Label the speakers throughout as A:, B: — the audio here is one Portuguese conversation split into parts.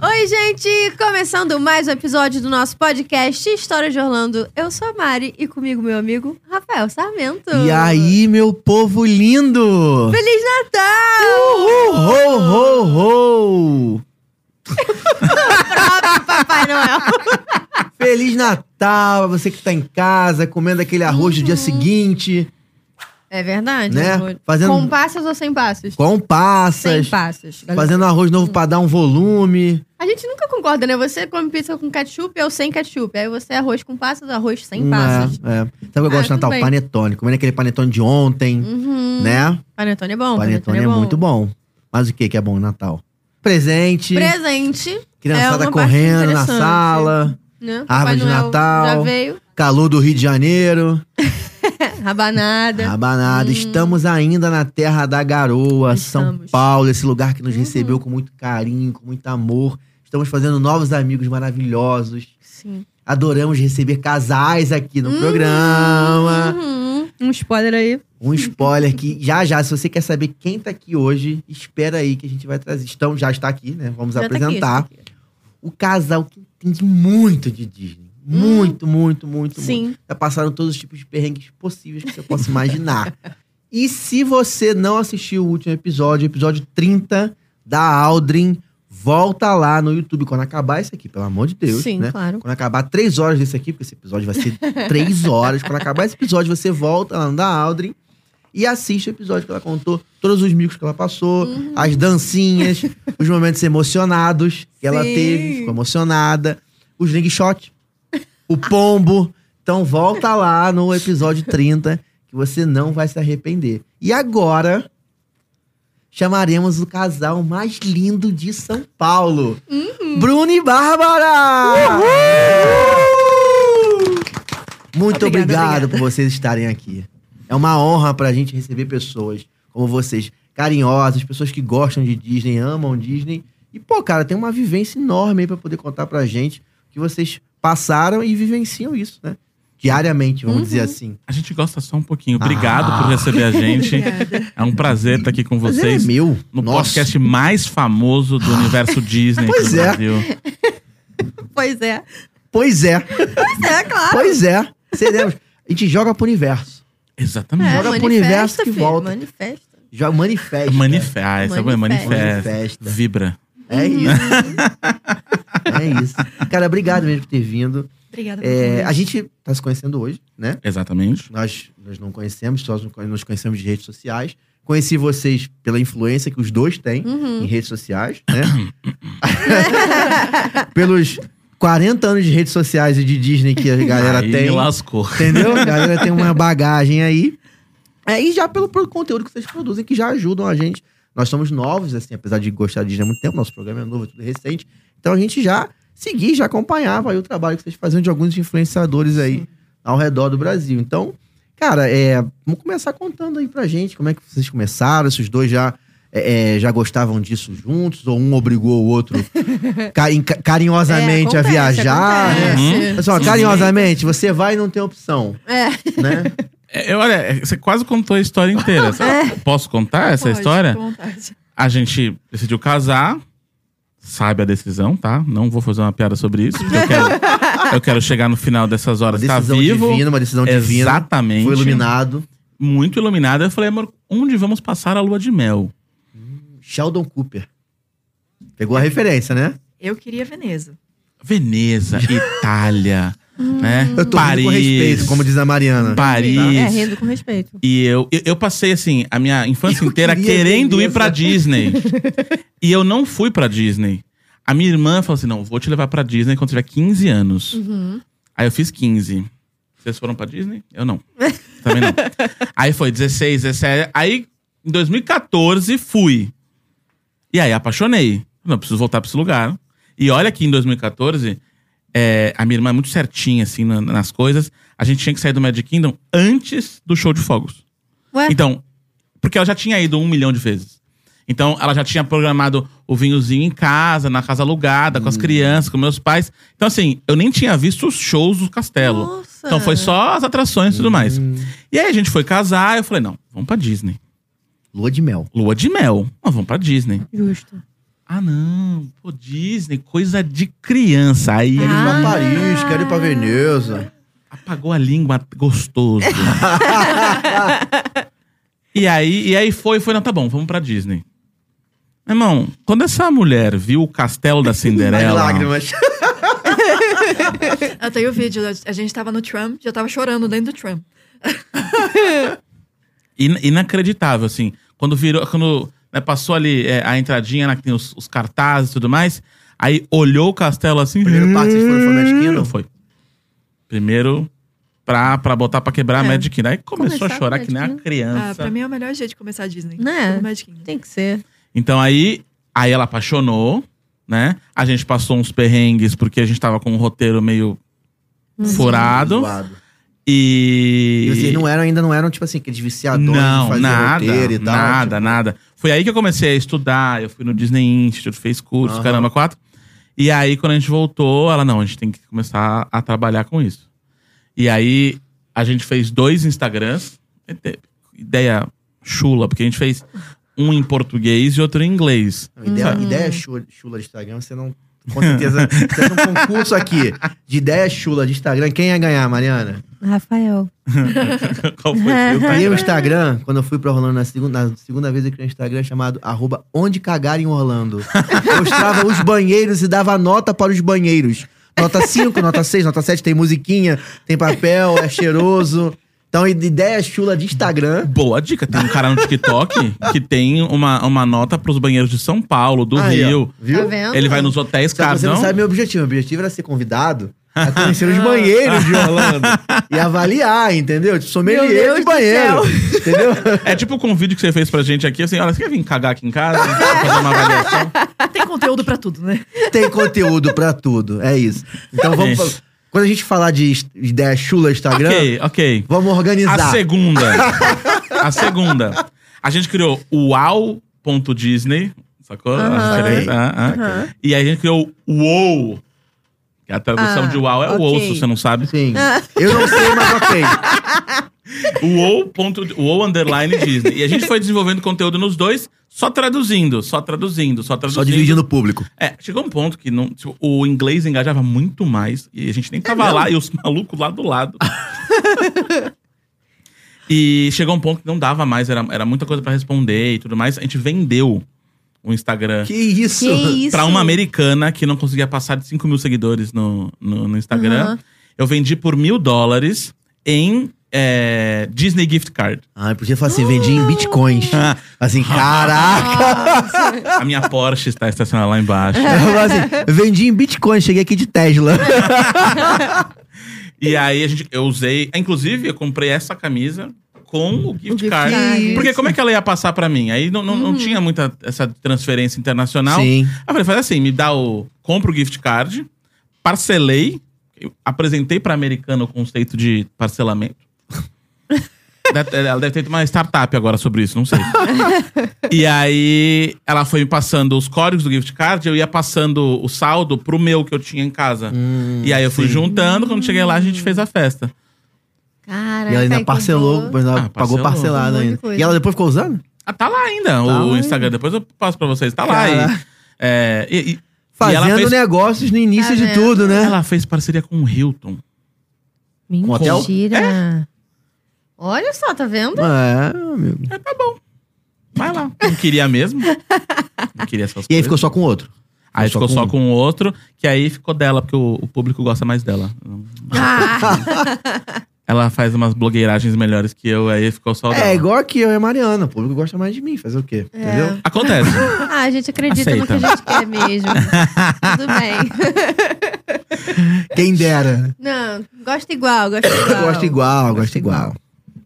A: Oi, gente! Começando mais um episódio do nosso podcast História de Orlando. Eu sou a Mari e comigo meu amigo Rafael Sarmento.
B: E aí, meu povo lindo!
A: Feliz Natal!
B: Uhul! Ho, ho, ho!
A: Próprio Papai Noel!
B: Feliz Natal! a Você que tá em casa, comendo aquele arroz
A: Uhum.
B: do dia seguinte,
A: É verdade?
B: Né?
A: amor?
B: Fazendo-
A: Com passos ou sem passos?
B: com
A: Sem
B: passas,
A: passos.
B: fazendo arroz novo pra dar um volume.
A: A gente nunca concorda, né? Você come pizza com ketchup ou sem ketchup. Aí você é arroz com passos, arroz sem passos.
B: É, é. Sabe o que eu
A: Ah,
B: gosto de
A: tudo
B: Natal?
A: bem.
B: Panetone. Comendo aquele panetone de ontem,
A: Uhum.
B: né?
A: Panetone é bom.
B: panetone é, muito bom. Mas o que que é bom no Natal? Presente,
A: Presente,
B: criançada
A: é uma parte
B: correndo na
A: interessante.
B: sala,
A: né?
B: Árvore de
A: Noel
B: Natal.
A: Já veio. É,
B: calor do Rio de Janeiro.
A: Rabanada.
B: Rabanada,
A: Hum.
B: estamos ainda na terra da garoa, São
A: Estamos.
B: Paulo, esse lugar que nos
A: Uhum.
B: recebeu com muito carinho, com muito amor. Estamos fazendo novos amigos maravilhosos.
A: Sim.
B: Adoramos receber casais aqui no programa.
A: Uhum. Um spoiler aí.
B: Um spoiler que já já, se você quer saber quem tá aqui hoje, espera aí que a gente vai trazer. Então já está aqui, né? Vamos
A: Já tá aqui,
B: apresentar
A: esse aqui.
B: o casal que entende muito de Disney. Muito, muito, muito, muito.
A: Hum. Sim.
B: Já passaram todos os tipos de perrengues possíveis que você possa imaginar. e se você não assistiu o último episódio, episódio 30 da Aldrin, volta lá no YouTube quando acabar isso aqui, pelo amor de Deus,
A: Sim,
B: né?
A: claro.
B: Quando acabar três horas desse aqui, porque esse episódio vai ser três horas. Quando acabar esse episódio, você volta lá no da Aldrin e assiste o episódio que ela contou, todos os micos que ela passou,
A: Uhum.
B: as dancinhas, os momentos emocionados que ela
A: Sim.
B: teve, ficou emocionada, os ring shot, o pombo. Então volta lá no episódio 30 que você não vai se arrepender. E agora chamaremos o casal mais lindo de São Paulo.
A: Uhum.
B: Bruno e Bárbara!
A: Obrigada,
B: Muito obrigado
A: obrigada.
B: por vocês estarem aqui. É uma honra pra gente receber pessoas como vocês, carinhosas, pessoas que gostam de Disney, amam Disney. E, pô, cara, tem uma vivência enorme aí pra poder contar pra gente que vocês passaram e vivenciam isso, né? Diariamente, vamos
A: Uhum.
B: dizer assim.
C: A gente gosta só um pouquinho. Obrigado
B: Ah.
C: por receber a gente.
A: Obrigada.
C: É um prazer estar aqui com
B: Mas ele é
C: vocês.
B: meu.
C: No
B: Nossa.
C: podcast mais famoso do universo Disney aqui
B: Pois
C: do
B: é.
C: Brasil.
A: Pois é.
B: Pois é,
A: Pois é, claro.
B: pois é. Seremos. A gente joga pro universo.
C: Exatamente.
B: Joga pro universo que volta.
A: É, Manifesta.
B: Joga É, manifesta.
C: Manifesta. Ah, essa é
A: Manifesta.
C: manifesta.
B: Manifesta.
C: Vibra.
B: É isso. é isso. Cara, obrigado mesmo por ter vindo.
A: Obrigada.
B: É,
A: por
B: a gente tá se conhecendo hoje, né?
C: Exatamente.
B: Nós, nós não conhecemos, só nos conhecemos de redes sociais. Conheci vocês pela influência que os dois têm em
A: Uhum.
B: redes sociais, né? Pelos 40 anos de redes sociais e de Disney que a galera
C: Aí
B: tem.
C: me lascou.
B: Entendeu? A galera tem uma bagagem aí. É, e já pelo, pelo conteúdo que vocês produzem, que já ajudam a gente. Nós somos novos, assim, apesar de gostar de Disney há muito tempo, nosso programa é novo, é tudo recente. Então a gente já seguia, já acompanhava aí o trabalho que vocês faziam de alguns influenciadores aí ao redor do Brasil. Então, cara, é, vamos começar contando aí pra gente como é que vocês começaram, se os dois já, é, é, já gostavam disso juntos, ou um obrigou o outro cari- carinhosamente
A: É,
B: a
A: acontece,
B: viajar, né?
A: acontece.
C: Uhum.
B: Pessoal,
C: Sim.
B: carinhosamente, você vai e não tem opção,
C: Uhum.
A: É.
B: né?
C: É, eu- olha, você quase contou a história inteira.
A: É.
C: Posso contar essa
A: Pode,
C: história?
A: fica à vontade.
C: A gente decidiu casar. Sabe a decisão, tá? Não vou fazer uma piada sobre isso. porque Eu quero, eu quero chegar no final dessas
B: Uma
C: horas. Tá
B: decisão
C: vivo.
B: divina, uma decisão divina.
C: Exatamente.
B: Foi iluminado.
C: muito iluminada. Eu falei, amor, onde vamos passar a lua de mel?
B: Sheldon Cooper. Pegou a referência, né?
D: Eu queria Veneza.
C: Veneza, Itália, né?
B: Hum. Eu tô rindo
C: Paris.
B: com respeito, como diz a Mariana.
C: Paris.
A: É, rindo com respeito.
C: E eu, eu, eu passei, assim, a minha infância
B: Eu
C: inteira
B: queria
C: querendo ir
B: Veneza.
C: pra Disney. e eu não fui pra Disney. A minha irmã falou assim: não, vou te levar pra Disney quando tiver 15 anos.
A: Uhum.
C: Aí eu fiz 15. Vocês foram pra Disney? Eu não. Também não. aí foi 16, 17. Aí, em 2014, fui. E aí apaixonei. Não, preciso voltar pra esse lugar. E olha que em 2014, é, a minha irmã é muito certinha, assim, na- nas coisas. A gente tinha que sair do Magic Kingdom antes do show de fogos.
A: Ué?
C: Então, porque ela já tinha ido um milhão de vezes. Então, ela já tinha programado o vinhozinho em casa, na casa alugada, com as crianças, com meus pais. Então, assim, eu nem tinha visto os shows do castelo.
A: Nossa.
C: Então, foi só as atrações e tudo mais.
B: Hum,
C: E aí, a gente foi casar. Eu falei, não, vamos pra Disney.
B: Lua de mel.
C: Lua de mel. Mas vamos pra Disney.
A: Justo.
C: Ah, não. Pô, Disney, coisa de criança. Aí
B: Quero
C: ele
B: ir pra
A: Ah.
B: Paris, quero ir pra Veneza.
C: apagou a língua gostoso. e aí, e aí foi, foi, não, tá bom, vamos pra Disney. Meu Irmão, quando essa mulher viu o castelo da
B: As
C: Cinderela.
B: lágrimas.
D: Eu tenho o vídeo, a gente tava no tram, já tava chorando dentro do tram.
C: in- inacreditável, assim. Quando virou, quando né, passou ali é, a entradinha, né, que tem os, os cartazes e tudo mais, aí olhou o castelo assim.
B: Primeiro parte, vocês foram pra Magic Kingdom?
C: Não foi. Primeiro, pra, pra botar pra quebrar a
D: É.
C: Magic Kingdom. Aí começou
A: Começar
C: a chorar
A: com
C: que nem
A: Magic
C: uma
D: Ah,
C: criança.
D: pra mim é o melhor jeito de começar a Disney.
A: Né?
D: No Magic Kingdom.
A: Tem que ser.
C: Então aí, aí ela apaixonou, né? A gente passou uns perrengues porque a gente tava com um roteiro meio
A: Uhum.
C: furado.
B: Zoado.
C: E.
B: E vocês não eram, ainda não eram, tipo assim, aqueles viciadores de
C: Não,
B: fazer
C: nada,
B: roteiro e tal.
C: nada,
B: tipo,
C: nada. Foi aí que eu comecei a estudar, eu fui no Disney Institute, fez curso,
B: Aham.
C: caramba, quatro. E aí, quando a gente voltou, ela, não, a gente tem que começar a trabalhar com isso. E aí, a gente fez dois Instagrams, ideia chula, porque a gente fez um em português e outro em inglês.
B: Ideia, ideia chula, chula de Instagram, você não. Com certeza. Tem um concurso aqui de ideia chula de Instagram. Quem ia ganhar, Mariana?
A: Rafael.
C: Qual foi o teu?
B: Criei um Instagram, quando eu fui pra Orlando na segunda, na segunda vez, eu criei um Instagram chamado arroba onde cagar em Orlando. Mostrava os banheiros e dava nota para os banheiros. Nota 5, nota 6, nota 7, tem musiquinha, tem papel, é cheiroso. Então, ideia chula de Instagram.
C: Boa dica. Tem um cara no TikTok que tem uma, uma nota pros banheiros de São Paulo, do
B: Aí, ó,
C: Rio.
B: viu?
A: Tá vendo?
C: Ele vai nos hotéis,
B: Só que
C: cara.
B: você não
C: Não?
B: sabe meu objetivo. Meu objetivo era ser convidado a conhecer os banheiros de Orlando e avaliar, entendeu? Tipo,
D: Meu
B: sommelier
D: Deus
B: de
D: do
B: banheiro.
D: céu.
B: Entendeu?
C: É tipo o convite que você fez pra gente aqui, assim, olha, você quer vir cagar aqui em casa? fazer uma avaliação?
D: Ah, Tem conteúdo pra tudo, né?
B: Tem conteúdo pra tudo. É isso. Então vamos.
C: Isso.
B: Quando a gente falar de is- ideia chula Instagram,
C: ok, ok.
B: vamos
C: A
B: organizar.
C: segunda. a segunda. A gente criou o wow.disney, sacou?
A: Aham.
C: As diferenças,
B: Saquei.
C: ah, ah.
A: Aham.
C: E aí a gente criou o wow. que A tradução
A: Ah,
C: de wow é o
A: ok.
C: wow, se você não sabe.
B: Sim.
A: Ah.
B: Eu não sei, mas ok.
C: UOL, ponto, UOL underline Disney. E a gente foi desenvolvendo conteúdo nos dois, só traduzindo, só traduzindo, só
B: Só
C: traduzindo.
B: dividindo o público.
C: É, chegou um ponto que não, tipo, o inglês engajava muito mais. E a gente nem tava lá, e os malucos lá do lado. e chegou um ponto que não dava mais, era, era muita coisa pra responder e tudo mais. A gente vendeu o Instagram
B: Que isso?
A: Que isso?
C: pra uma americana que não conseguia passar de 5 mil seguidores no, no, no Instagram.
A: Aham.
C: Eu vendi por mil dólares em é, Disney Gift Card.
B: Ah, podia falar assim, vendi em bitcoins. Assim,
A: Ah.
B: caraca!
C: A minha Porsche está estacionada lá embaixo.
B: Eu falo assim, vendi em bitcoins, cheguei aqui de Tesla.
C: E aí a gente, eu usei. Inclusive, eu comprei essa camisa com o gift
A: gift
C: card.
A: card.
C: Porque como é que ela ia passar pra mim? Aí não, não, não tinha muita essa transferência internacional. Aí
B: Sim.
C: eu falei, faz assim, me dá o. Compra o gift card, parcelei, eu apresentei pra americana o conceito de parcelamento. Deve- Ela deve ter feito uma startup agora sobre isso, não sei. e aí, ela foi me passando os códigos do gift card, eu ia passando o saldo pro meu que eu tinha em casa.
A: É,
B: Hum,
C: E aí eu fui
B: sim.
C: juntando, quando cheguei lá, a gente fez a festa.
A: Caraca.
B: E ela ainda
A: aí
B: parcelou,
A: comprou.
B: mas ela
C: Ah,
B: pagou
C: parcelou.
B: parcelado
A: tá, Um monte de
B: ainda.
A: coisa.
B: E ela depois ficou usando?
C: Ah, tá lá ainda o
B: lá.
C: Instagram. Depois eu passo pra vocês. Tá lá. E,
B: Caraca.
C: é, e- e- e ela
B: Fazendo
C: fez,
B: negócios no início
A: Tá
B: de
A: vendo?
B: tudo, né?
C: ela fez parceria com o Hilton.
B: Com hotel?
A: Mentira. Olha só, tá vendo?
B: É, amigo.
C: É, tá bom. Vai lá. Não queria mesmo. Não queria essas
B: E aí
C: coisas.
B: ficou só com outro.
C: Aí
B: ficou
C: ficou
B: só um?
C: só com o outro, que aí ficou dela, porque o, o público gosta mais dela.
A: Ah,
C: Ela faz umas blogueiragens melhores que eu, aí ficou só o dela.
B: É igual aqui, eu e a Mariana. O público gosta mais de mim. Fazer o quê? Entendeu?
C: Acontece.
A: ah, a gente acredita no que a
C: Aceita.
A: gente quer mesmo. Tudo bem.
B: Quem dera. né?
A: Não, gosta igual, gosta
B: Eu
A: igual.
B: gosto igual, gosto igual.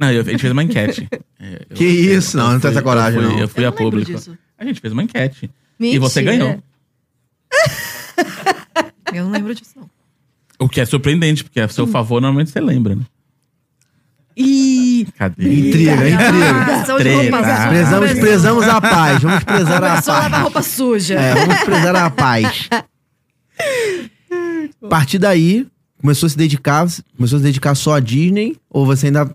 C: Não, eu, a gente fez uma enquete. É, eu-
B: Que isso? Não, não tem essa coragem,
C: eu fui,
B: não.
C: Eu fui
D: eu
C: a
D: não lembro
C: público.
D: disso.
C: A gente fez uma enquete. E
A: Mentira.
C: você ganhou.
D: Eu não lembro disso, não.
C: O que é surpreendente, porque a seu favor normalmente você lembra, né?
A: Ih,
C: Cadê?
B: Intriga, intriga.
D: Ah, são de
C: Treta.
D: roupas.
C: Ah.
B: Prezamos, prezamos a paz. Vamos prezar a
D: Começou a lavar
B: paz.
D: roupa suja.
B: É, vamos prezar a paz. A partir daí, começou a se dedicar, começou a se dedicar só à Disney? Ou você ainda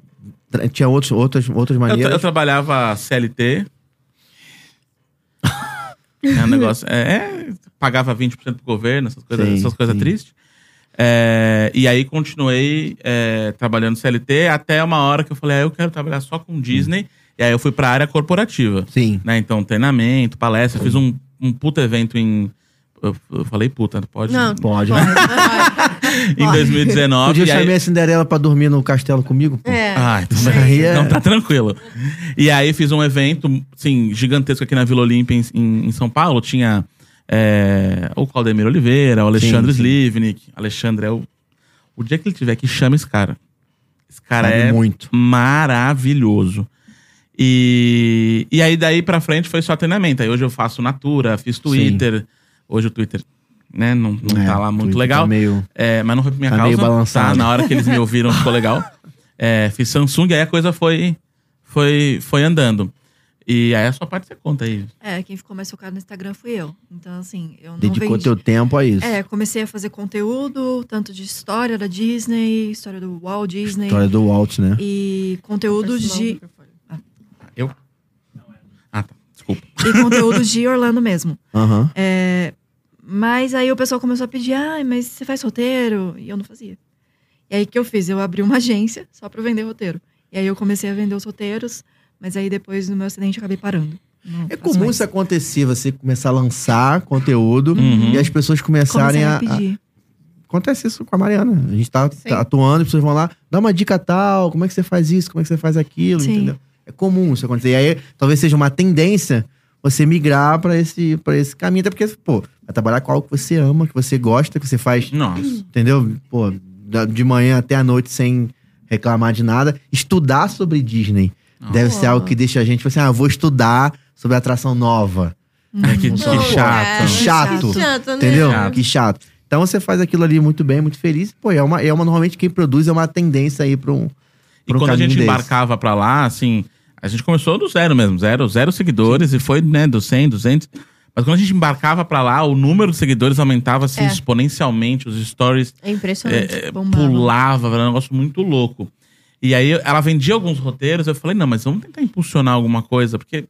B: tra- tinha outros, outras, outras
C: Eu, tra- eu
B: maneiras?
C: trabalhava CLT. É um negócio. É, é, pagava 20% pro governo, essas coisas,
B: Sim,
C: essas coisas
B: sim.
C: tristes. É, e aí continuei é, trabalhando CLT até uma hora que eu falei, ah, eu quero trabalhar só com Disney. E aí eu fui pra área corporativa.
B: Sim.
C: Né? Então, treinamento, palestra, fiz um, um puta evento em. Eu, eu falei puta, pode.
A: Não.
B: Pode, né?
A: Pode.
C: Em 2019.
B: Podia
C: e aí-
B: chamar a Cinderela pra dormir no castelo comigo? pô?
A: É.
C: Ai, tudo
B: Isso
C: bem.
B: aí é-
C: Então tá tranquilo. E aí fiz um evento, assim, gigantesco aqui na Vila Olímpia, em, em- em São Paulo. Tinha é, o Claudemir Oliveira, o Alexandre
B: Sim, sim.
C: Slivnik. Alexandre é o... O dia que ele tiver que chama esse cara. Esse cara
B: Sabe
C: é
B: muito.
C: maravilhoso. E, e aí daí pra frente foi só treinamento. Aí hoje eu faço Natura, fiz Twitter. Hoje o Twitter, né, não, não
B: É,
C: tá lá muito
B: Twitter
C: legal.
B: tá meio-
C: É, mas não foi por minha
B: Tá
C: causa.
B: meio balançado.
C: Tá, na hora que eles me ouviram ficou legal. É, fiz Samsung, aí a coisa foi, foi, foi andando. E aí a sua parte você conta aí.
D: É, quem ficou mais focado no Instagram fui eu. Então, assim, eu não
B: Dedicou
D: vendi.
B: teu tempo a isso.
D: É, comecei a fazer conteúdo, tanto de história da Disney, história do Walt Disney.
B: História do Walt, né?
D: E conteúdos de.
C: Ah, tá. Desculpa.
D: E conteúdos de Orlando mesmo.
B: Aham.
D: É, mas aí o pessoal começou a pedir, ah, mas você faz roteiro? E eu não fazia. E aí o que eu fiz? Eu abri uma agência só pra vender roteiro. E aí eu comecei a vender os roteiros, mas aí depois do meu acidente eu acabei parando. Não
B: É
D: faço
B: comum
D: mais.
B: isso acontecer, você começar a lançar conteúdo
C: Uhum.
B: e as pessoas começarem
D: Começaram
B: a,
D: a
B: a-
D: pedir.
B: Acontece isso com a Mariana. A gente tá,
E: Sim.
B: tá atuando, as pessoas vão lá, dá uma dica tal, como é que você faz isso, como é que você faz aquilo,
D: Sim.
B: entendeu? É comum isso acontecer. E aí, talvez seja uma tendência você migrar pra esse, pra esse caminho. Até porque, pô, vai trabalhar com algo que você ama, que você gosta, que você faz
C: Nossa.
B: entendeu? Pô, da- de manhã até a noite sem reclamar de nada. Estudar sobre Disney
C: Ah.
B: deve ser algo que deixa a gente, tipo assim, ah, vou estudar sobre atração nova.
C: É
D: Uhum.
C: que, que
B: Não,
A: é.
C: chato.
B: Que chato,
A: Que chato, né?
B: entendeu?
C: Chato.
B: Que chato. Então você faz aquilo ali muito bem, muito feliz. Pô, é uma, é uma normalmente quem produz é uma tendência aí pra um.
C: E
B: pra um
C: quando a
B: caminho
C: gente
B: desse.
C: embarcava pra lá, assim, a gente começou do zero mesmo, zero, zero seguidores, e foi, né, do 100, 200. Mas quando a gente embarcava pra lá, o número de seguidores aumentava, assim,
A: É.
C: exponencialmente, os stories
A: É impressionante.
C: é,
D: bombava.
C: pulava, era um negócio muito louco. E aí ela vendia alguns roteiros, eu falei, não, mas vamos tentar impulsionar alguma coisa, porque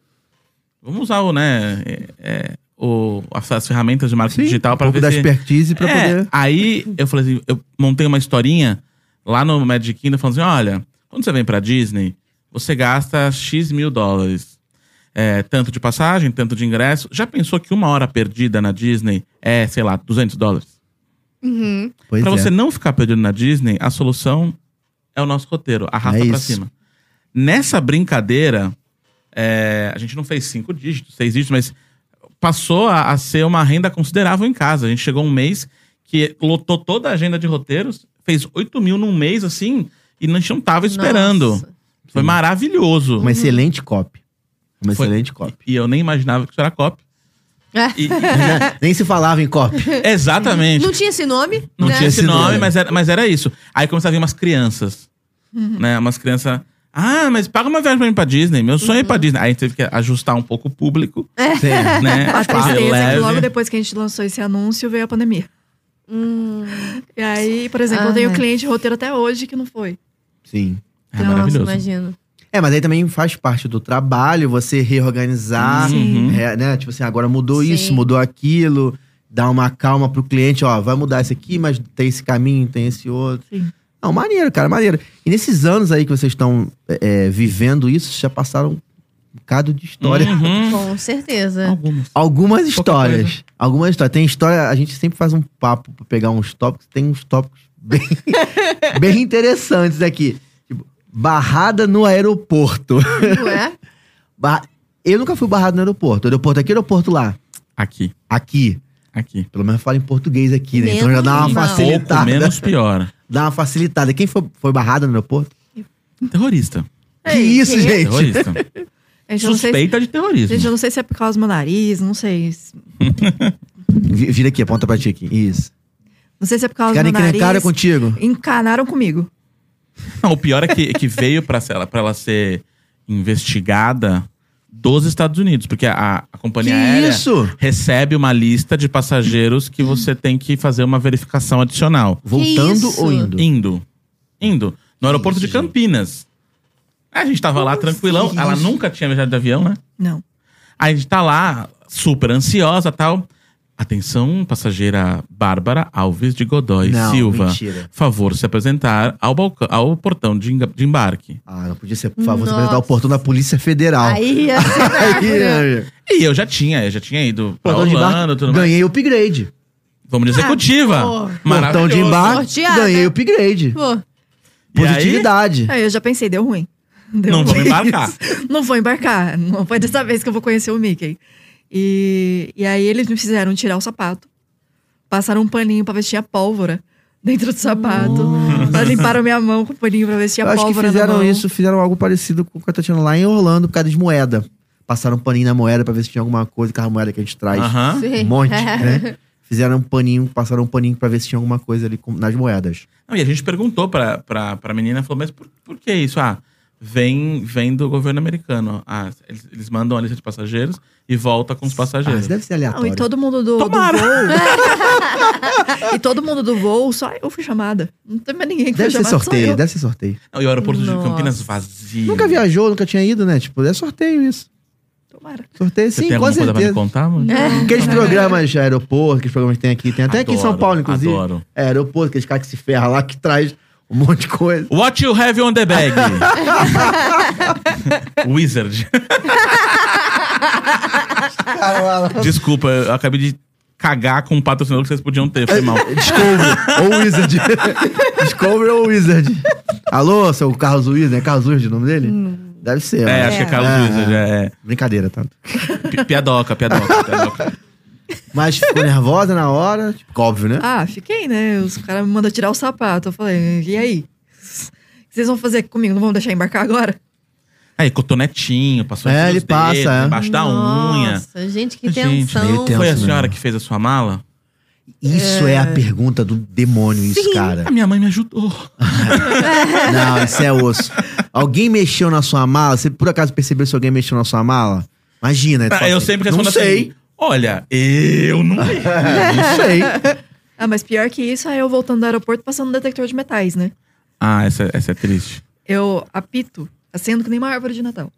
C: vamos usar o, né, é, é, o, as, as ferramentas de marketing Ah, digital
B: um
C: para
B: pouco
C: ver
B: da
C: se...
B: expertise pra
C: É,
B: poder.
C: Aí eu falei assim, eu montei uma historinha lá no Magic Kingdom falando assim: olha, quando você vem pra Disney, você gasta X mil dólares. É, tanto de passagem, tanto de ingresso. Já pensou que uma hora perdida na Disney é, sei lá, 200 dólares?
A: Uhum.
B: Pois
C: Pra
B: é.
C: você não ficar perdido na Disney, a solução é o nosso roteiro. Arrasta
B: É
C: pra
B: isso.
C: cima. Nessa brincadeira, é, a gente não fez cinco dígitos, seis dígitos, mas passou a, a ser uma renda considerável em casa. A gente chegou um mês que lotou toda a agenda de roteiros, fez 8 mil num mês, assim, e a gente não tava esperando.
A: Nossa.
C: Foi
B: Sim.
C: maravilhoso.
B: Uma excelente copy. Uma
C: Foi.
B: excelente copy.
C: E eu nem imaginava que isso era copy.
A: É.
C: E-
B: Nem se falava em copy.
C: e- exatamente.
A: Não tinha esse nome?
C: Não
A: né?
C: tinha esse
B: Esse
C: nome,
B: nome.
C: mas era, mas era isso. Aí começava a vir umas crianças. Né? Umas crianças. Ah, mas paga uma viagem pra mim pra Disney. Meu sonho é ir pra Disney. Aí a gente teve que ajustar um pouco o público,
B: Sim.
C: né? Pra
D: A
C: ser
D: tristeza é que
C: leve.
D: logo depois que a gente lançou esse anúncio veio a pandemia.
A: Hum.
D: E aí, por exemplo, eu
A: Ah.
D: tenho cliente de roteiro até hoje que não foi.
B: Sim.
C: É
A: Nossa,
C: maravilhoso.
A: imagino.
B: É, mas aí também faz parte do trabalho você reorganizar,
C: Sim. Uhum.
B: é, né? Tipo assim, agora mudou
A: Sim.
B: isso, mudou aquilo, dá uma calma pro cliente, ó, vai mudar esse aqui, mas tem esse caminho, tem esse outro.
D: Sim.
B: Não, maneiro, cara, maneiro. E nesses anos aí que vocês estão é, é, vivendo isso, vocês já passaram um bocado de história.
C: Uhum.
A: Com certeza.
C: Algumas.
B: Algumas
C: coisa.
B: histórias. Algumas histórias. Tem história, a gente sempre faz um papo pra pegar uns tópicos, tem uns tópicos bem, bem interessantes aqui. Tipo, barrada no aeroporto.
A: Ué?
B: Barra- Eu nunca fui barrado no aeroporto. Aeroporto aqui, aeroporto lá.
C: Aqui.
B: Aqui.
C: Aqui. Um
B: Pelo menos fala em português aqui, né? Então
A: Menos
B: já dá
A: mal.
B: uma
C: Pouco
B: facilitada.
C: menos pior.
B: Dá uma facilitada. Quem foi, foi barrado no aeroporto?
C: Terrorista.
B: que
A: Ei, é?
B: isso,
A: quê?
B: gente?
C: Terrorista.
D: Gente, eu não sei se-
C: Suspeita de
D: Gente, eu
C: terrorismo.
D: não sei se é por causa do meu nariz, não sei. se-
B: Vi- Vira aqui, aponta pra ti aqui. Isso.
D: Não sei se é por causa
B: Ficaram
D: do meu
B: encrencaram
D: nariz.
B: contigo?
D: Encanaram comigo.
C: Não, o pior é que, que veio pra, se- ela, pra ela ser investigada dos Estados Unidos, porque a, a
B: Que
C: companhia aérea.
B: isso?
C: recebe uma lista de passageiros que você tem que fazer uma verificação adicional.
B: Voltando
A: isso?
B: ou indo?
C: Indo. Indo. No aeroporto
B: isso,
C: de Campinas. Aí A gente tava lá tranquilão.
B: assim?
C: Ela nunca tinha viajado de avião, né?
D: Não.
C: Aí a gente tá lá, super ansiosa tal. Atenção, passageira Bárbara Alves de Godoy
B: não,
C: Silva.
B: mentira.
C: Favor se apresentar ao, balcão, ao portão de, enga- de embarque.
B: Ah, não podia ser, por favor, você
A: Nossa.
B: apresentar o portão da Polícia Federal.
A: Aí, assim,
B: Aí, né?
C: E eu já tinha, eu já tinha ido pra
B: Portão de
C: Orlando,
B: embarque,
C: Tá tudo mais.
B: ganhei o upgrade.
C: Vamos de executiva.
A: pô.
B: Portão de
C: Maravilhoso.
B: embarque,
A: Sorteada.
B: ganhei o upgrade.
A: pô,
C: E aí,
B: Positividade.
D: Aí É, eu já pensei, deu ruim. Deu
C: Não vou
D: ruim.
C: embarcar.
D: não vou embarcar. Não foi dessa vez que eu vou conhecer o Mickey. E, e aí eles me fizeram tirar o sapato. Passaram um paninho pra ver se tinha pólvora dentro do sapato. Mas Limparam minha mão com o paninho pra ver se tinha
B: Eu acho que
D: pólvora na
B: fizeram
D: mão.
B: isso, fizeram algo parecido com o que eu tô tirando lá em Orlando por causa de moeda. Passaram um paninho na moeda pra ver se tinha alguma coisa com a moeda que a gente traz.
C: Aham.
A: sim.
B: Um monte, né? Fizeram um paninho, passaram um paninho pra ver se tinha alguma coisa ali com- nas moedas.
C: Não, e a gente perguntou pra, pra, pra menina, falou, mas por, por que isso? Ah, vem, vem do governo americano. Ah, eles, eles mandam a lista de passageiros e volta com os
B: Ah,
C: passageiros.
B: isso deve ser
D: Não,
B: aleatório.
D: e todo mundo do, do
C: Tomara.
D: voo. e todo mundo do voo, só eu fui chamada. Não tem mais ninguém que
B: Deve
D: foi
B: ser
D: chamado. só
B: sorteio, né?
D: eu.
B: deve ser sorteio.
C: Não, e o aeroporto de
A: Nossa.
C: Campinas vazio.
B: Nunca viajou, nunca tinha ido, né? Tipo, é sorteio isso.
D: Tomara. É.
B: Sorteio
C: Você
B: sim,
C: tem
B: assim, com
C: alguma coisa pra me
B: certeza.
C: contar, mano?
B: Aqueles programas de aeroporto, aqueles programas que tem aqui, tem até aqui em São
C: Adoro,
B: Paulo, inclusive.
C: Adoro.
B: É, aeroporto, aqueles caras que se ferram lá, que traz um monte de coisa.
C: What you have on the bag? Wizard.
D: Ah,
B: Cara, lá, lá.
C: Desculpa, eu acabei de cagar com um patrocinador que vocês podiam ter, foi mal.
B: É. Discovery ou Wizard. Discovery ou Wizard. Alô, seu Carlos Wizard, é Carlos Wizard o nome dele?
D: Hum.
B: Deve ser.
C: É,
B: né?
C: acho que é Carlos
B: É.
C: Wizard, é.
B: Brincadeira, tá?
C: é. Pi- Piadoca, piadoca, piadoca.
B: Mas ficou nervosa na hora, tipo, óbvio, né?
D: Ah, fiquei, né? Os caras me mandam tirar o sapato. Eu falei, e aí? O que vocês vão fazer comigo? Não vão deixar embarcar agora?
C: Aí, cotonetinho, passou
B: É,
C: entre
B: ele
C: os
B: passa,
C: dedos,
B: é.
C: embaixo da unha.
A: Nossa, gente, que
C: Gente,
A: tensão.
B: meio tenso.
C: Foi a
B: mesmo.
C: senhora que fez a sua mala?
B: Isso é... a pergunta do demônio, isso, cara.
C: A minha mãe me ajudou.
B: Não, isso é osso. Alguém mexeu na sua mala? Você por acaso percebeu se alguém mexeu na sua mala? Imagina. tu
C: Tá,
B: fala
C: eu
B: assim,
C: sempre
B: Não
C: respondo
B: sei. É,
C: assim. Olha, eu não vi.
B: Não sei.
D: Ah, mas pior que isso é eu voltando do aeroporto passando no detector de metais, né?
C: Ah, essa, essa é triste.
D: Eu apito, acendo que nem uma árvore de Natal.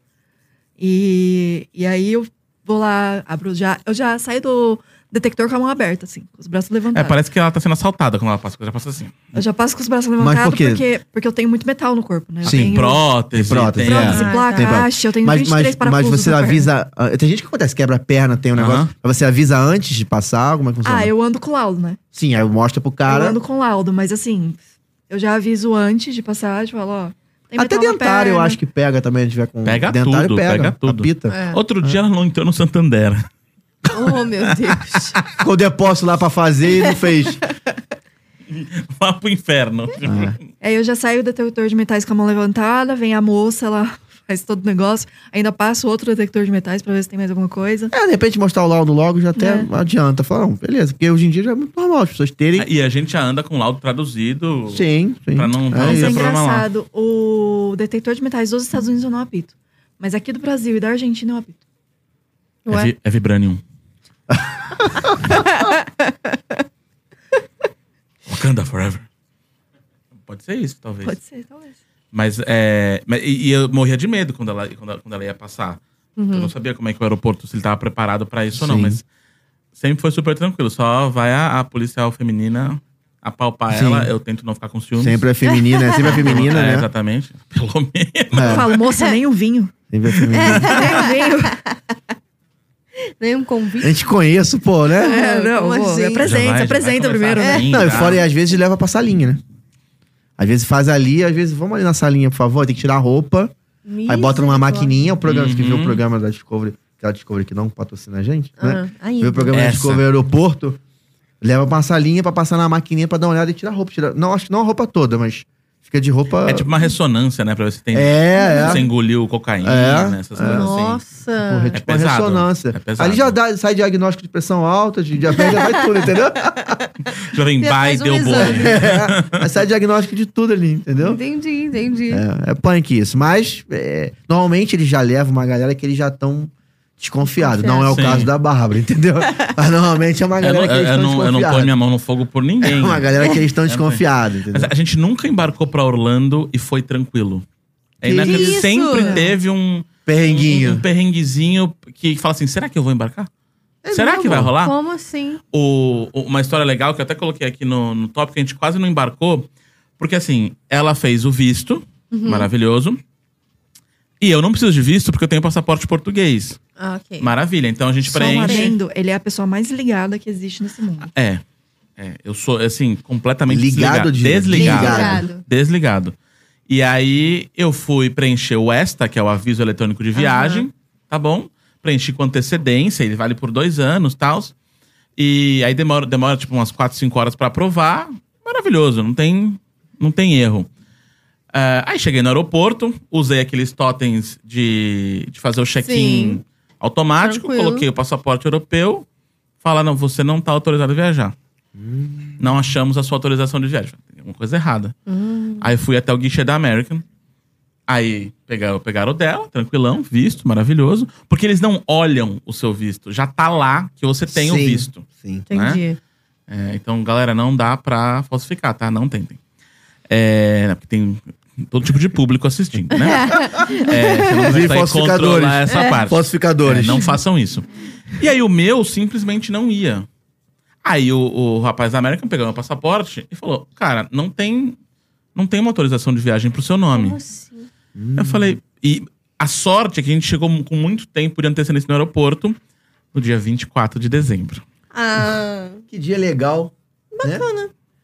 D: E, e aí eu vou lá, abro já. Eu já saio do detector com a mão aberta, assim, com os braços
C: É,
D: levantados.
C: parece que ela tá sendo assaltada quando ela passa. porque Ela passa assim.
D: eu já passo com os braços
B: por
D: levantados
B: quê?
D: porque, porque eu tenho muito metal no corpo, né? Eu
B: Sim,
A: um-
D: tenho
C: Prótese.
B: Tem prótese,
C: tem- assim.
B: é.
D: prótese,
A: Ah,
D: placa,
B: tem pra-
D: haste, eu tenho
B: Mas,
D: 23
B: mas, mas
D: parafusos
B: você
D: na perna.
B: avisa. ah, Tem gente que acontece, quebra a perna, tem um negócio.
C: Aham.
B: Mas você avisa antes de passar? Como é que funciona?
D: Ah, eu ando com laudo, né?
B: Sim, aí mostra pro
D: Eu
B: cara.
D: ando com laudo, mas assim, eu já aviso antes de passar, tipo, ó, tem
B: Até
D: metal na
B: dentário, eu
D: perna.
B: acho que pega também. Se tiver com
C: Pega
B: dentário,
C: tudo,
B: pega.
C: pega tudo.
B: Apita.
A: É.
C: Outro dia ela não entrou no Santander.
A: Oh, meu Deus.
B: Ficou o depósito lá pra fazer e não fez.
C: Vá pro inferno.
B: Ah.
D: Aí eu já saio do detector de metais com a mão levantada, vem a moça, ela faz todo o negócio, ainda passa outro detector de metais pra ver se tem mais alguma coisa.
B: É, de repente mostrar o laudo logo já até
D: É.
B: adianta. Falar, não, beleza, porque hoje em dia já é muito normal as pessoas terem.
C: E a gente já anda com laudo traduzido.
B: Sim, sim.
C: Pra não- um pra não
B: é
D: Mas
C: ser
D: é
B: isso.
C: problema lá.
D: engraçado, o detector de metais dos Estados Unidos eu não apito. Mas aqui do Brasil e da Argentina eu apito.
C: É, vi- é Vibranium. Wakanda Forever. Pode ser isso, talvez.
D: Pode ser, talvez.
C: Mas é. mas- e, e eu morria de medo quando ela, quando ela, quando ela ia passar.
D: Uhum.
C: Eu não sabia como é que o aeroporto, se ele estava preparado para isso ou não,
B: Sim.
C: mas sempre foi super tranquilo. Só vai a, a policial feminina apalpar
B: Sim.
C: ela, eu tento não ficar com ciúmes.
B: Sempre é feminina, é sempre é feminina,
C: É,
B: né?
C: Exatamente. Pelo menos.
D: Eu
B: É,
D: falo, moça, nem um vinho.
B: sempre é feminina.
D: Nem um vinho.
A: Nenhum
B: A
A: Né, um convite.
B: gente conhece, pô, né?
D: É, não,
A: Como
D: pô,
A: assim?
C: Já
D: é
C: vai-
D: presente,
C: já
D: é presente
C: vai
D: primeiro,
C: começar
D: né?
C: assim,
B: Não, e
C: já.
B: fora, e às vezes leva pra salinha, né? Às vezes faz ali, às vezes, vamos ali na salinha, por favor, tem que tirar a roupa. Aí bota numa maquininha, o programa, que viu o
C: Uhum.
B: programa da Discovery, aquela Discovery que não patrocina a gente, né?
A: Ah,
B: Vê o
A: ainda.
B: programa
C: Essa.
B: de Discovery Aeroporto, leva pra uma salinha pra passar na maquininha pra dar uma olhada e tirar a roupa. Tira... Não, acho que não a roupa toda, mas fica de roupa.
C: É tipo uma ressonância, né? Pra ver se tem.
B: É,
C: né? Você
B: é.
C: engoliu cocaína,
B: É,
C: né? Essas
B: é.
C: coisas assim.
B: Porra, é
A: Nossa.
B: tipo uma
C: pesado,
B: ressonância.
C: é pesado.
B: Ali já dá- sai diagnóstico de pressão alta, de diabetes, já vai tudo, entendeu?
C: Já vem
A: Você
C: vai,
A: faz um
C: deu bom.
A: exame.
B: É, aí sai diagnóstico de tudo ali, entendeu?
A: Entendi, entendi.
B: É, é punk isso. Mas é, normalmente eles já levam uma galera que eles já estão desconfiados. Não é o
C: Sim.
B: caso da Bárbara, entendeu? Mas normalmente é uma
C: Eu
B: galera
C: não,
B: que eles
C: eu,
B: estão
C: não, eu não ponho
B: desconfiados.
C: minha mão no fogo por ninguém.
B: É uma galera que eles estão
C: Eu não ponho.
B: desconfiados, entendeu?
C: Mas a gente nunca embarcou pra Orlando e foi tranquilo. É
B: Que
C: inacredi-
A: isso?
C: Sempre teve um, um,
B: Perrenguinho.
C: um perrenguezinho que fala assim: será que eu vou embarcar?
B: É
C: Será que vai rolar?
A: É, Como assim?
C: o- o- uma história legal que eu até coloquei aqui no, no tópico, que a gente quase não embarcou. Porque assim, ela fez o visto,
A: Uhum.
C: maravilhoso. E eu não preciso de visto porque eu tenho passaporte português.
A: Ah, ok.
C: Maravilha. Então a gente
D: Só um
C: preenche.
D: adendo, ele é a pessoa mais ligada que existe nesse mundo.
C: É. É, eu sou, assim, completamente
B: Ligado
C: ligado.
B: ou de-
C: desligado.
B: Ligado.
A: Desligado.
C: Desligado. E aí eu fui preencher o ESTA, que é o aviso eletrônico de viagem, tá bom? Preenchi com antecedência, ele vale por dois anos tal. E aí demora, demora tipo umas 4, 5 horas pra aprovar. Maravilhoso, não tem, não tem erro. Ah, aí cheguei no aeroporto, usei aqueles totens de, de fazer o check-in
A: Sim.
C: automático,
A: Tranquilo.
C: coloquei o passaporte europeu, falaram, você não tá autorizado a viajar.
B: Hum.
C: Não achamos a sua autorização de viagem. Tem alguma coisa errada.
A: Hum.
C: Aí fui até o guichê da American. Aí pegaram, pegaram o dela, tranquilão, visto, maravilhoso. Porque eles não olham o seu visto. Já tá lá que você tem o
B: Sim,
C: visto. né?
B: Sim.
A: Entendi.
C: É, então, galera, não dá pra falsificar, tá? Não tentem. É, porque tem todo tipo de público assistindo, né? É, você não
B: Inclusive
C: vai
B: falsificadores.
C: controlar essa parte. É,
B: Falsificadores.
C: não façam isso. E aí o meu simplesmente não ia. Aí o, o rapaz da América pegou meu passaporte e falou: Cara, não tem, não tem uma autorização de viagem pro seu nome.
A: Como assim?
C: Eu falei, e a sorte é que a gente chegou com muito tempo de antecedência no aeroporto no dia 24 de dezembro.
A: Ah,
B: Que dia é legal. né?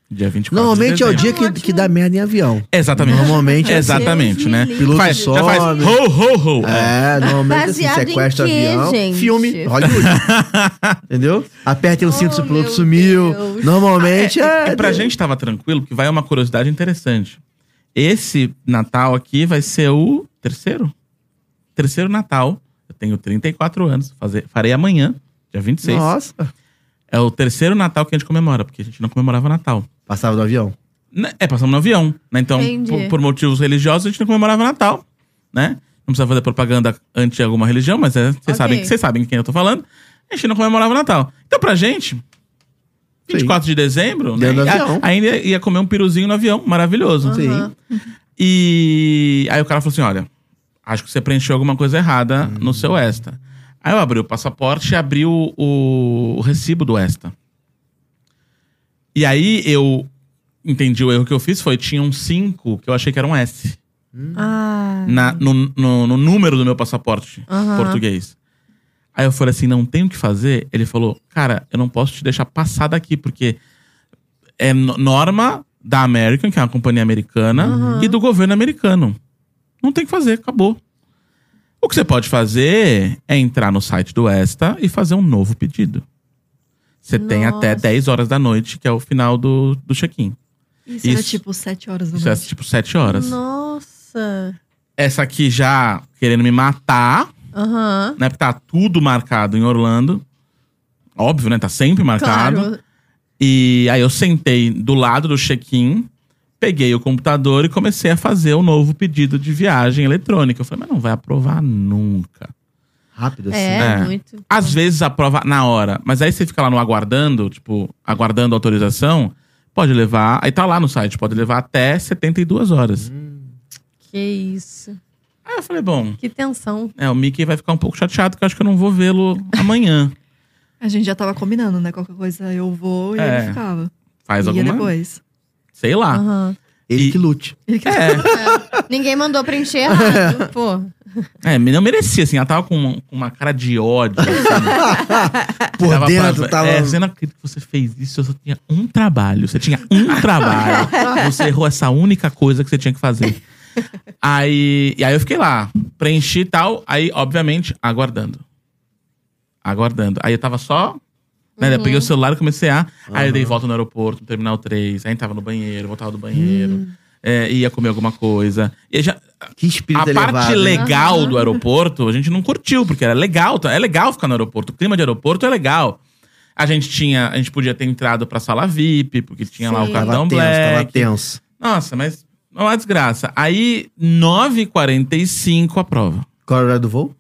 C: Dia 24
B: Normalmente
C: de
B: é o
C: dezembro.
B: dia que,
A: Ótimo.
B: que dá merda em avião.
C: Exatamente.
B: Normalmente é assim.
C: Exatamente,
A: Deus
C: né?
A: me
B: Piloto
C: Faz, já faz
B: some.
C: ho, ho, ho. É.
B: É, normalmente assim,
A: Baseado em
B: sequestra
A: quê,
B: avião.
A: gente?
B: Filme, Hollywood. Entendeu? Apertem o cinto
A: Oh,
B: se o piloto
A: meu
B: sumiu.
A: Deus.
B: Normalmente é.
C: Ah, E pra gente tava tranquilo, porque vai uma curiosidade interessante. Esse Natal aqui vai ser o terceiro? Terceiro Natal. Eu tenho 34 anos, fazer, farei amanhã, dia 26.
B: Nossa.
C: É o terceiro Natal que a gente comemora, porque a gente não comemorava Natal.
B: Passava do avião.
C: Né, É, passamos no avião, né? Então,
A: Entendi.
C: por, por motivos religiosos, a gente não comemorava Natal, né? Não precisa fazer propaganda anti alguma religião, mas é- vocês
A: Ok.
C: sabem, vocês sabem quem eu tô falando. A gente não comemorava Natal. Então, pra gente, 24 de dezembro, né,
B: Dentro do
C: a-
B: avião.
C: ainda ia comer um piruzinho no avião, maravilhoso.
A: Aham.
C: E aí o cara falou assim: olha, acho que você preencheu alguma coisa errada no seu ESTA. Aí eu abri o passaporte e abri o, o- o recibo do ESTA. E aí eu entendi o erro que eu fiz foi: tinha um 5 que eu achei que era um S
D: Ah,
C: na- no, no- no número do meu passaporte
A: Uhum. Aham.
C: português. Aí eu falei assim: não tem o que fazer. Ele falou: cara, eu não posso te deixar passar daqui, porque é no- norma da American, que é uma companhia americana, e do governo americano. Não tem o que fazer, acabou. O que você pode fazer é entrar no site do ESTA e fazer um novo pedido. Você tem até
A: Nossa.
C: 10 horas da noite, que é o final do, do check-in.
D: isso, era
C: Isso.
D: tipo sete horas da
C: Isso é
A: Uhum.
D: noite.
C: tipo 7 horas.
A: Nossa.
C: Essa aqui já querendo me matar.
A: Aham.
C: né? Porque tá tudo marcado em Orlando. Óbvio, né? Tá sempre marcado.
A: Claro.
C: E aí eu sentei do lado do check-in, peguei o computador e comecei a fazer o novo pedido de viagem eletrônica. Eu falei, mas não vai aprovar nunca.
B: Rápido assim.
A: É,
C: É.
A: muito.
C: Às vezes aprova na hora, mas aí você fica lá no aguardando, tipo, aguardando a autorização, pode levar. Aí tá lá no site, pode levar até 72 horas.
A: Que isso.
C: Aí eu falei, bom,
A: Que tensão.
C: é, o Mickey vai ficar um pouco chateado, que eu acho que eu não vou vê-lo amanhã.
D: A gente já tava combinando, né? Qualquer coisa eu vou e
C: É.
D: ele ficava.
C: Faz
D: e
C: alguma coisa.
D: depois.
C: Sei lá.
A: Aham.
B: Ele
C: E-
B: que lute.
D: Ele que-
C: É.
A: Ninguém mandou preencher errado, pô.
C: É, me- não merecia, assim. Ela tava com uma, com uma cara de ódio. Assim.
B: Por
C: Tava
B: dentro
C: pra-
B: tava. um
C: É, você não acredita que você fez isso, eu só tinha um trabalho. Você tinha um trabalho. você errou essa única coisa que você tinha que fazer. Aí, e aí eu fiquei lá, preenchi e tal. Aí, obviamente, aguardando. Aguardando. Aí eu tava só... Né, daí Eu peguei o celular e comecei a... Aí eu dei volta no aeroporto, no Terminal 3. Aí tava no banheiro, voltava do banheiro. é, ia comer alguma coisa. E já,
B: Que espírito
C: a
B: elevado.
C: parte
B: né?
C: legal
A: Aham.
C: do aeroporto, a gente não curtiu, porque era legal. tá? É legal ficar no aeroporto. O clima de aeroporto é legal. A gente tinha, a gente podia ter entrado pra sala VIP, porque tinha lá
A: Sim.
C: o
B: Tava
C: cartão
B: tenso, tava
C: black.
B: tenso.
C: Nossa, mas é uma desgraça. Aí, 9h45 a prova.
B: Qual era o horário do voo?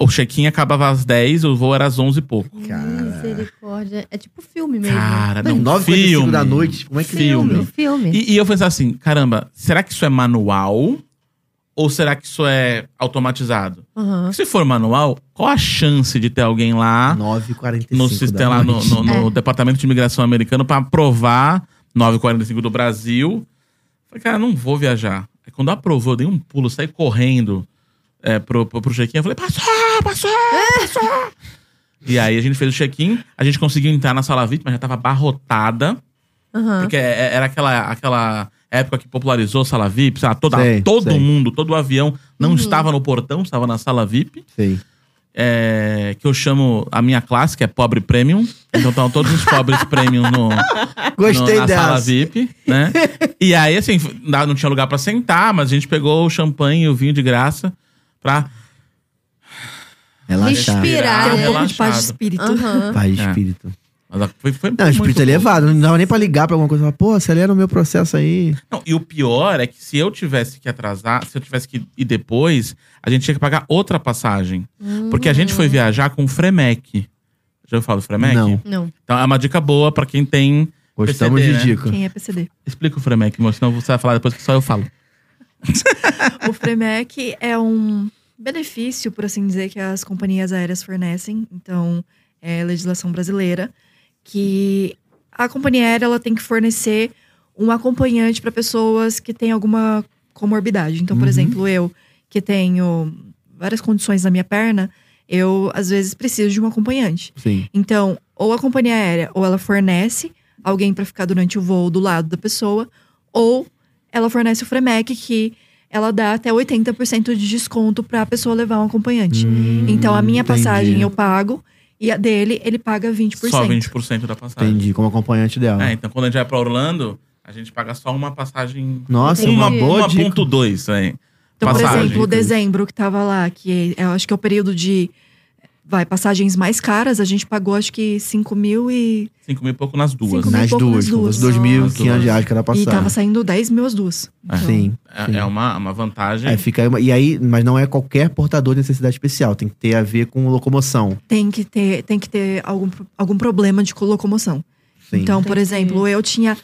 C: O check-in acabava às 10, o voo era às 11 e pouco.
B: Cara.
A: Misericórdia. É tipo filme mesmo.
C: Cara, não,
B: Não, 9h45
C: um filme.
B: da noite. Como é que
A: filme,
C: filme.
A: filme.
C: E, e eu pensava assim, caramba, será que isso é manual? Ou será que isso é automatizado?
A: Aham.
C: Porque Então, se for manual, qual a chance de ter alguém lá
B: 9h45.
C: Ah? no
B: da
C: sistema, lá no,
B: noite.
C: no- no Departamento de Imigração americano pra aprovar 945 do Brasil. Falei, cara, não vou viajar. Aí quando aprovou, eu dei um pulo, saí correndo é, pro, pro, pro check-in. Eu falei, passou, passou, passou. E aí a gente fez o check-in, a gente conseguiu entrar na sala VIP, mas já tava abarrotada.
A: Aham.
C: Porque é- é- era aquela, aquela época que popularizou sala VIP, sei lá, toda,
B: Sei,
C: todo
B: sei.
C: mundo, todo avião não estava no portão, estava na sala VIP.
B: Sei.
C: é, que eu chamo a minha classe, que é pobre premium. Então estavam todos os pobres premium no,
B: Gostei
C: no- na sala
B: dessa.
C: VIP, né? e aí, assim, não não tinha lugar pra sentar, mas a gente pegou o champanhe e o vinho de graça pra
B: Relaxar.
A: Respirar,
D: Tem um
A: né?
D: pouco de paz de
C: relaxado.
D: espírito.
A: Aham.
B: Pai
C: É.
B: espírito.
C: Mas a- foi, foi
B: Não, o
C: muito
B: espírito é
C: bom.
B: elevado. Não dava nem pra ligar pra alguma coisa. Falar, Pô, acelera o meu processo aí.
C: Não, e o pior é que se eu tivesse que atrasar, se eu tivesse que ir depois, a gente tinha que pagar outra passagem.
A: Hum.
C: Porque a gente foi viajar com o Fremec. Já eu falo Fremec?
B: Hum. Não.
A: Não.
C: Então é uma dica boa pra quem tem.
B: Gostamos
C: PCD,
B: de
C: né?
B: dica.
D: Quem é PCD?
C: Explica o Fremec, moço, senão você vai falar depois que só eu falo.
D: O Fremec é um benefício, por assim dizer, que as companhias aéreas fornecem. Então, é legislação brasileira que a companhia aérea ela tem que fornecer um acompanhante para pessoas que têm alguma comorbidade. Então, por
B: Uhum.
D: exemplo, eu que tenho várias condições na minha perna, eu às vezes preciso de um acompanhante.
B: Sim.
D: Então, ou a companhia aérea, ou ela fornece alguém para ficar durante o voo do lado da pessoa, ou ela fornece o Fremec, que ela dá até 80% de desconto para a pessoa levar um acompanhante.
B: Hum,
D: então, a minha
B: entendi.
D: passagem eu pago, e a dele, ele paga 20%.
C: Só 20% da passagem.
B: Entendi, como acompanhante dela.
C: É, então quando a gente vai pra Orlando, a gente paga só uma passagem.
B: Nossa,
C: uma,
B: uma boa dica.
C: 1.2, aí.
D: Então, por
C: Passagem,
D: exemplo,
B: entendi.
D: dezembro que tava lá, que eu acho que é o período de vai passagens mais caras, a gente pagou acho que 5 mil e,
C: 5 mil e pouco nas duas.
D: Cinco mil.
B: Nas
D: um pouco
B: duas,
D: nas
B: com
D: duas.
B: os 2.500
C: Nossa.
B: reais que era
D: e tava
B: passar.
D: saindo 10 mil as duas. Então,
B: Sim.
C: É, é uma, uma vantagem.
B: É, fica aí uma- e aí, mas não é qualquer portador de necessidade especial, tem que ter a ver com locomoção.
D: Tem que ter, tem que ter algum, algum problema de locomoção.
B: Sim.
D: Então, por
A: Entendi.
D: exemplo, eu tinha.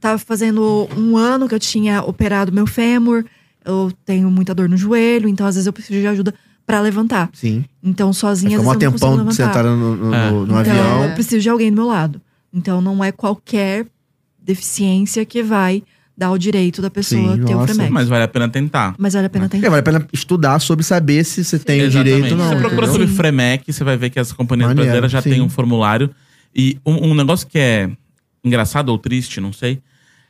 D: Tava fazendo um ano que eu tinha operado meu fêmur, eu tenho muita dor no joelho, então às vezes eu preciso de ajuda pra levantar.
B: Sim.
D: Então,
B: Vai
D: sozinha,
B: ficar
D: às
B: um
D: vezes eu não consigo
B: tempão
D: levantar.
B: sentado no, no,
C: É.
B: no- no
D: então,
B: avião.
D: eu preciso de alguém do meu lado. Então, não é qualquer deficiência que vai dar o direito da pessoa
B: Sim,
D: ter o
B: nossa.
D: Fremec. Mas,
C: Mas vale a pena tentar.
D: vale a pena
B: É,
D: tentar.
B: vale a pena estudar sobre saber se você tem o direito ou não.
C: Você
D: Você
C: procura
B: entendeu?
C: sobre Fremec, você vai ver que as companhias
B: Maneiro,
C: brasileiras já
B: sim.
C: têm um formulário. E um, um negócio que é engraçado ou triste, não sei.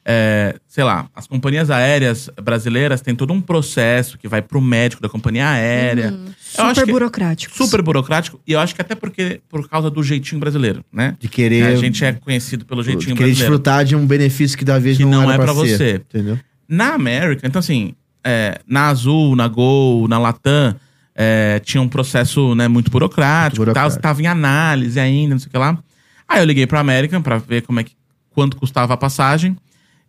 C: É, sei lá, as companhias aéreas brasileiras têm todo um processo que vai pro médico da companhia aérea. Eu acho
D: Uhum. Super
C: que é
D: burocrático.
C: super burocrático. E eu acho que até porque por causa do jeitinho brasileiro, né?
B: De querer,
C: A gente é conhecido pelo
B: de
C: jeitinho
B: querer
C: brasileiro.
B: desfrutar de um benefício que da vez
C: Que não
B: era
C: é pra
B: ser,
C: você.
B: Entendeu?
C: Na América, então assim, é, na Azul, na Gol, na Latam, é, tinha um processo né, muito burocrático,
B: Muito burocrático.
C: Tava, tava em análise ainda, não sei o que lá. Aí eu liguei pra American pra ver como é que, quanto custava a passagem.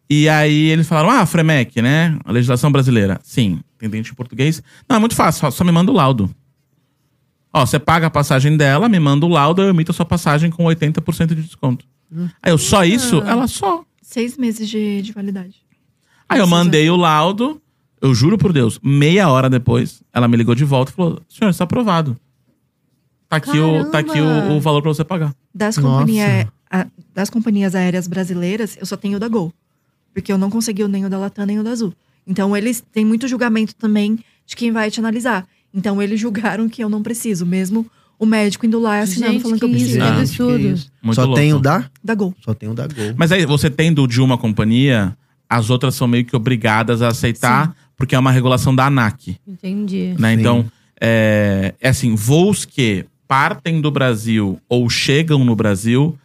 C: E aí eles falaram, ah, Fremec, né? A legislação brasileira. Sim, entendente em português. Não, é muito fácil, só, só me manda o laudo. Ó, você paga a passagem dela, me manda o laudo, eu emito a sua passagem com 80% de desconto.
B: Hum.
C: Aí eu, só isso?
B: Ah.
C: Ela, só.
D: Seis meses de, de validade.
C: Aí eu
D: Precisa.
C: mandei o laudo, eu juro por Deus, meia hora depois, ela me ligou de volta e falou: senhor, está aprovado. Tá aqui, o, tá aqui o,
A: Caramba!
C: o valor pra você pagar.
D: Das,
B: Nossa.
D: companhia, a- das companhias aéreas brasileiras, eu só tenho o da Gol. Porque eu não consegui o nem o da Latam, nem o da Azul. Então, eles têm muito julgamento também de quem vai te analisar. Então, eles julgaram que eu não preciso, mesmo o médico indo lá e assinando,
A: Gente,
D: falando que eu
A: que
D: preciso. é
A: isso,
C: Ah.
A: que
B: Gente, é que
A: absurdo.
B: isso.
C: Muito
B: Só
C: louco.
B: tem o da?
D: Da Gol.
B: Só tem o da Gol.
C: Mas aí, você tendo de uma companhia, as outras são meio que obrigadas a aceitar, porque é uma regulação da ANAC.
A: Entendi.
C: Né?
B: Sim.
C: Então, é, é assim, voos que partem do Brasil ou chegam no Brasil,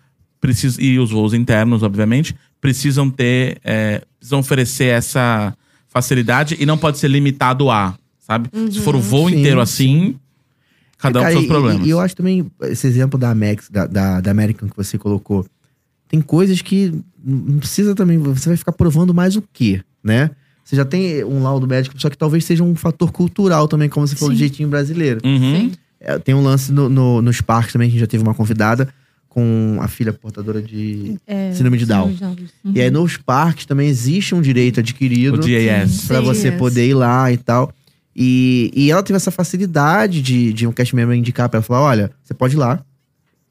C: precis, e os voos internos, obviamente, precisam ter, é, precisam oferecer essa facilidade e não pode ser limitado a, sabe? Se for o voo
B: Uhum. Sim,
C: inteiro assim, cada um
B: Cara,
C: com seus
B: e-
C: problemas.
B: E, eu acho também, esse exemplo da Amex, da, da, da American que você colocou, tem coisas que não precisa também, você vai ficar provando mais o quê, né? Você já tem um laudo médico, só que talvez seja um fator cultural também, como você falou, do
D: Sim.
B: jeitinho brasileiro.
C: Uhum.
A: Sim.
B: É, tem um lance no- no- nos parques também, que a gente já teve uma convidada com a filha portadora de
A: É,
B: síndrome de Down.
A: síndrome de Uhum.
B: E aí nos parques também existe um direito
C: O
B: adquirido
C: DAS.
B: pra
D: Sim.
B: você
D: Sim.
B: poder ir lá e tal. E, e ela teve essa facilidade de, de um cast member indicar pra ela falar: olha, você pode ir lá.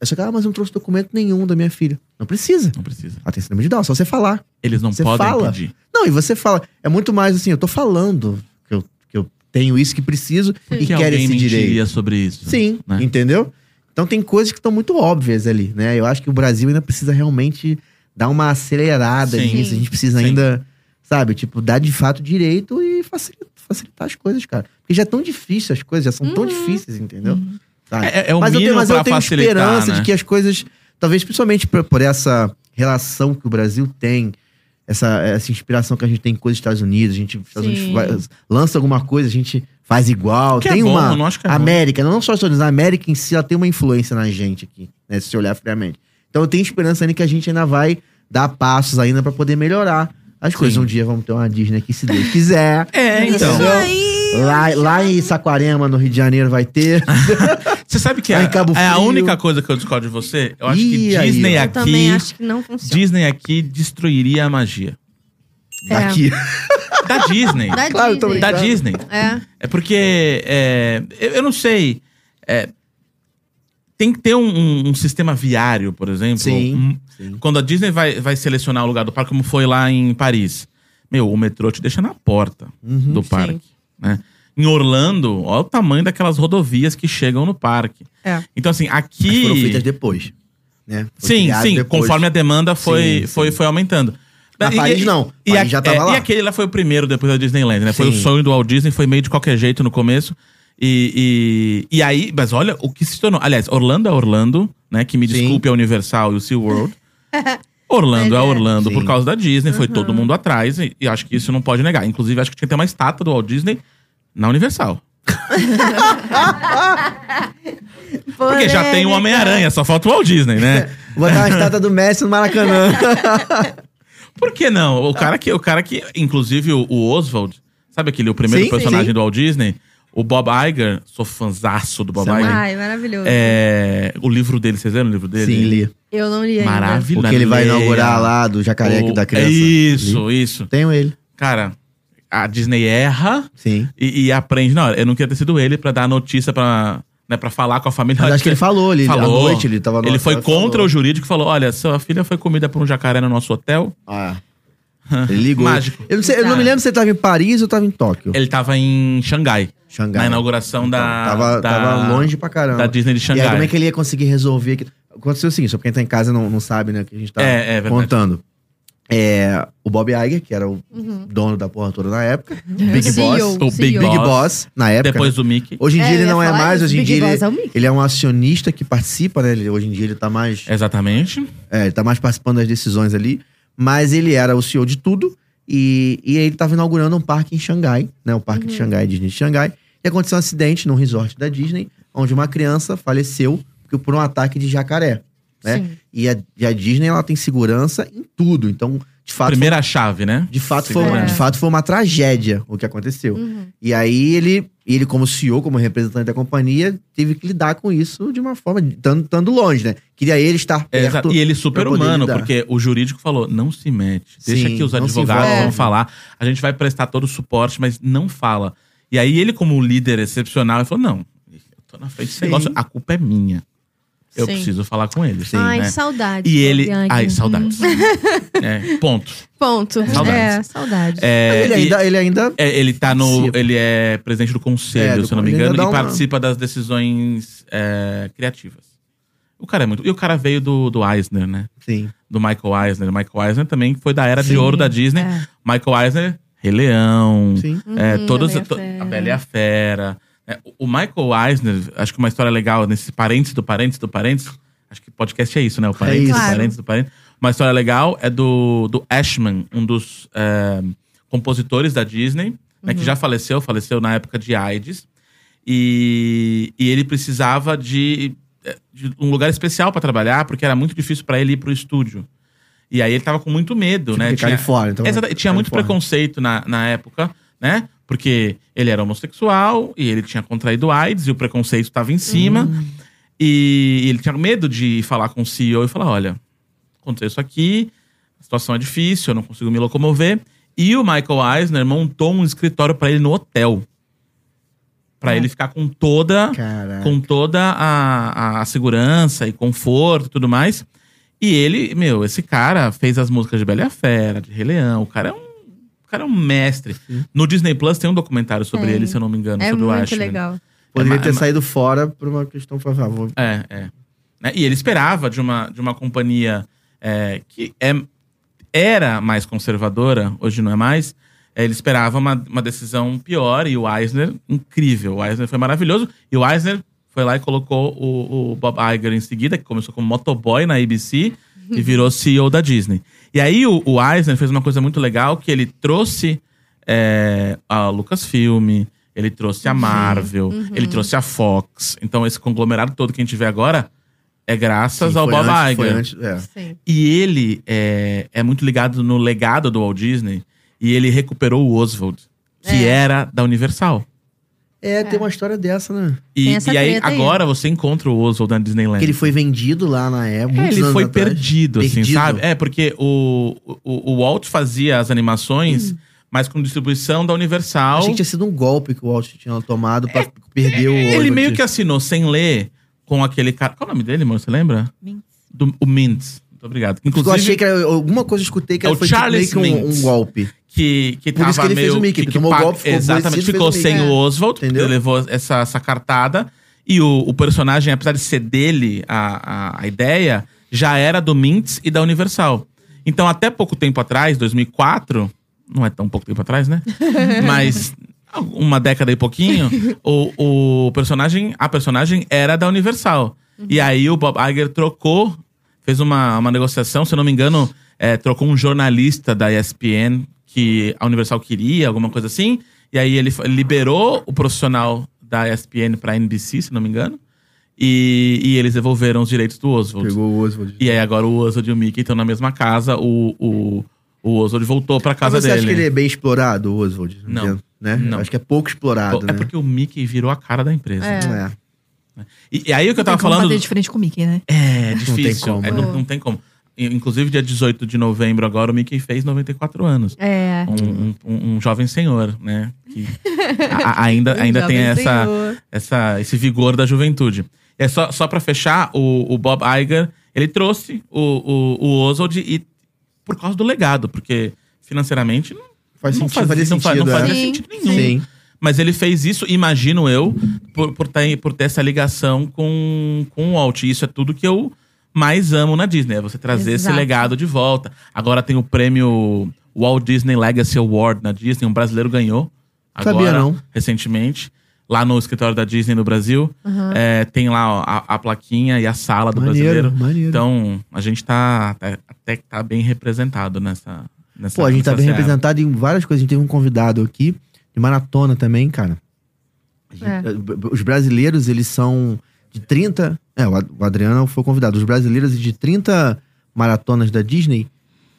B: Aí você fala, ah, mas eu não trouxe documento nenhum da minha filha. Não precisa.
C: Não precisa.
B: Ela tem síndrome de Down, é só você falar.
C: Eles não
B: Você
C: podem
B: fala?
C: pedir.
B: Não, e você fala. É muito mais assim, eu tô falando que eu, que eu tenho isso que preciso e
C: que
B: quero
C: alguém
B: esse
C: mentiria
B: direito.
C: sobre isso.
B: Sim,
C: né?
B: entendeu? Então tem coisas que estão muito óbvias ali, né? Eu acho que o Brasil ainda precisa realmente dar uma acelerada
C: Sim.
B: nisso. A gente precisa
C: Sim.
B: ainda, sabe, tipo, dar de fato direito e facilita- facilitar, as coisas, cara. Porque já é tão difíceis as coisas, já são tão difíceis, entendeu? Sabe?
C: É, é o
B: mas eu tenho,
C: mínimo
B: mas eu
C: pra
B: tenho
C: facilitar,
B: esperança
C: né?
B: de que as coisas, talvez principalmente por, por essa relação que o Brasil tem, essa, essa inspiração que a gente tem com os Estados Unidos, a gente os Estados Unidos
D: Sim.
B: vai- lança alguma coisa, a gente faz igual,
C: Que
B: tem
C: é bom,
B: uma
C: eu não acho que é
B: a
C: ruim.
B: América, não só os Estados Unidos, a América em si ela tem uma influência na gente aqui, né, se você olhar friamente. Então eu tenho esperança ainda que a gente ainda vai dar passos ainda pra poder melhorar as coisas.
C: Sim.
B: Um dia vamos ter uma Disney aqui, se Deus quiser.
C: É, então.
A: Isso aí!
B: Lá, lá em Saquarema, no Rio de Janeiro, vai ter.
C: Você sabe que
B: Lá
C: é,
B: em Cabo
C: é a
B: Frio.
C: única coisa que eu discordo de você? Eu acho
B: Ih,
C: que
B: aí,
C: Disney
B: ó.
A: Eu também
C: aqui.
A: acho que não funciona.
C: Disney aqui destruiria a magia.
A: É.
B: Aqui.
C: Da Disney.
A: Da
B: Claro, eu tô
A: Disney.
C: da
B: brincando.
C: Disney.
A: É.
C: É porque. é, eu, eu não sei. é, tem que ter um, um- um sistema viário, por exemplo.
B: Sim.
C: Um-
B: Sim.
C: Quando a Disney vai, vai selecionar o lugar do parque, como foi lá em Paris. Meu, o metrô te deixa na porta
B: Uhum.
C: do parque. Né? Em Orlando, olha o tamanho daquelas rodovias que chegam no parque.
A: É.
C: Então, assim,
B: Mas
C: aqui.
B: foram feitas depois. Né? Foi
C: Sim,
B: criado
C: sim,
B: depois.
C: conforme a demanda foi,
B: Sim,
C: foi,
B: sim.
C: foi aumentando.
B: Na Paris, não.
C: E,
B: Paris
C: a-
B: já tava
C: é,
B: lá.
C: e aquele lá foi o primeiro depois da Disneyland, né? Foi o
B: Sim.
C: sonho do Walt Disney, foi meio de qualquer jeito no começo. E, e, e aí, mas olha o que se tornou. Aliás, Orlando é Orlando, né? Que me
B: Sim.
C: desculpe a Universal e o SeaWorld. Orlando
A: Mas
C: é
A: é. Uhum.
C: Orlando por
B: Sim.
C: causa da Disney, foi todo mundo atrás e, e acho que isso não pode negar. Inclusive, acho que tinha que ter uma estátua do Walt Disney na Universal. Porque já
A: né?
C: tem o Homem-Aranha, só falta o Walt Disney, né?
B: Vou dar uma estátua do Messi no Maracanã.
C: Por que não?
B: Tá.
C: O cara que, o cara que inclusive o, o Oswald, sabe aquele, o primeiro
B: Sim,
C: personagem
B: sim.
C: do Walt Disney? O Bob Iger, sou fanzaço do Bob
B: Isso é
C: Iger.
A: Ai, maravilhoso.
C: É, o livro dele, vocês leram o livro dele?
B: Sim, li.
A: Eu não li ainda.
C: Maravilhoso.
B: Porque ele vai inaugurar lá do jacaré que da criança. Li.
C: é Isso, isso.
B: Tenho ele.
C: Cara, a Disney erra
B: Sim.
C: e, e aprende. Não, eu não queria ter sido ele pra dar a notícia, pra, né, pra falar com a família.
B: Mas acho que ele falou ali.
C: Falou.
B: À noite ele tava no
C: Ele
B: hotel
C: foi
B: e
C: contra
B: falou.
C: o jurídico e falou: olha, sua filha foi comida por um jacaré no nosso hotel.
B: Ah. Ele ligou.
C: Mágico.
B: Eu não, sei- eu não me lembro se ele tava em Paris ou tava em Tóquio.
C: Ele tava em Xangai.
B: Xangai.
C: Na inauguração
B: Então,
C: da,
B: Tava,
C: da-
B: tava longe pra caramba.
C: da Disney de
B: Então, E
C: Xangai.
B: aí, como é que ele ia conseguir resolver aquilo? Aconteceu o seguinte, só pra quem tá em casa não, não sabe, né, que a gente tá
C: É, é verdade.
B: contando. É, o Bob Iger, que era o
A: Uhum.
B: dono da porra toda na época, Big Boss,
A: CEO,
C: o Big
A: CEO.
B: Big
C: Boss.
B: Boss, na época.
C: Depois do Mickey.
B: Hoje em
A: É,
B: dia
A: eu
B: ele
A: ia
B: não é
A: falar
B: mais,
A: isso,
B: hoje em
A: Big
B: dia
A: Boss
B: ele,
A: é o Mickey.
B: ele é um acionista que participa, né? Ele- hoje em dia ele tá mais.
C: Exatamente.
B: É, ele tá mais participando das decisões ali. Mas ele era o CEO de tudo. E, e aí ele tava inaugurando um parque em Xangai, né? O parque de Xangai, Disney de Xangai. E aconteceu um acidente num resort da Disney, onde uma criança faleceu por- por um ataque de jacaré. Né?
A: Sim.
B: E, a, e a Disney, ela tem segurança em tudo. Então, de fato,
C: Primeira chave, né?
B: de fato, foi,
A: Segurança.
B: de fato foi uma tragédia o que aconteceu.
C: né?
A: Uhum.
B: E aí ele, ele como CEO, como representante da companhia, teve que lidar com isso de uma forma, estando longe, né? Queria ele estar
C: É,
B: perto.
C: exa- e ele super
B: pra poder
C: humano,
B: lidar.
C: porque o jurídico falou: não se mete, deixa
B: Sim,
C: que os
B: não se
C: advogados
A: envolve.
C: vão falar, a gente vai prestar todo o suporte, mas não fala. E aí ele, como um líder excepcional, ele falou: não, eu tô na frente desse
B: Sim.
C: negócio, a culpa é minha. Eu
A: Sim.
C: preciso falar com ele.
A: Ai,
C: né?
A: saudade.
C: E ele.
A: Bianchi. Uhum.
C: Ai, saudades. É, ponto.
A: Ponto.
C: Saudades.
A: É, saudade.
C: É,
B: ele,
C: e-
B: ainda, ele ainda
C: É, ele tá no.
B: Participa.
C: Ele é presidente do
B: É,
C: conselho,
B: do
C: se eu não me
B: conselho,
C: engano,
B: dá
C: e
B: uma-
C: participa das decisões é, criativas. O cara é muito. E o cara veio do, do Eisner, né?
B: Sim.
C: Do Michael Eisner. O Michael Eisner também foi da era de
B: Sim,
C: ouro da Disney.
B: né?
A: É.
C: Michael Eisner, Rei Leão.
B: Sim.
C: É,
A: Uhum,
C: todos,
A: Bela e a
C: to-
A: Fera.
C: a Bela e a Fera. É, o- o Michael Eisner, acho que uma história legal, nesse parênteses do parênteses do parênteses. Acho que podcast é isso, né? O parênteses,
B: isso.
C: do
A: Claro.
C: parênteses, do parênteses. Uma história legal é do, do Ashman, um dos é, compositores da Disney, né,
A: Uhum.
C: que já faleceu, faleceu na época de AIDS. E, e ele precisava de, de um lugar especial para trabalhar, porque era muito difícil para ele ir pro estúdio. E aí ele tava com muito medo,
B: Tipo
C: né?
B: de
C: Tinha-
B: Califórnia. Então,
C: Exata- tinha muito
B: Califórnia.
C: preconceito na, na época, né? Porque ele era homossexual e ele tinha contraído AIDS e o preconceito estava em cima. E ele tinha medo de falar com o CEO e falar: olha, aconteceu isso aqui, a situação é difícil, eu não consigo me locomover. E o Michael Eisner montou um escritório para ele no hotel. Pra ele ficar com toda
B: Caraca.
C: com toda a, a- a segurança e conforto e tudo mais. E ele, meu, esse cara fez as músicas de Bela e a Fera, de Rei Leão. O cara é um, o cara é um mestre.
B: Sim.
C: No Disney Plus tem um documentário sobre
A: Tem.
C: ele, se eu não me engano,
A: É
C: sobre o
A: muito
C: Ashman.
A: legal.
B: Poderia
C: é ma-
B: ter
C: é ma-
B: saído fora por uma questão favorável.
C: É, é. Né? E ele esperava de uma, de uma companhia é, que é, era mais conservadora, hoje não é mais. é, ele esperava uma, uma decisão pior e o Eisner, incrível. O Eisner foi maravilhoso. E o Eisner foi lá e colocou o, o Bob Iger em seguida, que começou como motoboy na ABC e virou CEO da Disney. E aí o, o Eisner fez uma coisa muito legal, que ele trouxe é, a Lucasfilm, ele trouxe a Marvel, ele trouxe a Fox. Então esse conglomerado todo que a gente vê agora é graças
B: Sim,
C: ao
B: foi
C: Bob
B: antes-
C: Iger.
B: foi antes- é.
A: Sim.
C: E ele é, é muito ligado no legado do Walt Disney. E ele recuperou o Oswald, que
A: É.
C: era da Universal.
B: É, tem uma história dessa, né?
C: E,
A: Tem essa
C: e aí,
A: treta aí.
C: agora você encontra o Oswald na Disneyland.
B: Que ele foi vendido lá na época.
C: É,
B: muitos
C: ele
B: anos
C: foi
B: atrás.
C: perdido, assim,
B: Perdido.
C: sabe? É, porque o, o, o Walt fazia as animações,
A: Hum.
C: mas com distribuição da Universal.
B: Achei que tinha sido um golpe que o Walt tinha tomado pra perder o.
C: É, Ele
B: Oswald.
C: meio que assinou sem ler com aquele cara. Qual é o nome dele, amor? Você lembra?
D: Mintz.
C: Do, o Mintz. Muito obrigado.
B: Eu achei
C: Inclusive,
B: que era, alguma coisa eu escutei que
C: É
B: era
C: o
B: foi tipo
C: Charles
B: meio que um,
C: Mintz.
B: um golpe.
C: que, que
B: Por
C: tava
B: isso que ele
C: meio.
B: fez o Mickey,
C: que,
B: ele tomou
C: pag-
B: golpe, ficou
C: Exatamente,
B: aborrecido, fez
C: ficou
B: o
C: sem
B: Mickey. É.
C: o Oswald,
B: Entendeu?
C: ele levou essa sacartada. E o, o personagem, apesar de ser dele a, a, a ideia, já era do Mintz e da Universal. Então, até pouco tempo atrás, 2004, não é tão pouco tempo atrás, né? Mas uma década e pouquinho, o, o personagem, a personagem era da Universal. E aí o Bob Iger trocou, fez uma, uma negociação, se eu não me engano, é, trocou um jornalista da ESPN que a Universal queria, alguma coisa assim. E aí ele fa- liberou o profissional da ESPN pra NBC, se eu não me engano. E, e eles devolveram os direitos do Oswald.
B: Pegou o Oswald.
C: E aí agora o Oswald e o Mickey estão na mesma casa. O, o, o Oswald voltou pra casa
B: Mas você
C: dele.
B: acha que ele é bem explorado, o Oswald?
C: Não.
B: Entendeu? Né?
C: Não.
B: Eu Acho que é pouco explorado, né?
C: É porque o Mickey virou a cara da empresa.
A: É.
B: É.
C: E, e aí o que eu tava
D: Tem como
C: falando.
D: bater de frente com o Mickey, né?
C: É
B: tem
C: difícil.
B: como.
C: é, não, não tem como. E, Inclusive, dia 18 de novembro, agora o Mickey fez 94 anos.
A: É.
C: Um, um, um- um jovem senhor, né? Que a- a- ainda ainda tem
A: Um Jovem
C: essa,
A: Senhor.
C: essa, esse vigor da juventude. É só, só para fechar, o, o Bob Iger, ele trouxe o, o, o Oswald e por causa do legado, porque financeiramente não,
B: Faz
C: não
B: sentido,
C: fazia,
B: fazia
C: não fa-
B: sentido,
C: não
B: é.
C: fazia
A: Sim,
C: sentido nenhum.
B: Sim.
C: Mas ele fez isso, imagino eu, por, por, ter, por ter essa ligação com, com o Walt. E Isso é tudo que eu mais amo na Disney. É você trazer
A: Exato.
C: esse legado de volta. Agora tem o prêmio Walt Disney Legacy Award na Disney. Um brasileiro ganhou. Agora,
B: Sabia não.
C: Recentemente. Lá no escritório da Disney no Brasil.
A: Ah.
C: É, tem lá ó, a, a plaquinha e a sala do brasileiro.
B: Maneiro, maneiro.
C: Então, a gente tá, tá- até que tá bem representado nessa... nessa
B: Pô, a gente tá
C: nessa
B: bem
C: seara.
B: representado em várias coisas. A gente teve um convidado aqui, de maratona também, cara. eh,
A: É.
B: Os brasileiros, eles são de 30. É, o Ad- o Adriano foi convidado. Os brasileiros de 30 maratonas da Disney,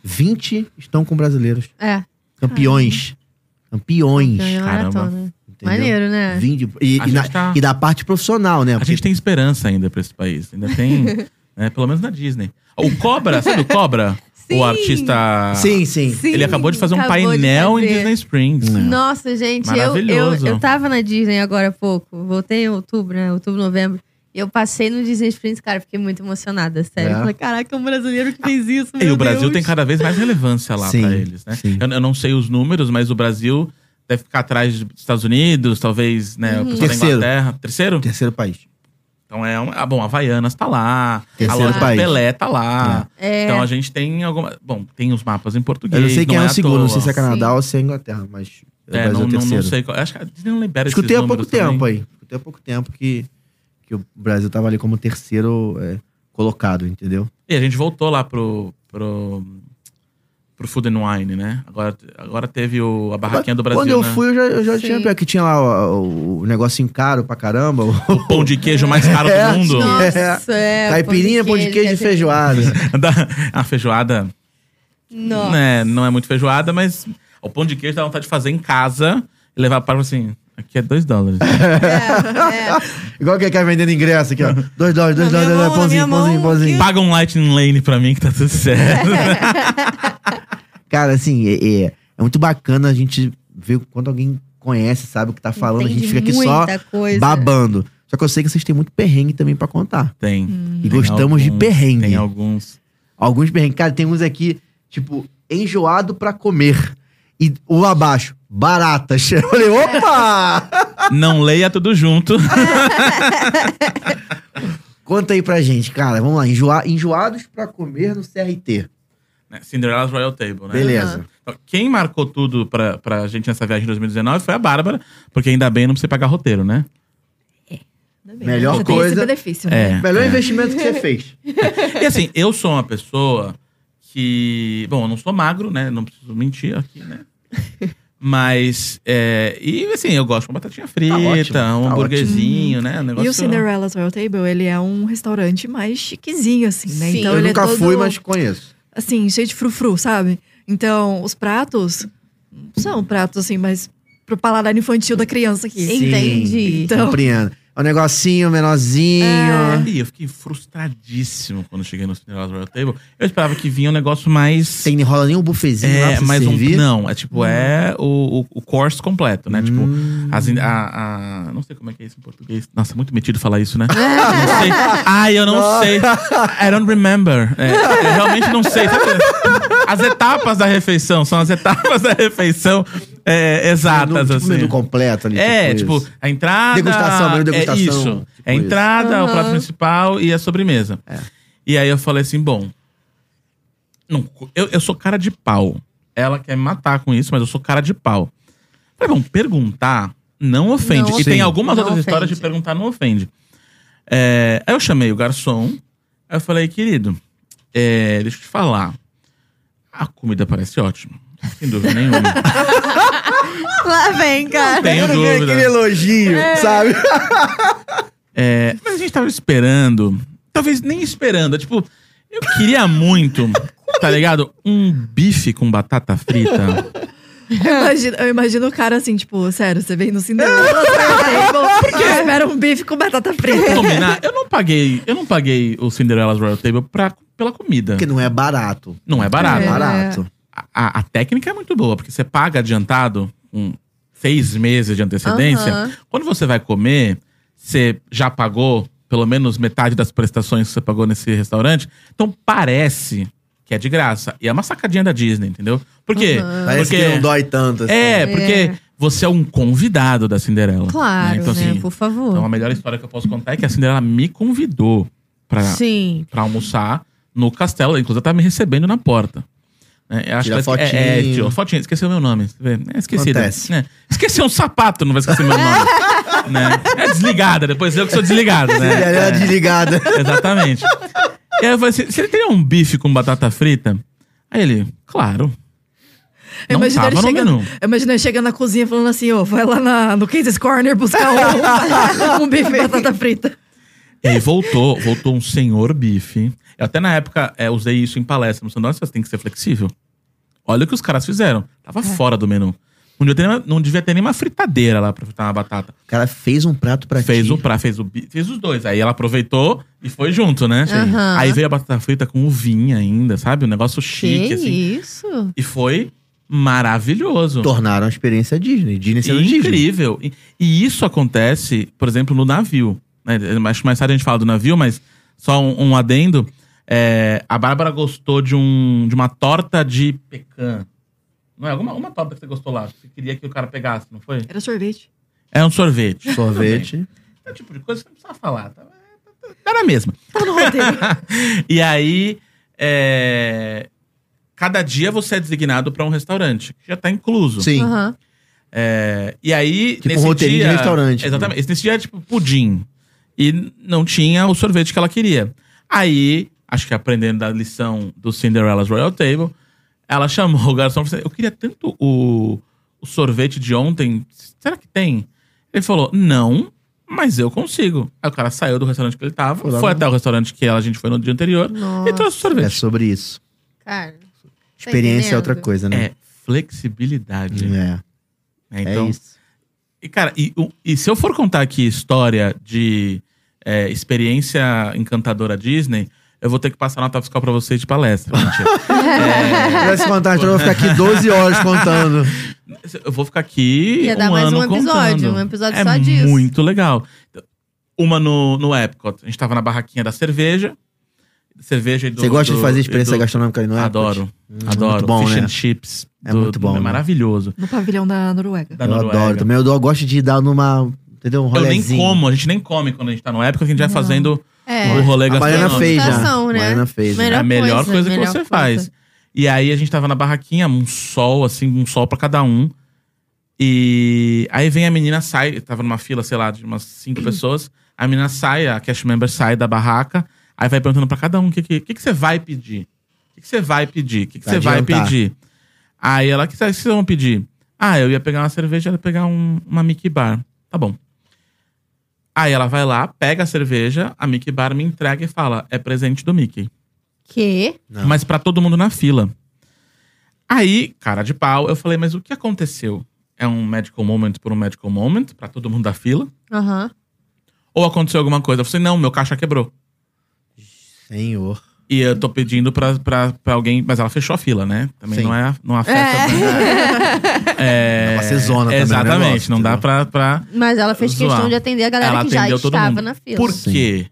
B: 20 estão com brasileiros.
A: É.
B: Campeões. Campeões.
A: Ganhou a
C: caramba.
A: maratona.
B: entendeu?
A: Maneiro, né?
B: 20, e,
C: A
B: e na-
C: gente tá-
B: e da parte profissional, né?
C: A gente tem esperança ainda pra esse país. Ainda tem, né, pelo menos na Disney. O Cobra, sabe o Cobra?
A: Sim.
C: O artista.
B: Sim, sim.
A: Sim,
C: Ele acabou de fazer um
A: acabou de
C: painel em
A: fazer.
C: Disney Springs.
A: Nossa, gente, eu, eu,
C: Maravilhoso.
A: eu tava na Disney agora há pouco. Voltei em outubro, né? Outubro, novembro. E eu passei no Disney Springs, cara, fiquei muito emocionada, sério.
B: É?
A: Eu Falei, caraca, é um brasileiro que fez isso, meu
C: E o Brasil
A: Deus.
C: tem cada vez mais relevância lá
B: Sim,
C: pra eles, né?
B: sim.
C: Eu, eu não sei os números, mas o Brasil deve ficar atrás dos Estados Unidos, talvez, né? O pessoal
B: Terceiro.
C: da Inglaterra. Terceiro?
B: Terceiro país.
C: Então é um. Ah, bom, Havaianas tá lá.
B: Terceiro
C: a loja do
B: país.
C: Pelé tá lá.
A: É.
C: Então a gente tem alguma. Bom, tem os mapas em português.
B: Eu não sei quem é,
C: é
B: o
C: à
B: segundo, não sei
C: toa.
B: se é Canadá
A: Sim.
B: ou se é Inglaterra, mas é o
C: É,
B: Brasil
C: não,
B: é
C: não, não
B: terceiro.
C: sei. qual- Acho que a Disney não libera
B: Escutei
C: esses
B: há pouco
C: números também.
B: tempo aí. Escutei há pouco tempo que, que o Brasil tava ali como terceiro é, colocado, entendeu?
C: E a gente voltou lá pro, pro, pro Food and Wine, né? Agora, agora teve o, a barraquinha do Brasil,
B: Quando eu
C: né?
B: fui, eu já, eu já
A: Sim.
B: tinha. Que tinha lá o, o negocinho caro pra caramba. o-
C: O pão de queijo mais caro
B: É,
C: do mundo.
A: Nossa, é.
B: Caipirinha, pão de queijo e feijoada.
C: Da- a feijoada
A: Nossa.
C: né, não é muito feijoada, mas o pão de queijo dá vontade de fazer em casa e levar para assim, aqui é dois dólares.
A: É, é.
B: Igual quem quer vendendo ingresso aqui, ó. Dois dólares, dois
A: Na minha
B: dólares, dois dólares,
A: mão, na minha
B: pãozinho, pãozinho,
A: mão,
B: pãozinho.
C: Paga um lightning lane pra mim que tá tudo certo.
B: Cara, assim, é, é- é muito bacana a gente ver o quanto alguém conhece, sabe o que tá falando, a
A: Entende
B: gente fica aqui só
A: muita coisa.
B: babando. Só que eu sei que vocês têm muito perrengue também pra contar.
C: Tem.
D: Hum.
B: E
C: Tem
B: gostamos de
C: alguns-
B: perrengue.
C: Tem alguns.
B: Alguns perrengues. Cara, tem uns aqui, tipo, enjoado pra comer. E o abaixo, baratas. Eu falei, opa!
C: Não leia tudo junto.
B: Conta aí pra gente, cara. Vamos lá, enjoa- enjoados pra comer no CRT.
C: Né, Cinderella's Royal Table, né?
B: Beleza.
C: Então, Quem marcou tudo pra, pra gente nessa viagem de 2019 foi a Bárbara, porque ainda bem eu não precisa pagar roteiro, né?
D: Ainda bem,
B: É, Melhor
D: você tem
B: coisa-
D: Esse benefício,
C: É.
D: né?
B: Melhor investimento que você fez.
C: E assim, eu sou uma pessoa que. Bom, eu não sou magro, né? Não preciso mentir aqui, né? Mas. é, e assim, eu gosto de uma batatinha frita,
B: ótimo, tá
C: um hambúrguerzinho, né? Um negócio.
D: E o Cinderella's Royal Table, ele é um restaurante mais chiquezinho, assim, né?
A: Sim.
D: Então
B: eu
D: ele
B: nunca
D: é todo,
B: fui, mas conheço.
D: Assim, cheio de frufru, sabe? Então, os pratos são pratos, assim, mas pro paladar infantil da criança aqui.
A: Sim. Entendi.
D: Então-
B: Compreendo. É um negocinho menorzinho.
C: E eu fiquei frustradíssimo quando cheguei no Cinderella's Royal Table. Eu esperava que vinha um negócio mais.
B: Sem rola nem um bufezinho lá pra
C: É,
B: você
C: mais um.
B: servir.
C: Não, é tipo, é o, o, o course completo, né? Tipo,
B: Hum.
C: As in- a, a- não sei como é que é isso em português. Nossa, é muito metido falar isso, né? não sei. Ai, eu não sei. I don't remember. É, eu realmente não sei. Sabe? As etapas da refeição são as etapas da refeição é,
B: Menu-
C: exatas,
B: tipo,
C: assim.
B: menu completo ali.
C: é, tipo,
B: isso.
C: a entrada.
B: Degustação, menu
C: É
B: degustação,
C: isso.
B: tipo
C: é a
B: isso.
C: entrada, o prato
A: Aham.
C: principal e a sobremesa.
B: É.
C: E aí eu falei assim: bom. Não, eu, eu sou cara de pau. Ela quer me matar com isso, mas eu sou cara de pau. Falei, bom, perguntar não ofende.
A: Não
C: e tem
A: ofende.
C: algumas
A: Não
C: outras histórias de
A: ofende.
C: perguntar não ofende. É, aí eu chamei o garçom, aí eu falei, querido, é, deixa eu te falar. A comida parece ótima. Sem dúvida nenhuma.
A: Lá vem, cara.
C: Tenho
B: Eu não vi
C: dúvida.
B: aquele elogio, sabe?
C: É, mas a gente tava esperando. Talvez nem esperando. é Tipo, eu queria muito, tá ligado? Um bife com batata frita. Então,
D: Eu imagino, eu imagino o cara assim, tipo, sério, você vem no Cinderella's Royal Table, por que espera um bife com batata
C: Pra
D: frita?
C: Combinar, eu não paguei, eu não paguei o Cinderella's Royal Table pra, pela comida.
B: Porque não é barato.
C: Não é barato.
B: É
D: É.
B: barato.
A: Ah.
C: A- A, a técnica é muito boa, porque você paga adiantado com seis meses de antecedência.
A: Aham.
C: Quando você vai comer, você já pagou pelo menos metade das prestações que você pagou nesse restaurante. Então parece que é de graça. E é uma sacadinha da Disney, entendeu? Por quê?
A: Aham.
B: Parece
C: Porque-
B: que não dói tanto assim.
C: É, porque
A: É.
C: você é um convidado da Cinderela.
A: Claro,
C: né? Então,
A: né?
C: assim,
A: Por favor.
C: então a melhor história que eu posso contar é que a Cinderela me convidou
B: é,
C: pra,
A: Sim.
C: pra almoçar no castelo. Inclusive, ela tá me recebendo na porta. Né? Eu acho
B: Tira
C: que ela- É, é,
B: fotinho.
C: tirou fotinho. Esqueceu meu nome. você vê? É, esqueci. né?
B: Acontece.
C: É, Esqueceu um sapato, não vai esquecer meu nome. né? É desligada, depois eu que sou desligado. Né?
B: Ele era
C: É.
B: desligada.
C: Exatamente. e aí eu falei assim: você teria um bife com batata frita? Aí ele, claro.
D: Eu
C: Não
D: imagino ele
C: tava no
D: chegando-
C: menu.
D: Eu imagino ele chegando na cozinha falando assim, ó, vai lá na- no Casey's Corner buscar um, um bife com batata frita.
C: E aí voltou, voltou um senhor bife. Eu até na época é, usei isso em palestra. Mas, nossa, você tem que ser flexível. Olha o que os caras fizeram. Tava fora do menu. Não devia, ter nem, não devia ter nem uma fritadeira lá pra fritar uma batata.
B: O cara fez um prato pra
C: fez
B: ti.
C: o prato, fez o bi- fez os dois. Aí ela aproveitou e foi junto, né?
A: Aham.
C: Aí veio a batata frita com o vinho ainda, sabe? Um negócio chique,
A: que
C: assim.
A: isso?
C: E foi maravilhoso.
B: Tornaram a experiência Disney. Disney
C: é
B: sendo Disney.
C: Incrível. E, e isso acontece, por exemplo, no navio. né? Acho que mais tarde a gente fala do navio, mas só um, um adendo. É, a Bárbara gostou de, um, de uma torta de pecan. Não é? Alguma uma torta que você gostou lá. que Você queria que o cara pegasse, não foi?
D: Era sorvete.
C: É um sorvete.
B: Sorvete.
C: É o tipo de coisa que você não precisava falar. Tá? Era a mesma.
D: Tava no roteiro.
C: e aí, é, cada dia você é designado para um restaurante. que Já tá incluso.
B: Sim.
A: Aham.
C: É, e aí,
B: Tipo um
C: nesse
B: roteirinho de
C: dia,
B: restaurante, né?
C: Exatamente. Esse- Nesse dia era tipo pudim. E não tinha o sorvete que ela queria. Aí, acho que aprendendo da lição do Cinderella's Royal Table, ela chamou o garçom e falou assim, eu queria tanto o, o sorvete de ontem, será que tem? Ele falou, não, mas eu consigo. Aí o cara saiu do restaurante que ele tava,
B: Foi
C: foi,
B: lá no-
C: até o restaurante que ela, a gente foi no dia anterior, e
A: Nossa,
C: trouxe o
B: É
C: sorvete.
B: sobre isso.
A: cara.
B: Experiência é outra
A: Tá entendendo?
B: coisa,
C: É,
B: né?
C: flexibilidade.
B: É.
C: né?
B: É
C: Então,
B: isso.
C: E, cara, e, o- e se eu for contar aqui história de é, experiência encantadora Disney, eu vou ter que passar nota fiscal pra vocês de palestra. Mentira.
B: então Se eu tivesse contar a história, eu vou ficar aqui 12 horas contando.
C: É, Eu vou ficar aqui
A: Ia
C: um
A: dar mais
C: ano
A: um episódio,
C: contando.
A: um episódio
C: é
A: só disso.
C: muito legal. Uma no, no Epcot. A gente tava na barraquinha da cerveja. Cerveja e do...
B: Você gosta de
C: do-
B: fazer
C: e
B: experiência
C: do-
B: gastronômica ali no Epcot?
C: Adoro,
B: Hum,
C: adoro.
B: Muito bom,
C: Fish
B: né?
C: and chips.
B: É muito bom,
C: É
B: né?
C: maravilhoso.
D: No pavilhão da Noruega.
C: Da
B: eu
C: Noruega.
B: adoro também. Eu, dou- eu gosto de dar numa. Entendeu? Um
C: tá Eu nem
B: rolezinho.
C: como, a gente nem come quando a gente tá no Epcot, a gente vai
D: Não.
C: fazendo
A: É.
C: o rolê
B: A Mariana
C: né, gastronômico.
B: fez já.
A: Situação, né?
B: Mariana fez. já.
C: É a
A: Melhor
C: melhor
A: coisa,
C: coisa, que
A: melhor
C: você
A: coisa.
C: faz. E aí a gente tava na barraquinha, um sol, assim, um sol pra cada um. E aí vem a menina, sai, tava numa fila, sei lá, de umas cinco pessoas. A menina sai, a cast member sai da barraca, aí vai perguntando pra cada um o que, que, que, que você vai pedir. O que, que você vai pedir? O que, que
B: Pra
C: você vai
B: adiantar.
C: pedir? Aí ela, o que vocês que vocês vão pedir? Ah, eu ia pegar uma cerveja, ela ia pegar um, uma Mickey Bar. Tá bom. Aí ela vai lá, pega a cerveja, a Mickey Bar me entrega e fala: é presente do Mickey
A: Que?
B: Não.
C: mas pra todo mundo na fila. Aí, cara de pau, eu falei, mas o que aconteceu? É um medical moment por um medical moment pra todo mundo da fila?
A: Aham.
C: Ou aconteceu alguma coisa? Eu falei, não, meu caixa quebrou.
B: Senhor.
C: E eu tô pedindo pra, pra, pra alguém, mas ela fechou a fila, né? Também
B: Sim.
C: não, é, não afeta.
B: Dá
C: É,
B: pra ser zona também o
C: Exatamente,
B: negócio,
C: não dá
B: entendeu?
C: pra, pra,
A: Mas ela fez
C: Zoar.
A: questão de atender a galera
C: Ela
A: que já
C: atendeu todo
A: estava
C: mundo.
A: na fila.
C: Por
B: Sim.
C: quê?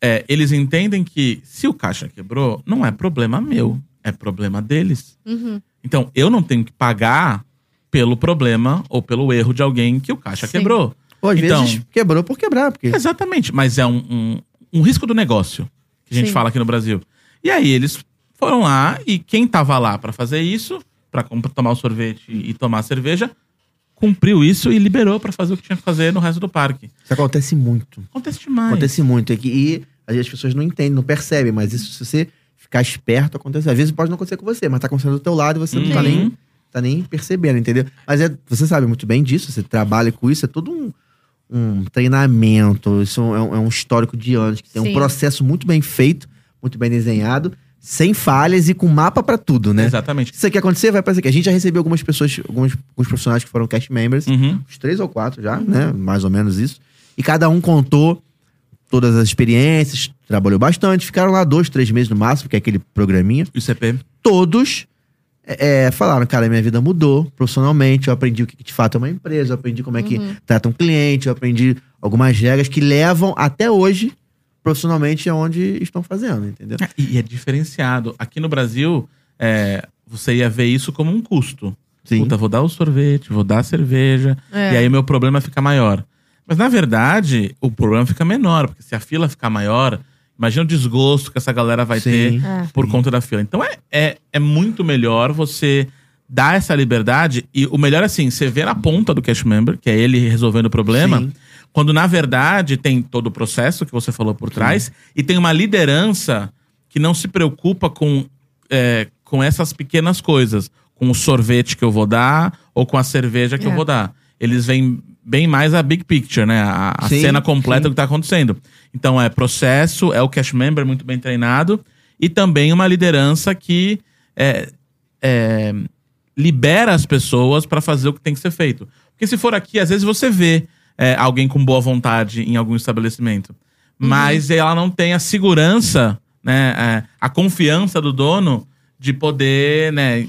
C: É, eles entendem que se o caixa quebrou, não é problema meu, é problema deles.
A: Uhum.
C: Então, eu não tenho que pagar pelo problema ou pelo erro de alguém que o caixa
A: Sim.
C: quebrou.
B: Pô, às
C: Então-
B: vezes quebrou por quebrar, porque.
C: Exatamente, mas é um, um, um risco do negócio que a gente
A: Sim.
C: fala aqui no Brasil. E aí eles foram lá e quem tava lá pra fazer isso, pra com- tomar o sorvete e tomar a cerveja, cumpriu isso e liberou pra fazer o que tinha que fazer no resto do parque.
B: Isso acontece muito.
C: Acontece demais.
B: Acontece muito. É que, e às vezes as pessoas não entendem, não percebem, mas isso, se você ficar esperto, acontece. Às vezes pode não acontecer com você, mas tá acontecendo do teu lado e você não tá
C: Uhum.
B: nem, tá nem percebendo, entendeu? Mas é, você sabe muito bem disso, você trabalha com isso, é todo um, um treinamento, isso é um, é um histórico de anos, que tem
A: Sim.
B: um processo muito bem feito, muito bem desenhado, sem falhas e com mapa pra tudo, né?
C: Exatamente.
B: Se isso aqui acontecer, vai parecer que a gente já recebeu algumas pessoas, alguns, alguns profissionais que foram cast members,
C: Uhum.
B: uns três ou quatro já, né? Mais ou menos isso. E cada um contou todas as experiências, trabalhou bastante, ficaram lá dois, três meses no máximo, que é aquele programinha.
C: E o CP?
B: Todos é, é, falaram, cara, minha vida mudou profissionalmente, eu aprendi o que, que de fato é uma empresa, eu aprendi como é que trata um cliente, eu aprendi algumas regras que levam até hoje profissionalmente aonde estão fazendo, entendeu?
C: É, E é diferenciado. Aqui no Brasil, é, você ia ver isso como um custo.
B: Sim.
C: Puta, vou dar o sorvete, vou dar a cerveja,
A: É.
C: e aí o meu problema fica maior. Mas na verdade, o problema fica menor, porque se a fila ficar maior, imagina o desgosto que essa galera vai ter
B: Sim.
A: É.
C: por
B: Sim.
C: conta da fila. Então é, é, é muito melhor você dar essa liberdade, e o melhor é assim, você vê na ponta do cash member, que é ele resolvendo o problema,
B: Sim.
C: quando na verdade tem todo o processo que você falou por trás e tem uma liderança que não se preocupa com, é, com essas pequenas coisas, com o sorvete que eu vou dar ou com a cerveja que
A: É.
C: eu vou dar. Eles veem bem mais a big picture, né? A, a
B: Sim,
C: cena
B: sim.
C: completa do que está acontecendo. Então é processo, é o cash member muito bem treinado e também uma liderança que é, é, libera as pessoas para fazer o que tem que ser feito. Porque se for aqui, às vezes você vê é, alguém com boa vontade em algum estabelecimento,
A: Uhum.
C: mas ela não tem a segurança, né, é, a confiança do dono de poder né,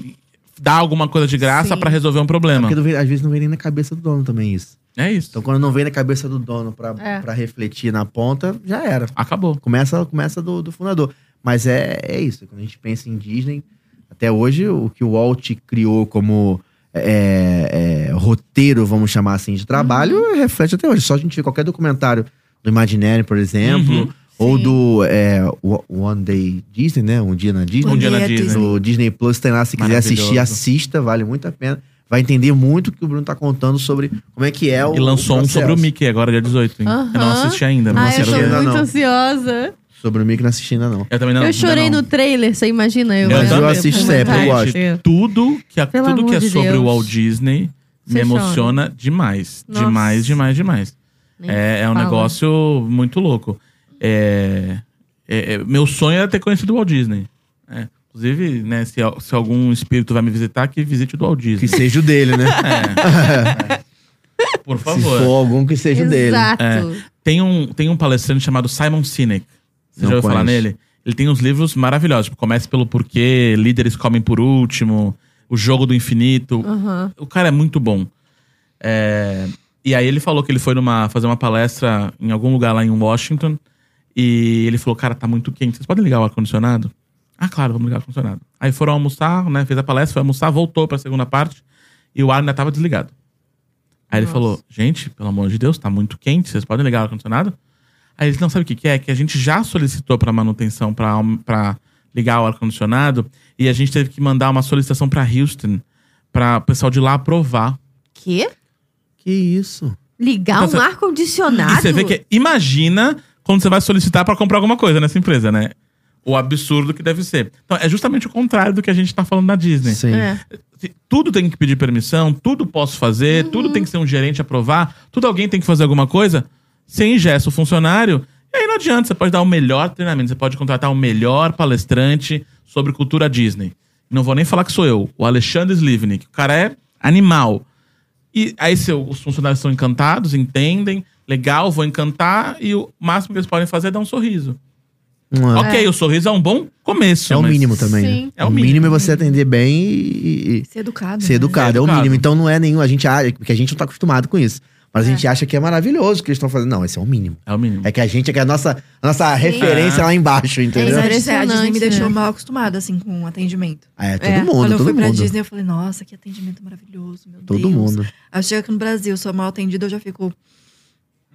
C: dar alguma coisa de graça
A: Sim.
C: para resolver um problema.
B: É Porque não vem- às vezes não vem nem na cabeça do dono também isso.
C: É isso.
B: Então, quando não vem na cabeça do dono pra,
A: É.
B: pra refletir na ponta, já era.
C: Acabou.
B: Começa, começa do, do fundador. Mas é, é isso. Quando a gente pensa em Disney, até hoje, o que o Walt criou como é, é, roteiro, vamos chamar assim, de trabalho,
A: Uhum.
B: reflete até hoje. Só a gente ver qualquer documentário do Imagineering, por exemplo,
C: Uhum.
B: ou
A: Sim.
B: do é, O- One Day Disney, né? Um dia na Disney.
C: Um dia na
D: Bonito.
C: Disney.
B: No Disney Plus tem lá, se quiser
C: Maravilhoso.
B: assistir, assista, vale muito a pena. Vai entender muito o que o Bruno tá contando sobre como é que é o
C: E lançou
B: o
C: um
B: processo.
C: sobre o Mickey agora, dia 18. hein? Eu não
A: Aham.
C: assisti ainda. Não
A: Ah, eu
C: assisti
A: tô
B: ainda,
A: muito
B: não.
A: ansiosa.
B: Sobre o Mickey, não assisti ainda não.
C: Eu também não.
A: eu
C: ainda
A: chorei no
C: não.
A: trailer, você imagina? Eu,
C: Eu
A: olhando
C: também.
A: pro
B: assisto
A: comentário.
B: sempre, eu gosto.
C: tudo que, é-
A: É Pelo
C: tudo que é
A: amor de
C: sobre
A: Deus.
C: o Walt Disney
A: Você
C: me emociona demais.
A: Nossa.
C: Demais, demais, demais.
A: Nem
C: É, é um
A: fala.
C: negócio muito louco. É, é- é- meu sonho era ter conhecido o Walt Disney. É, inclusive, né, se, al- se algum espírito vai me visitar, que visite o do Walt
B: Que
C: Disney.
B: seja o dele, né?
C: É. Por
B: Se
C: favor.
B: for algum que seja o dele.
A: Exato.
C: Tem um, tem um palestrante chamado Simon Sinek. Você
B: Não
C: já ouviu falar
B: conheço.
C: nele? Ele tem uns livros maravilhosos. Tipo, Comece pelo Porquê, Líderes Comem por Último, O Jogo do Infinito.
A: Aham.
C: O cara é muito bom. É, E aí ele falou que ele foi numa, fazer uma palestra em algum lugar lá em Washington. E ele falou, cara, tá muito quente. Vocês podem ligar o ar-condicionado? Ah, claro, vamos ligar o ar-condicionado. Aí foram almoçar, né? Fez a palestra, foi almoçar, voltou pra segunda parte. E o ar ainda tava desligado. Aí ele
A: Nossa.
C: falou, gente, pelo amor de Deus, tá muito quente. Vocês podem ligar o ar-condicionado? Aí eles não sabem o que, que é, que a gente já solicitou para manutenção para ligar o ar-condicionado e a gente teve que mandar uma solicitação para Houston para o pessoal de lá aprovar.
A: Quê?
B: Que isso?
A: Ligar
C: Então,
A: um
C: você-
A: ar-condicionado?
C: E você vê que imagina quando você vai solicitar para comprar alguma coisa nessa empresa, né? O absurdo que deve ser. Então, é justamente o contrário do que a gente tá falando na Disney.
B: Sim.
A: É.
C: Se- Tudo tem que pedir permissão, tudo posso fazer, tudo tem que ser um gerente aprovar, tudo alguém tem que fazer alguma coisa. Você ingessa o funcionário, e aí não adianta. Você pode dar o melhor treinamento, você pode contratar o melhor palestrante sobre cultura Disney. Não vou nem falar que sou eu, o Alexandre Slivnik. O cara é animal. E aí seu- os funcionários são encantados, entendem, legal, vou encantar, e o máximo que eles podem fazer é dar um sorriso.
B: Uma-
C: Ok, o sorriso é um bom começo.
B: É o
C: mas-
B: mínimo também,
A: Sim.
B: né?
C: É o
B: o mínimo é você atender bem e, e-
D: Ser educado. né?
B: e ser educado. É o
C: educado.
B: mínimo. Então não é nenhum. A gente acha, porque a gente não tá acostumado com isso. Mas a gente acha que é maravilhoso o que eles estão fazendo. Não, esse é o mínimo.
C: É o mínimo.
B: É que a gente é que a nossa, a nossa referência
C: É.
B: lá embaixo,
D: Né?
B: entendeu?
D: Mas
A: É,
D: a Disney- a Disney
A: Impressionante,
D: me deixou
A: né?
D: mal acostumada, assim, com o atendimento.
B: É, todo
A: É,
B: mundo,
D: Quando eu
B: todo
D: fui pra
B: mundo.
D: Disney, eu falei, nossa, que atendimento maravilhoso, meu
B: Todo
D: Deus.
B: mundo.
D: Aí chega aqui no Brasil, sou mal atendida, eu já fico.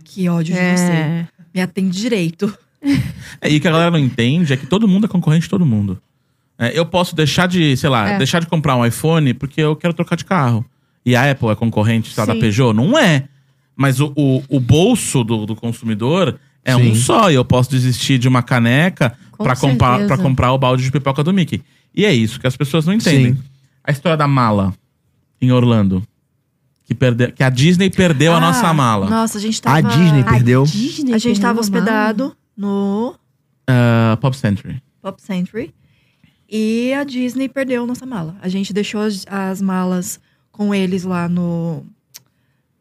D: Que ódio de você.
A: É.
D: Me atende direito.
C: É, e o que a galera não entende é que todo mundo é concorrente de todo mundo. É, eu posso deixar de, sei lá,
A: É.
C: deixar de comprar um iPhone porque eu quero trocar de carro. E a Apple é concorrente sei lá, da
A: Sim.
C: Peugeot? Não é. Mas o, o, o bolso do, do consumidor é
B: Sim.
C: um só. E eu posso desistir de uma caneca
A: Com
C: para comprar,
A: certeza.
C: pra comprar o balde de pipoca do Mickey. E é isso que as pessoas não entendem.
B: Sim.
C: A história da mala em Orlando. Que, perde, que a Disney perdeu a
D: Ah,
C: nossa mala.
D: Nossa, a gente tava.
B: A Disney perdeu.
A: Disney
D: A gente tava
A: perdeu a mala.
D: hospedado no
C: Ah, Pop Century.
D: Pop Century. E a Disney perdeu nossa mala. A gente deixou as, as malas com eles lá no.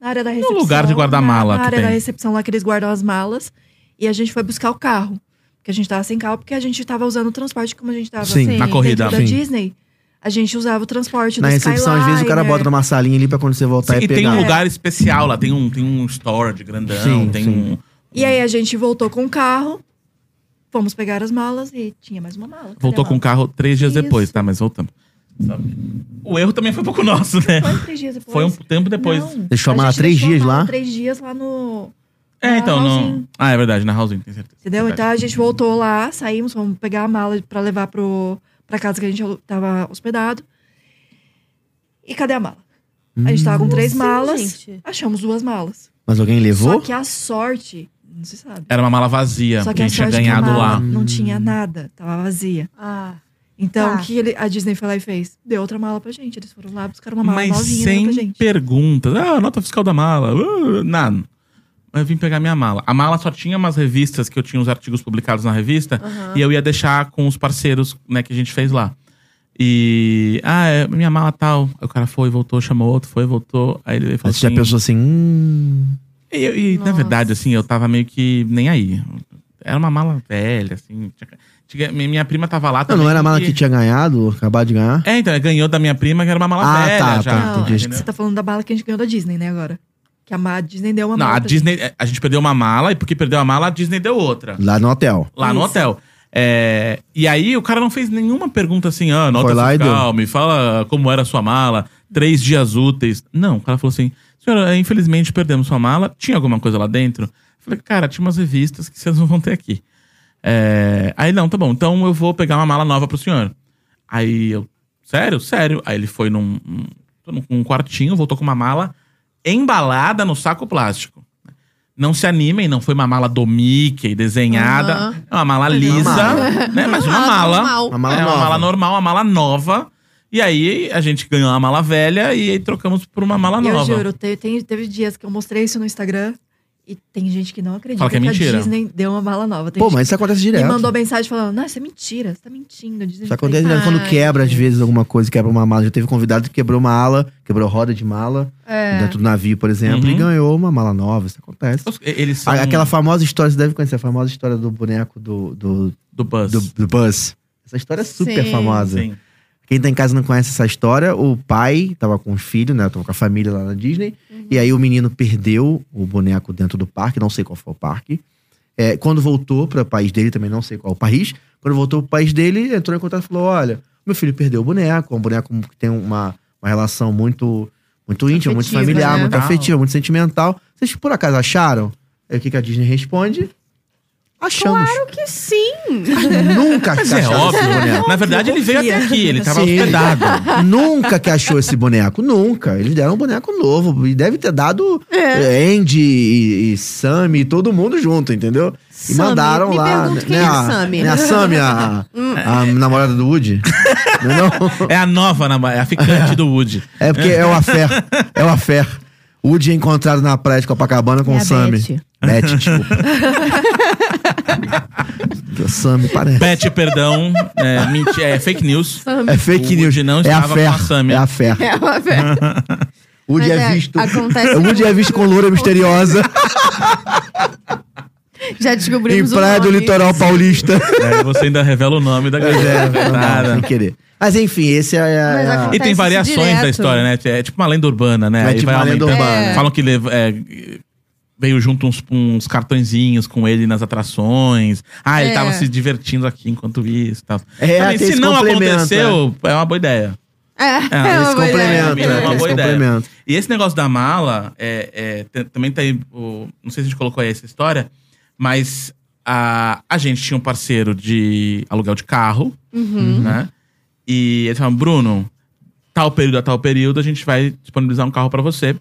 D: Na área da recepção.
C: lugar de guardar
D: na-
C: mala
D: Na
C: que
D: área
C: tem.
D: da recepção lá que eles guardam as malas. E a gente foi buscar o carro. Porque a gente tava sem carro, porque a gente tava usando o transporte como a gente tava
B: Sim.
A: Sim.
C: Na corrida.
D: dentro da
B: Sim.
D: Disney. A gente usava o transporte
B: Na
D: do
B: recepção, às vezes, o cara
D: Skyliner.
B: bota numa salinha ali pra quando você voltar
C: Sim,
B: e
C: e
B: pegar.
C: tem um lugar especial lá, tem um, tem um storage grandão,
B: Sim,
C: tem
B: sim.
C: um.
D: E aí a gente voltou com o carro, fomos pegar as malas e tinha mais uma mala. Cadê
C: Voltou
D: a
C: com o
D: mala?
C: carro três dias
D: Isso.
C: depois, tá? Mas voltamos. O erro também foi um pouco nosso, né?
D: Foi três dias depois.
C: Foi um tempo depois.
D: Não.
B: Deixou a mala
D: gente
B: três
D: deixou a
B: dias
D: mala
B: lá?
D: Três dias lá no.
C: É,
D: Na
C: então não.
D: Raulzinho.
C: Ah, é verdade, na Raulzinho, tem certeza. É
B: É
D: Entendeu? Então
C: Verdade.
D: a gente voltou lá, saímos, fomos pegar a mala pra levar pro, pra casa que a gente alu- tava hospedado. E cadê a mala? A gente tava com três
A: Sim,
D: malas,
A: gente.
D: achamos duas malas.
B: Mas alguém levou?
D: Só que a sorte, não se sabe.
C: Era uma mala vazia
D: Só
C: que
D: que
C: a
D: a
C: gente É, tinha
D: sorte é que a
C: ganhado
D: mala
C: lá.
D: não tinha nada, tava vazia.
A: Ah.
D: Então
A: Tá.
D: o que ele- a Disney foi lá e fez? Deu outra mala pra gente. Eles foram lá buscar uma mala
C: Mas
D: novinha né,
C: sem
D: pra gente.
C: perguntas. Ah, nota fiscal da mala. Uh, nada. Eu vim pegar minha mala. A mala só tinha umas revistas que eu tinha os artigos publicados na revista.
A: Aham.
C: E eu ia deixar com os parceiros, né, que a gente fez lá. E. Ah, é, minha mala tal. Aí o cara foi, voltou, chamou outro, foi, voltou. Aí ele
B: Aí
C: falou
B: Você já
C: assim.
B: pensou assim, hum,
C: E, eu- e, na
A: Nossa.
C: verdade, assim, eu tava meio que nem aí. Era uma mala velha, assim. tinha- tinha- mi- minha prima tava lá
B: não,
C: também.
B: não era a mala que
C: e-
B: tinha ganhado, acabado de ganhar?
C: É, então, ganhou da minha prima, que era uma mala
B: Ah,
C: velha
B: tá,
C: já.
B: tá,
D: Não,
B: entendi.
D: acho que
C: entendeu?
D: você tá falando da bala que a gente ganhou da Disney, né, agora? Que a ma- Disney deu uma
C: Não,
D: mala.
C: a
D: pra gente.
C: Disney. é, A gente perdeu uma mala, e porque perdeu a mala, a Disney deu outra.
B: Lá no hotel.
C: Lá no
D: Isso.
C: hotel. É, e aí o cara não fez nenhuma pergunta assim, ah, nota
B: Foi lá e
C: fiscal, me fala como era a sua mala, três dias úteis. Não, o cara falou assim, senhora, infelizmente perdemos sua mala, tinha alguma coisa lá dentro? Eu falei, cara, tinha umas revistas que vocês não vão ter aqui. É, aí não, tá bom, então eu vou pegar uma mala nova pro senhor. Aí eu, sério? Sério. Aí ele foi num, num, num quartinho, voltou com uma mala embalada no saco plástico. Não se animem, não foi uma mala do Mickey desenhada.
A: Aham.
C: É uma mala
A: Foi
C: lisa,
B: uma
C: né? Mas uma
A: Ah,
C: mala.
A: normal.
B: Uma mala
C: é uma
B: nova.
C: mala normal, uma mala nova. E aí a gente ganhou uma mala velha e aí trocamos por uma mala
D: Eu
C: nova.
D: juro, te- tem- teve dias que eu mostrei isso no Instagram e tem gente que não acredita
C: Fala que é
D: a
C: mentira.
D: Disney deu uma mala nova. Tem
B: Pô,
D: gente
B: mas isso acontece
D: que me
B: direto.
D: mandou mensagem falando, não, isso é mentira, você tá mentindo. a Disney
B: Isso
D: fez
B: acontece direto.
D: Ah,
B: Quando
A: Ai,
B: quebra, às
A: gente.
B: vezes, alguma coisa, quebra uma mala. Já teve convidado que quebrou uma ala, quebrou roda de mala
A: É.
B: dentro do navio, por exemplo,
C: Uhum.
B: e ganhou uma mala nova. Isso acontece.
C: Eles são
B: A- Aquela famosa história, você deve conhecer, a famosa história do boneco do, do,
C: do bus.
B: do, do Buzz. Essa história é super
A: Sim.
B: famosa.
C: Sim.
B: Quem tá em casa não conhece essa história, o pai tava com o filho, né? Tava com a família lá na Disney. E aí o menino perdeu o boneco dentro do parque, não sei qual foi o parque. É, quando voltou para o país dele, também não sei qual, Paris. Quando voltou pro país dele, entrou em contato e falou: Olha, meu filho perdeu o boneco, é um boneco que tem uma, uma relação muito, muito íntima, muito
D: Afetiva,
B: familiar,
D: né?
B: muito afetiva, muito sentimental. Vocês por acaso acharam? Aí o que, que a Disney responde? Achamos.
A: Claro que sim.
B: Nunca
C: Mas
B: que
C: é
B: acharam
C: óbvio.
B: esse boneco.
C: Na verdade, ele veio até aqui. Ele tava
B: né? Sim.
C: hospedado.
B: Nunca que achou esse boneco, nunca. Eles deram um boneco novo. E deve ter dado
A: É.
B: eh, Andy e, e Sammy, todo mundo junto, entendeu? E
A: Sammy.
B: mandaram
A: Me
B: lá.
A: pergunto quem é
B: a,
A: Sammy. Hum.
B: né, a Sammy, a, a namorada do Woody. Entendeu?
C: É a nova, namora- é a ficante do Woody.
B: É porque é uma fé. É uma fé. Woody é encontrado na praia de Copacabana com
A: É a
B: o Sammy.
A: Beth.
B: Beth, desculpa. o Sammy parece.
C: Pet, perdão. É, menti- é fake news.
B: É fake
C: O
B: news.
C: Woody não
B: é a
C: estava com
B: fé.
C: a Sammy.
B: É a fé.
A: É uma ver-
B: Woody
A: Mas
B: é,
A: é,
B: visto.
A: acontece
B: Woody é
A: muito.
B: visto com loura misteriosa
A: Já
B: em
A: descobrimos o
B: praia do
A: um nome.
B: litoral paulista.
C: É, você ainda revela o nome
B: É,
C: da galera.
B: Não,
C: coitada.
B: não, sem querer. Mas enfim, esse é.
A: é, Mas
B: é-
A: acontece
C: E tem
A: isso
C: variações
A: direto.
C: da história, né? É tipo uma lenda urbana, né?
B: É
C: Aí
B: tipo uma lenda
C: aumentando.
B: urbana.
C: Falam que leva- é, veio junto uns, uns cartõezinhos com ele nas atrações. Ah, ele
A: É.
C: tava se divertindo aqui enquanto isso e tal.
B: É, né?
C: Também,
B: tem
C: se
B: esse
C: não
B: complemento,
C: aconteceu, é uma boa ideia.
A: É, é
C: Ah,
A: uma
B: Esse
A: boa ideia.
B: complemento,
C: É uma
B: né?
C: boa
B: Esse
C: ideia.
B: complemento.
C: E esse negócio da mala, é, é, tem- também tá aí. o- não sei se a gente colocou aí essa história, mas a, a gente tinha um parceiro de aluguel de carro,
A: Uhum.
C: né? E eles falaram, Bruno, tal período a tal período, a gente vai disponibilizar um carro pra você.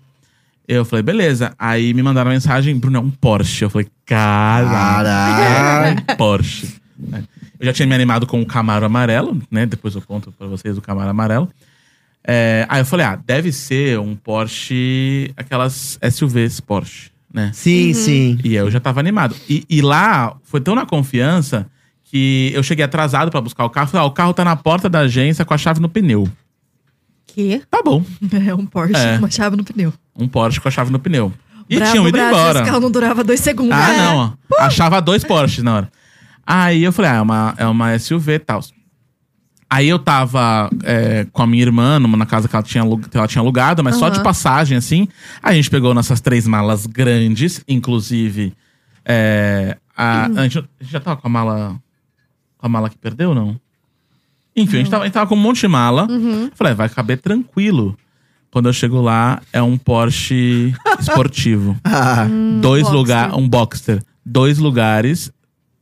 C: Eu falei, beleza. Aí me mandaram uma mensagem, Bruno, é um Porsche. Eu falei, caralho,
B: Caralho.
C: um Porsche. né? Eu já tinha me animado com o Camaro amarelo, né? Depois eu conto pra vocês o Camaro amarelo. É, aí eu falei, ah, deve ser um Porsche, aquelas SUVs Porsche, né?
A: Uhum.
B: Sim, sim.
C: E eu já tava animado. E, e lá foi tão na confiança que eu cheguei atrasado pra buscar o carro. Falei, ah, o carro tá na porta da agência com a chave no pneu.
A: Que?
C: Tá bom.
D: É um Porsche,
C: É.
D: uma chave no pneu.
C: Um Porsche com a chave no pneu. E
D: Bravo,
C: tinham ido
D: bravo,
C: embora.
D: Esse carro não durava dois segundos.
C: Ah,
D: É.
C: não, ó. Achava dois Porsches na hora. Aí eu falei, ah, é uma, é uma SUV e tal. Aí eu tava é, com a minha irmã numa na casa que ela tinha, alu- que ela tinha alugado, mas só de
A: Aham.
C: passagem, assim. Aí a gente pegou nossas três malas grandes, inclusive. é, a, a gente, a gente já tava com a mala. Com a mala que perdeu, não? Enfim, A, gente tava, a gente tava com um monte de mala. Falei, "Ah, vai caber tranquilo. Quando eu chego lá, é um Porsche esportivo
B: Ah,
A: Hum,
C: dois
A: boxer.
C: lugares, um boxer, dois lugares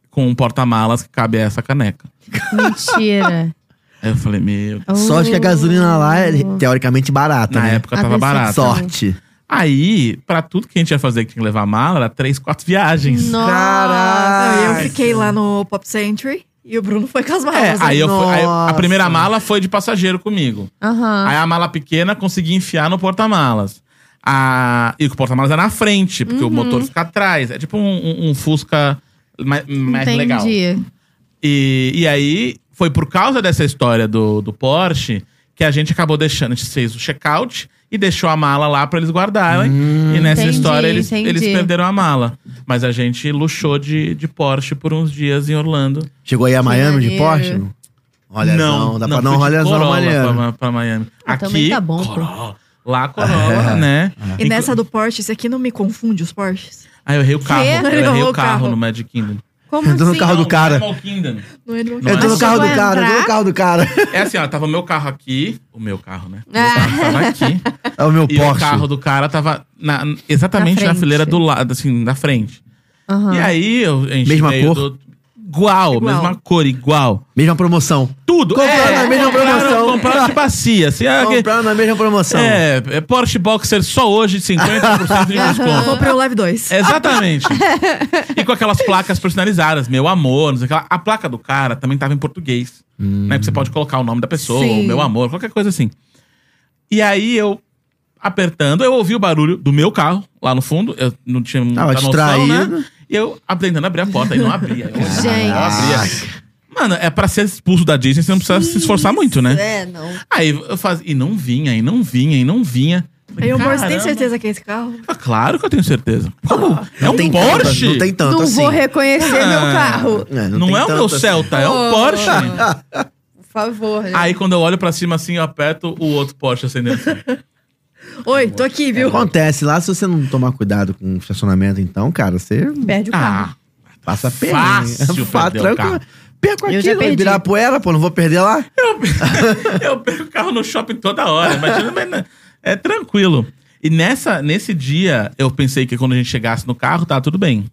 C: com um porta-malas que cabe essa caneca.
A: Mentira. Oh.
C: Aí eu falei, meu,
B: Sorte que a gasolina lá é
A: uhum.
B: teoricamente barata,
C: na
B: né?
C: época
A: A
C: tava
A: versão
C: barato.
A: só.
B: Sorte.
C: Aí, pra tudo que a gente ia fazer que tinha que levar mala, era três, quatro viagens.
A: Nossa.
D: Ah, eu
B: Caralho.
D: fiquei lá no Pop Century e o Bruno foi com as malas.
C: É,
D: né?
C: aí eu fui- aí a
B: Nossa.
C: primeira mala foi de passageiro comigo.
A: Aham.
C: Aí a mala pequena consegui enfiar no porta-malas. A... E o porta-malas é na frente,
A: Uhum.
C: porque o motor fica atrás. É tipo um, um- um Fusca mais, mais
A: Entendi.
C: legal. E, e aí, foi por causa dessa história do, do Porsche que a gente acabou deixando, a gente fez o check-out e deixou a mala lá pra eles guardarem.
B: Hum.
C: e nessa
A: Entendi,
C: história, eles,
A: entendi.
C: eles perderam a mala. Mas a gente luxou de, de Porsche por uns dias em Orlando.
B: Chegou aí a Miami
A: maneiro.
B: de Porsche? Olha, não, dá pra não,
C: fui de
B: olha só,
C: Corolla pra,
B: maneiro.
C: Ma- pra Miami.
A: Ah, também
C: Aqui,
A: tá bom, pô.
C: Corolla. Lá, Corolla,
B: É.
C: né?
D: E nessa do Porsche, esse aqui não me confunde os Porsches?
C: Ah, eu errei o carro.
A: Quê?
C: Eu errei
D: Errou
C: o
D: o
C: carro
D: carro.
C: no Magic Kingdom.
A: Como
B: Eu tô no
A: assim?
B: carro do
C: Não, é
B: cara.
C: Animal Kingdom.
D: No Animal
C: Não
B: Eu tô
C: é?
B: no carro do
A: Chegou a
B: cara, eu tô no
A: entrar?
B: carro do cara.
C: É assim, ó, tava o meu carro aqui. O meu carro, né? O meu
A: Ah.
C: carro tava aqui.
B: É o meu
C: E o
B: Porsche.
C: carro do cara tava na- exatamente
A: Na
C: na,
A: frente. Ah.
C: fileira do lado, assim, na frente.
A: Aham.
C: E aí, eu, a gente
B: Mesma
C: veio
B: cor?
C: do- Igual,
D: Igual.
C: mesma cor, igual.
B: Mesma promoção.
C: Tudo.
B: Compraram
C: é,
B: na mesma
C: compraram-
B: promoção.
C: Compraram de bacia. Assim, ah, que-
B: Compraram na mesma promoção.
C: é, é Porsche Boxer só hoje, 50% de
D: Eu
C: desconto.
D: comprei o Live 2.
C: É. Exatamente. e com aquelas placas personalizadas, meu amor, não sei o que lá. A placa do cara também tava em português. Né?
B: Hum.
C: Que você pode colocar o nome da pessoa,
D: Sim.
C: o meu amor, qualquer coisa assim. E aí eu apertando, eu ouvi o barulho do meu carro lá no fundo. Eu não tinha muita
B: Tava
C: noção,
B: distraído.
C: né? E eu tentando abrir a porta e não abria. Eu,
A: Gente.
B: Ah,
C: Não abria. Mano, é pra ser expulso da Disney, você não precisa se esforçar muito, né?
A: É, não.
C: Aí eu fazia, e não vinha, e não vinha, e não vinha.
D: Aí eu, amor, você tem
C: Caramba.
D: certeza que é esse carro?
C: Ah, Claro que eu tenho certeza. é um
B: Não tem
C: Porsche?
B: Tanto, não tem tanto
A: Não
B: assim.
A: vou reconhecer meu
C: Ah.
A: carro.
B: É,
C: Não,
B: tem
C: é o
B: tanto
C: meu
B: assim.
C: Celta, é o
A: Oh.
C: Porsche.
A: favor. né?
C: Aí quando eu olho pra cima assim, eu aperto o outro poste acendendo.
D: Oi, tô aqui,
B: É
D: viu?
B: Acontece lá, se você não tomar cuidado com o estacionamento, então, cara, você
A: Perde o carro.
C: ah,
B: passa perrengue.
C: Fácil
B: Fa-
C: perder o carro.
B: Perco
A: Eu
B: aqui,
A: já
B: eu
A: perdi.
B: virar poeira, pô, não vou perder lá.
C: eu pego o carro no shopping toda hora. Imagina, mas não- é tranquilo. E nessa, nesse dia, eu pensei que quando a gente chegasse no carro, tá tudo bem.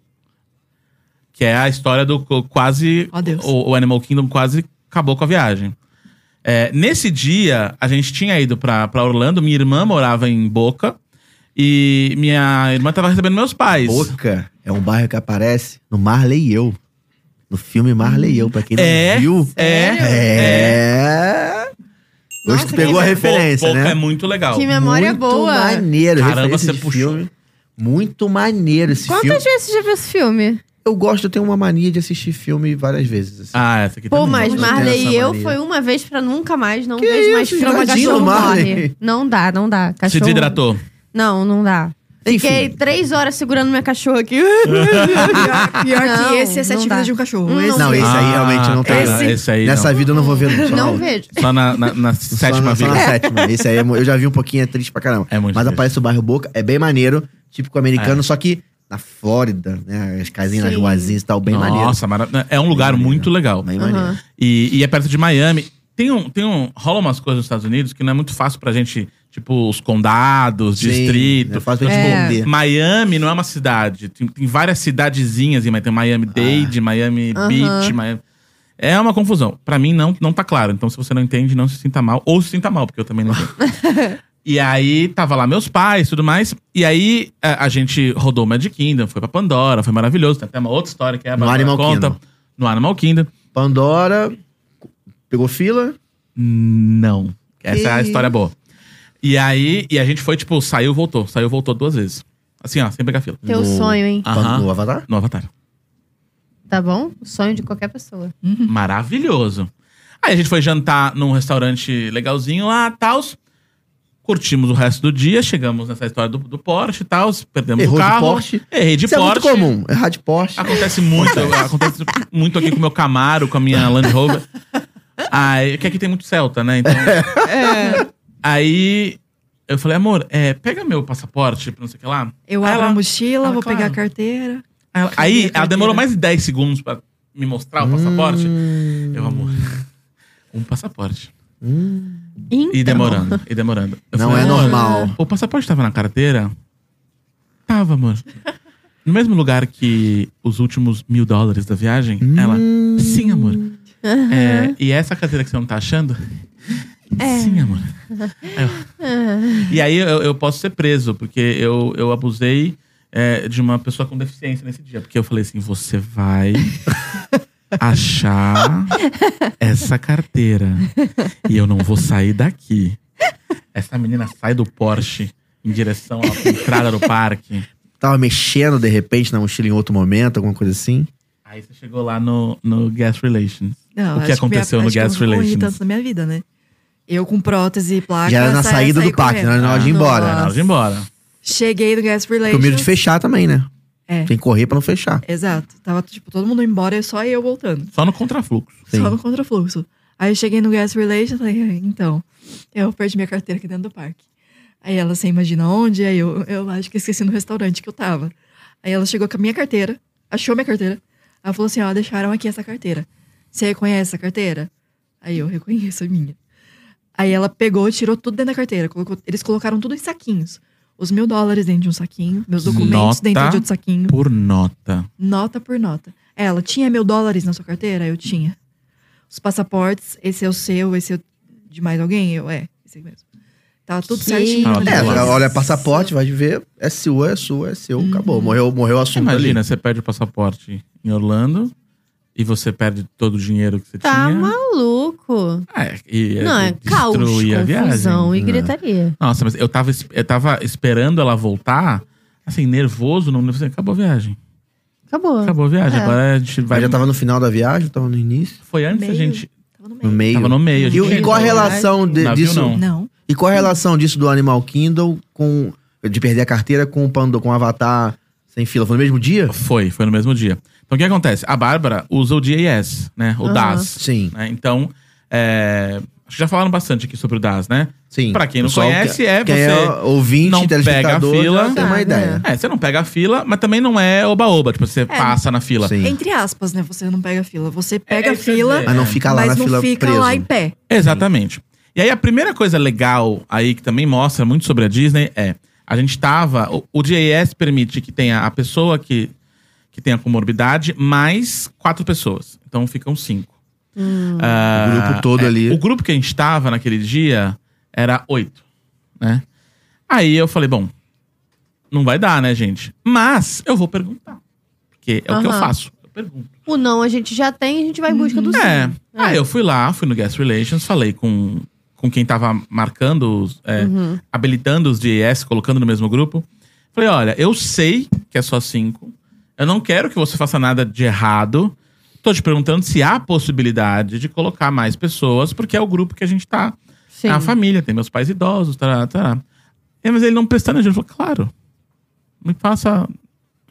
C: Que é a história do co- quase.
D: Oh, Deus.
C: o, o Animal Kingdom quase acabou com a viagem. É, nesse dia, a gente tinha ido pra, pra Orlando, minha irmã morava em Boca. E minha irmã tava recebendo meus pais.
B: Boca é um bairro que aparece no Marley e Eu. No filme Marley e Eu, pra quem não
C: É,
B: viu.
C: é,
B: É. Hoje
A: Nossa,
B: tu pegou
A: que
B: a
A: legal.
B: referência,
C: Boca
B: né?
C: é muito legal.
A: Que memória
B: Muito
A: boa.
B: maneiro.
C: Caramba,
B: referência
C: você
B: de
C: puxou.
B: filme. Muito maneiro esse filme.
A: Quantas vezes você já viu esse filme?
B: Eu gosto, eu tenho uma mania de assistir filme várias vezes. assim.
C: Ah, essa aqui
A: Pô,
C: também.
A: mas
B: gosto
A: Marley
B: dessa
A: e eu
B: mania.
A: foi uma vez pra nunca mais. Não
B: Que
A: vejo mais
B: isso,
A: filme.
B: tadinho
A: Cachorro
B: do Marley.
A: morre. Não dá, não dá. Cachorro...
C: Se desidratou.
A: Não, não dá. Fiquei
B: Enfim.
A: três horas segurando minha cachorra aqui.
C: É.
D: Pior, pior
A: Não,
D: que esse é
A: não
D: sete
A: dá.
D: vidas de um cachorro.
A: Hum,
D: Esse-
B: Não, esse aí realmente não tem.
C: Ah, Esse,
D: Esse-
C: esse aí
B: Nessa
C: não.
B: vida eu não vou ver. Só,
A: Não vejo.
C: Só na, na- na sétima
B: só na
C: vida.
B: sétima. Esse aí é mo- eu já vi um pouquinho, é triste pra caramba.
C: É muito
B: Mas
C: triste. É.
B: aparece o bairro Boca, é bem maneiro, típico americano, só que na Flórida, né? As casinhas, as
A: Sim.
B: ruazinhas e tal, bem maneiro.
C: Nossa, mara- é um lugar
B: maneiro.
C: muito legal.
B: Bem maneiro.
A: Aham.
C: E, e é perto de Miami. Tem um, tem um. Rola umas coisas nos Estados Unidos que não é muito fácil pra gente. Tipo, os condados,
B: Sim,
C: distrito.
B: é fácil pra
A: gente
C: Tipo,
B: entender.
C: Miami não é uma cidade. Tem, tem várias cidadezinhas, mas tem Miami
B: Ah.
C: Dade, Miami
A: Aham.
C: Beach, Miami. É uma confusão. Pra mim, não, não tá claro. Então, se você não entende, não se sinta mal. Ou se sinta mal, porque eu também não entendo. e aí, tava lá meus pais tudo mais. E aí, a, a gente rodou o Magic Kingdom, foi pra Pandora, foi maravilhoso. Tem até uma outra história que é a
B: No
C: Bárbara
B: Animal
C: conta.
B: Kingdom.
C: No Animal Kingdom.
B: Pandora pegou fila.
C: Não. Essa é a
B: E-
C: história boa. E aí, e a gente foi, tipo, saiu, voltou. Saiu, voltou duas vezes. Assim, ó, sem pegar fila.
A: Teu sonho, hein?
B: Pan-
C: Aham.
B: No Avatar?
C: No Avatar.
A: Tá bom? O sonho de qualquer pessoa.
C: Maravilhoso. Aí a gente foi jantar num restaurante legalzinho lá, tals. Curtimos o resto do dia, chegamos nessa história do, do Porsche e tal, perdemos
B: Errou
C: o
B: de
C: carro.
B: Porsche.
C: Errei de Ah,
B: Isso
C: Porsche.
B: é muito comum, errar de Porsche.
C: Acontece muito, acontece muito aqui com o meu Camaro, com a minha Land Rover. Aí, que aqui tem muito Celta, né? Então,
B: É.
C: Aí eu falei, amor, é, pega meu passaporte pra não sei o que lá.
D: Eu
C: Aí
D: abro
C: ela-
D: a mochila,
C: ela,
D: vou
C: claro.
D: pegar a carteira.
C: Aí ela- Aí
D: Cadê a
C: ela demorou
D: carteira?
C: mais de 10 segundos pra me mostrar o passaporte.
B: Hum,
C: Eu, amor, um passaporte.
B: hum.
A: Então.
C: E demorando, e demorando. Eu
B: Não
C: falei,
B: é
C: amor,
B: normal.
C: O passaporte tava na carteira? Tava, amor. No mesmo lugar que os últimos mil dólares da viagem, ela.
B: Hum.
C: Sim, amor. É, e essa carteira que você não tá achando?
B: É.
C: Sim, amor. Aí eu- e aí eu, eu posso ser preso, porque eu, eu abusei é, de uma pessoa com deficiência nesse dia. Porque eu falei assim: você vai achar essa carteira. E eu não vou sair daqui. Essa menina sai do Porsche em direção à entrada do parque.
B: Tava mexendo de repente na mochila em outro momento, alguma coisa assim.
C: Aí você chegou lá no, no Gas Relations.
D: Não,
C: O que
D: acho
C: aconteceu
D: minha-
C: no
D: acho que
C: Gas
D: eu não corri
C: Relations?
D: tanto na minha vida, né? Eu com prótese e placa.
B: Já era na
D: sa-
B: saída
D: saí
B: do parque,
D: correndo.
B: não era na hora de ir embora.
C: Na hora de ir embora. né?
D: Cheguei do Gas
B: Com medo de
D: Relations.
B: fechar também, né?
D: É.
B: Tem que correr pra não fechar.
D: Exato. Tava, tipo, todo mundo embora e só eu voltando.
C: Só no contrafluxo.
B: Sim.
D: Só no contrafluxo. Aí eu cheguei no Gas Relations e falei, "Ah, então, eu perdi minha carteira aqui dentro do parque. Aí ela, você imagina onde? Aí eu, eu acho que esqueci no restaurante que eu tava. Aí ela chegou com a minha carteira, achou minha carteira. Ela falou assim, ó, deixaram aqui essa carteira. Você reconhece essa carteira? Aí eu reconheço a minha. Aí ela pegou, tirou tudo dentro da carteira. colocou- eles colocaram tudo em saquinhos. Os mil dólares dentro de um saquinho, meus documentos
C: Nota.
D: dentro de outro saquinho.
C: Por nota.
D: Nota por nota. Ela, tinha mil dólares na sua carteira? Eu tinha. Os passaportes, esse é o seu, esse é o de mais alguém? Eu, é, esse aí mesmo. Tava tudo
A: Que
D: certinho.
C: isso.
D: né?
B: É,
C: Nossa.
B: ela olha passaporte, vai ver, é sua, é sua, é seu,
D: Hum.
B: acabou. Morreu, morreu o assunto ali.
C: Imagina, você perde o passaporte em Orlando e você perde todo o dinheiro que você
A: Tá
C: tinha.
A: maluco.
C: Ah, É, e,
A: Não,
C: e
A: é caos,
C: destruir a viagem. É.
A: confusão e
B: Não.
A: gritaria.
C: Nossa, mas eu tava, es- eu tava esperando ela voltar, assim, nervoso, não nervoso. assim, Acabou a viagem.
A: Acabou.
C: Acabou a viagem.
A: É.
C: Agora a gente vai.
B: Mas já tava no final da viagem, tava no início,
C: Foi antes a
D: Meio.
C: gente.
D: Tava no
B: no
D: meio.
B: meio.
C: Tava no meio. a
B: E,
C: gente
B: o- e qual a relação de-
C: Navio,
B: disso?
C: não.
D: Não.
B: E qual a relação disso do Animal Kingdom com de perder a carteira com o Pando, com o Avatar sem fila? Foi no mesmo dia?
C: Foi, foi no mesmo dia. Então o que acontece? A Bárbara usa o DAS, né? O
A: Aham.
C: DAS.
B: Sim.
C: né? Então, É, acho que já falaram bastante aqui sobre o DAS, né?
B: Sim.
C: Pra quem não
B: Pessoal,
C: conhece,
B: que-
C: é
B: quem
C: você
B: é ouvinte,
C: não pega
B: telespectador,
C: a fila.
B: já tem uma
D: Ah,
B: ideia.
C: É, você não pega a fila, mas também não é oba-oba. Tipo, você passa na fila.
B: Sim.
D: Entre aspas, né? Você não pega a fila. Você pega
C: é
D: a
C: isso que eu ia
D: fila,
C: dizer.
B: Mas não fica lá
D: mas
B: na
D: não
B: fila
D: fica
B: preso.
D: lá em pé.
C: Exatamente. E aí a primeira coisa legal aí que também mostra muito sobre a Disney é a gente tava. O, o DAS permite que tenha a pessoa que, que tenha comorbidade mais quatro pessoas. Então ficam cinco. Ah,
B: O grupo todo ali.
C: O grupo que a gente tava naquele dia era oito, né? Aí eu falei, bom, não vai dar, né, gente? Mas eu vou perguntar. Porque é o que eu
A: Aham.
C: faço. Eu pergunto.
A: O não a gente já tem, a gente vai em busca do sim.
C: É. Aí
A: É.
C: eu fui lá, fui no Guest Relations, falei com, com quem tava marcando, os,
A: Hum.
C: é,
A: Uhum.
C: habilitando os DAS, colocando no mesmo grupo. Falei, olha, eu sei que é só cinco. Eu não quero que você faça nada de errado. Tô te perguntando se há possibilidade de colocar mais pessoas, porque é o grupo que a gente tá.
A: Sim.
C: É a família, tem meus pais idosos, tará, tará. É, mas ele não prestando, ele falou, claro, me passa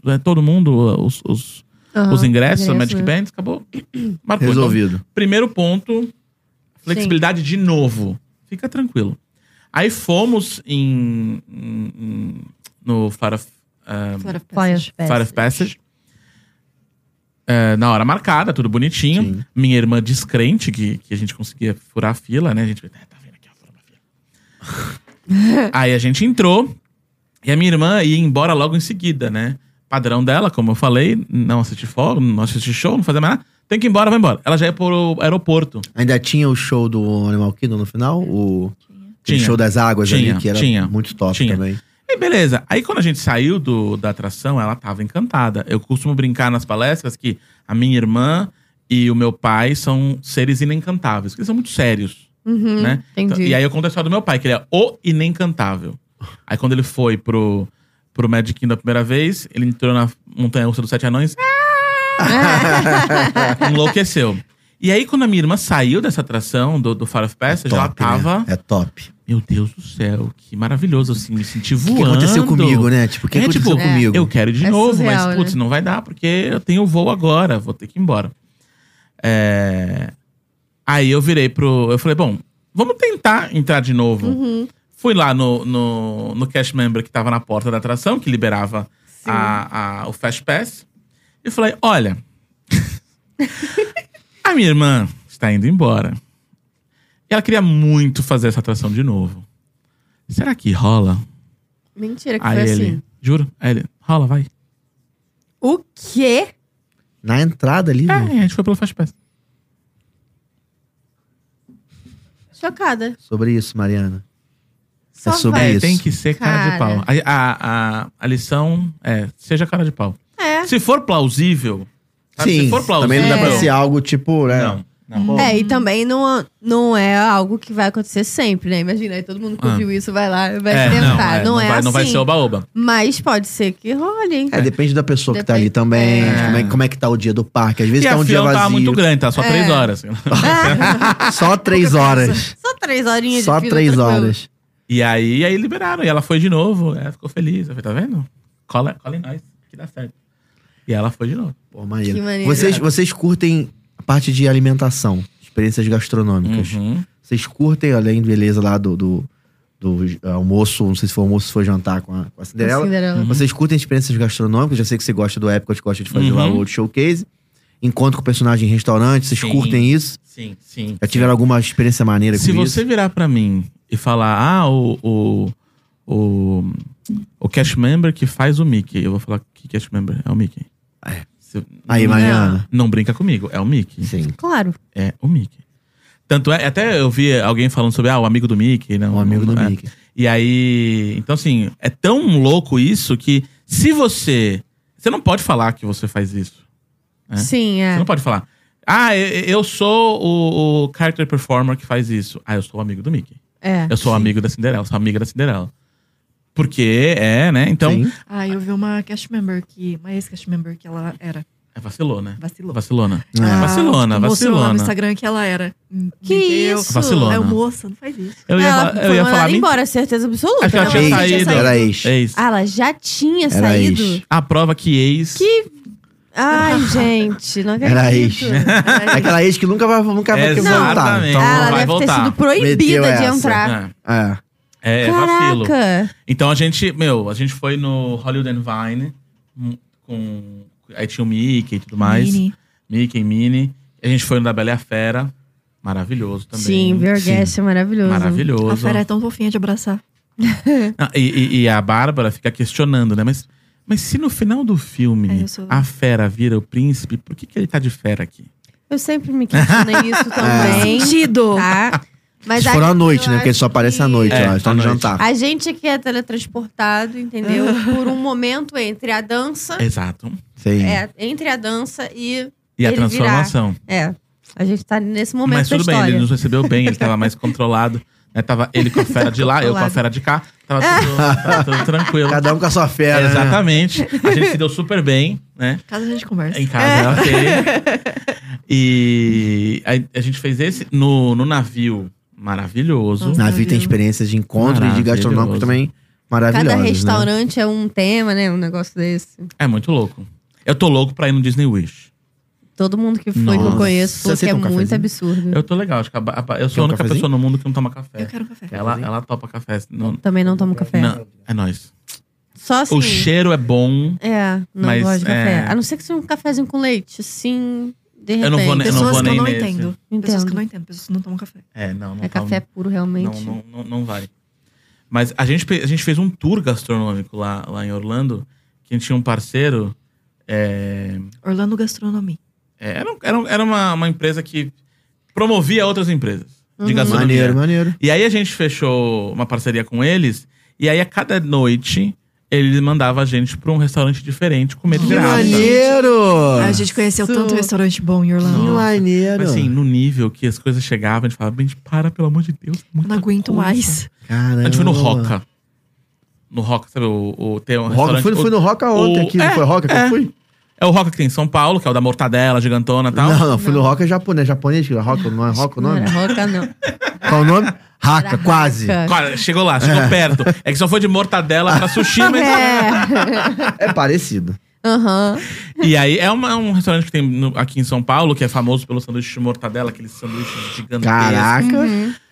C: é, todo mundo os, os,
A: Aham,
C: os ingressos,
A: ingresso,
C: Magic
A: Ah, né?
C: Bands, acabou. Marcou. Então,
B: Resolvido.
C: Primeiro ponto, flexibilidade de novo. Fica tranquilo. Aí fomos em, em- em- no Far of, ah,
D: Fora of
A: Fly
D: passage.
A: of Passage.
C: Far of Passage. É, na hora marcada, tudo bonitinho.
B: Sim.
C: Minha irmã descrente que, que a gente conseguia furar a fila, né? A gente, "É, tá vendo aqui, ó, furamos a fila. Aí a gente entrou e a minha irmã ia embora logo em seguida, né? Padrão dela, como eu falei, não assistir fogo, não assistir show, não fazer mais nada. Tem que ir embora, vai embora. Ela já ia pro aeroporto.
B: Ainda tinha o show do Animal Kingdom no final? O aquele
C: Tinha.
B: show das águas
C: Tinha,
B: ali, que era
C: tinha,
B: muito top
C: tinha.
B: também.
C: E beleza. Aí quando a gente saiu do, da atração, ela tava encantada. Eu costumo brincar nas palestras que a minha irmã e o meu pai são seres inencantáveis, que eles são muito sérios,
A: Uhum,
C: né?
A: Entendi.
C: Então, e aí eu conto a história do meu pai, que ele é o inencantável. Aí quando ele foi pro, pro Magic Kingdom a primeira vez, ele entrou na montanha russa dos sete anões, enlouqueceu. E aí quando a minha irmã saiu dessa atração, do, do Far of Passage, ela
B: top, né?
C: tava...
B: É top.
C: Meu Deus do céu, que maravilhoso, assim, me senti
B: O
C: voando.
B: que aconteceu comigo, né? Tipo, o que
C: É,
B: aconteceu
C: tipo,
B: comigo?
C: Eu quero ir de
A: É
C: novo,
A: surreal,
C: mas putz,
A: né?
C: não vai dar, porque eu tenho voo agora, vou ter que ir embora. É, Aí eu virei pro. Eu falei, bom, vamos tentar entrar de novo.
A: Uhum.
C: Fui lá no, no, no Cash Member que tava na porta da atração, que liberava a, a- o Fast Pass. E falei, olha. a minha irmã está indo embora. E ela queria muito fazer essa atração de novo. Será que rola?
A: Mentira que
C: Aí
A: foi
C: ele,
A: assim.
C: juro? Aí ele, rola, vai.
A: O quê?
B: Na entrada ali,
C: É,
B: mano,
C: a gente foi pelo Fast Pass.
A: Chocada.
B: sobre isso, Mariana.
C: É
A: Só
B: sobre
A: vai.
B: isso.
C: Tem que ser cara,
A: Cara.
C: de pau. A, a, a, a lição é, seja cara de pau.
A: É.
C: Se for plausível, sabe?
B: Sim,
C: se for plausível.
B: também não dá pra
A: É.
B: ser algo tipo, né?
C: Não, não.
A: É, e também não, não é algo que vai acontecer sempre, né? Imagina, aí todo mundo que
C: Ah.
A: ouviu isso vai lá e vai
C: É,
A: tentar. Não, é,
C: vai,
A: assim.
C: não vai ser oba-oba.
A: Mas pode ser que role, hein?
B: É, depende da pessoa que tá
A: Depende-
B: ali também,
C: É.
B: de como, é, como é que tá o dia do parque. Às vezes
C: E
B: tá
C: a
B: um dia
C: fila não
B: vazio,
C: tava muito grande, tá? Só
A: É.
C: três horas.
B: só três horas.
A: Ah, Só três horinhas
B: só
A: de fila,
B: três
A: tranquilo.
B: horas.
C: E aí, aí liberaram. E ela foi de novo. Ela ficou feliz. Eu falei, tá vendo? Cola, cola em nós, que dá certo. E ela foi de novo.
B: Pô, maneiro.
A: Que maneiro. É.
B: Vocês, vocês curtem a parte de alimentação, experiências gastronômicas.
C: Uhum.
B: Vocês curtem, além beleza lá do, do, do, eh, almoço, não sei se foi almoço, se foi jantar com a, com a Cinderela.
A: Cinderela.
C: Uhum.
B: Vocês curtem experiências gastronômicas, já sei que você gosta do Epcot, gosta de fazer
C: Uhum.
B: lá o World Showcase. Encontro com o personagem em restaurante, vocês
C: Sim.
B: curtem isso?
C: Sim, sim.
B: Já tiveram alguma experiência maneira
C: Se
B: com
C: você
B: isso?
C: virar pra mim e falar, ah, o, o, o, o cash member que faz o Mickey, eu vou falar que cash member é o Mickey.
B: É.
C: Se-
B: Aí,
C: não,
B: Mariana.
C: não brinca comigo, é o Mickey.
B: Sim.
A: Claro.
C: É o Mickey. Tanto é, até eu vi alguém falando sobre, ah, o amigo do Mickey. Não,
B: Um amigo
C: não-
B: do
C: é.
B: Mickey.
C: E aí, então assim, é tão louco isso que se você, você não pode falar que você faz isso. É.
A: Sim,
C: Você
A: é.
C: não pode falar, ah, eu, eu sou o, o character performer que faz isso. Ah, eu sou o amigo do Mickey.
A: É.
C: Eu sou
B: Sim.
C: amigo da Cinderela, sou amiga da Cinderela. Porque é, né? Então.
B: Sim.
D: Ah, eu vi uma cast member que. Uma ex-cast member que ela era.
C: É vacilou, né?
D: Vacilou.
C: Vacilona.
B: É.
A: Ah,
D: Ela
C: Vacilona,
D: mostrou lá no
C: vacilona.
D: Instagram que ela era.
A: Que
D: Miguel.
A: isso?
C: Vacilou.
D: Aí eu,
C: Vacilona.
D: moça, não faz isso.
C: Eu ia,
A: ela
C: falar-
A: foi
C: eu ia
A: mandada
C: falar. min-
A: embora, Ah. certeza absoluta.
C: Acho que ela
A: né?
C: tinha
B: Ex,
C: saído.
B: Era ex.
C: É isso.
A: Ah, ela já tinha
B: Era
A: saído?
B: ex.
C: A prova que ex.
A: Que Ai, gente, não acredito.
B: Era É aquela ex que nunca vai, nunca vai querer voltar.
C: Exatamente.
B: Então,
A: Ah, ela
C: vai
A: deve ter
C: voltar.
A: sido proibida
B: Meteu
A: de
B: essa.
A: entrar.
B: é.
C: Ah, É, é vacilo.
A: Caraca.
C: Então a gente, meu, a gente foi no Hollywood and Vine hum, com. Aí tinha o Mickey e tudo mais.
D: Mini.
C: Mickey, Minnie. A gente foi no da Bela e a Fera. Maravilhoso também.
A: Sim, Vergest é maravilhoso. é-
D: A
C: Maravilhoso.
D: fera é tão fofinha de abraçar.
C: Ah, e, e- e a Bárbara fica questionando, né? Mas, mas se no final do
D: É,
C: filme
D: eu sou-
C: a fera vira o príncipe, por que, que ele tá de fera aqui?
A: Eu sempre me questionei isso também.
D: Sentido!
A: Tá? Mas
B: É. Se for à
A: aqui
B: noite,
A: eu
B: né? Porque
A: acho
B: só aparece à
A: que-
B: noite,
C: É,
B: ó. Estão
C: à
B: no
C: noite.
B: jantar.
A: A gente que é teletransportado, entendeu? Por um momento entre a dança,
C: Exato.
B: Sim.
A: é, entre a dança e
C: E a
A: Ele
C: transformação.
A: é, a gente tá nesse momento
C: mas tudo
A: da
C: bem,
A: história.
C: ele nos recebeu bem, ele tava mais controlado. Né? Tava ele com a fera de lá, eu com a
A: Controlado.
C: fera de cá. Tava tudo, tava tudo tranquilo.
B: Cada um com a sua fera, né?
C: Exatamente. A gente se deu super bem, né?
D: Caso a gente conversa.
C: Em casa, ok. E aí a gente fez esse no, no navio. Maravilhoso.
D: Nossa.
B: Navio tem experiências de encontro e de gastronômico
C: Maravilhoso.
B: também
A: Cada
B: maravilhosas. né?
A: restaurante é um tema, né? Um negócio desse.
C: É muito louco. Eu tô louco pra ir no Disney Wish.
A: Todo mundo que foi que eu
B: Nossa,
A: conheço falou
B: você
A: que é
B: toma um
A: muito
B: cafezinho?
A: absurdo.
C: Eu tô legal. Acho que a Ba- a Ba-
B: Quer
C: eu
B: um
C: sou a única
B: cafezinho?
C: pessoa no mundo que não toma café.
D: Eu quero um café.
C: Ela, ela topa café. Não,
A: Também não tomo café.
C: não, é nóis.
A: Só assim.
C: O cheiro é bom.
A: É, não
C: Mas,
A: gosto de café.
C: é.
A: A não ser que seja um cafezinho com leite, assim, de repente.
C: Eu não vou nem- eu não
D: Pessoas
C: vou
D: que eu não
C: nem nesse.
D: entendo. Pessoas que eu
A: Entendo.
D: não entendo. Pessoas que não tomam café.
C: É, não, não
A: É
C: tomo.
A: café puro, realmente.
C: Não, não, não, não vai. Mas a gente, pe- a gente fez um tour gastronômico lá, lá em Orlando, que a gente tinha um parceiro. é,
D: Orlando Gastronomia.
C: é, era um- era, um- era uma, uma empresa que promovia outras empresas
D: Uhum.
C: de gastronomia.
B: Maneiro, né? maneiro.
C: E aí a gente fechou uma parceria com eles, e aí a cada noite ele mandava a gente pra um restaurante diferente comer de
D: Que
C: graça.
D: maneiro. A
B: Maneiro!
D: gente conheceu
A: Isso.
D: tanto restaurante bom em
B: Que
D: Orlando.
C: Nossa.
B: maneiro!
C: Mas assim, no nível que as coisas chegavam, a gente falava, gente, para, pelo amor de Deus.
D: Eu
C: muita
D: não aguento
C: coisa."
D: mais.
B: Caramba.
C: A gente foi no Roca. No Roca, sabe? O, o, tem um
B: Roca,
C: restaurante.
B: fui, fui no Roca ontem
C: o-
B: aqui, não
C: é,
B: foi Roca que eu
C: é.
B: fui?
C: É o Roca que tem em São Paulo, que é o da mortadela gigantona e tal.
B: Não, não, fui no Roca japonês, japonês, que é Roca, não é Roca o
A: Não
B: nome?
A: era roca, não.
B: Qual o nome? Raca,
A: Era
B: quase.
A: roca.
C: Cara, chegou lá, chegou perto. É que só foi de mortadela pra sushi, mas...
A: É.
B: É parecido.
A: Aham.
C: E aí, é uma- um restaurante que tem no- aqui em São Paulo, que é famoso pelo sanduíche de mortadela, aqueles sanduíches gigantescos.
B: Caraca.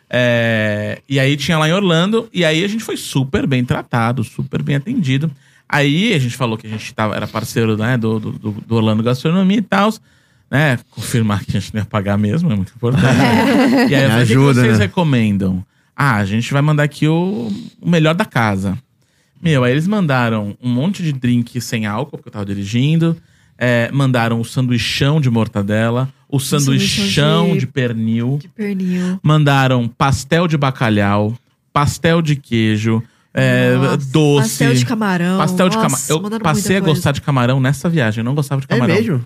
C: É, e aí tinha lá em Orlando, e aí a gente foi super bem tratado, super bem atendido. Aí a gente falou que a gente tava, era parceiro né, do, do, do- do Orlando Gastronomia e tal. Né, confirmar que a gente não ia pagar mesmo, é muito importante. e aí eu falei, o que
B: Ajuda,
C: que vocês
B: né?
C: recomendam? Ah, a gente vai mandar aqui o, o melhor da casa. Meu, aí eles mandaram um monte de drink sem álcool, porque eu tava dirigindo. É, mandaram o sanduichão de mortadela, o sanduichão
D: sanduichão de-
C: de pernil
D: De pernil.
C: mandaram pastel de bacalhau, pastel de queijo, é,
D: Nossa.
C: doce.
D: Pastel de camarão.
C: pastel de
D: Nossa,
C: cama- Eu
D: mandaram
C: passei a
D: muita coisa.
C: gostar de camarão nessa viagem. Eu não gostava de
B: É
C: camarão.
B: mesmo?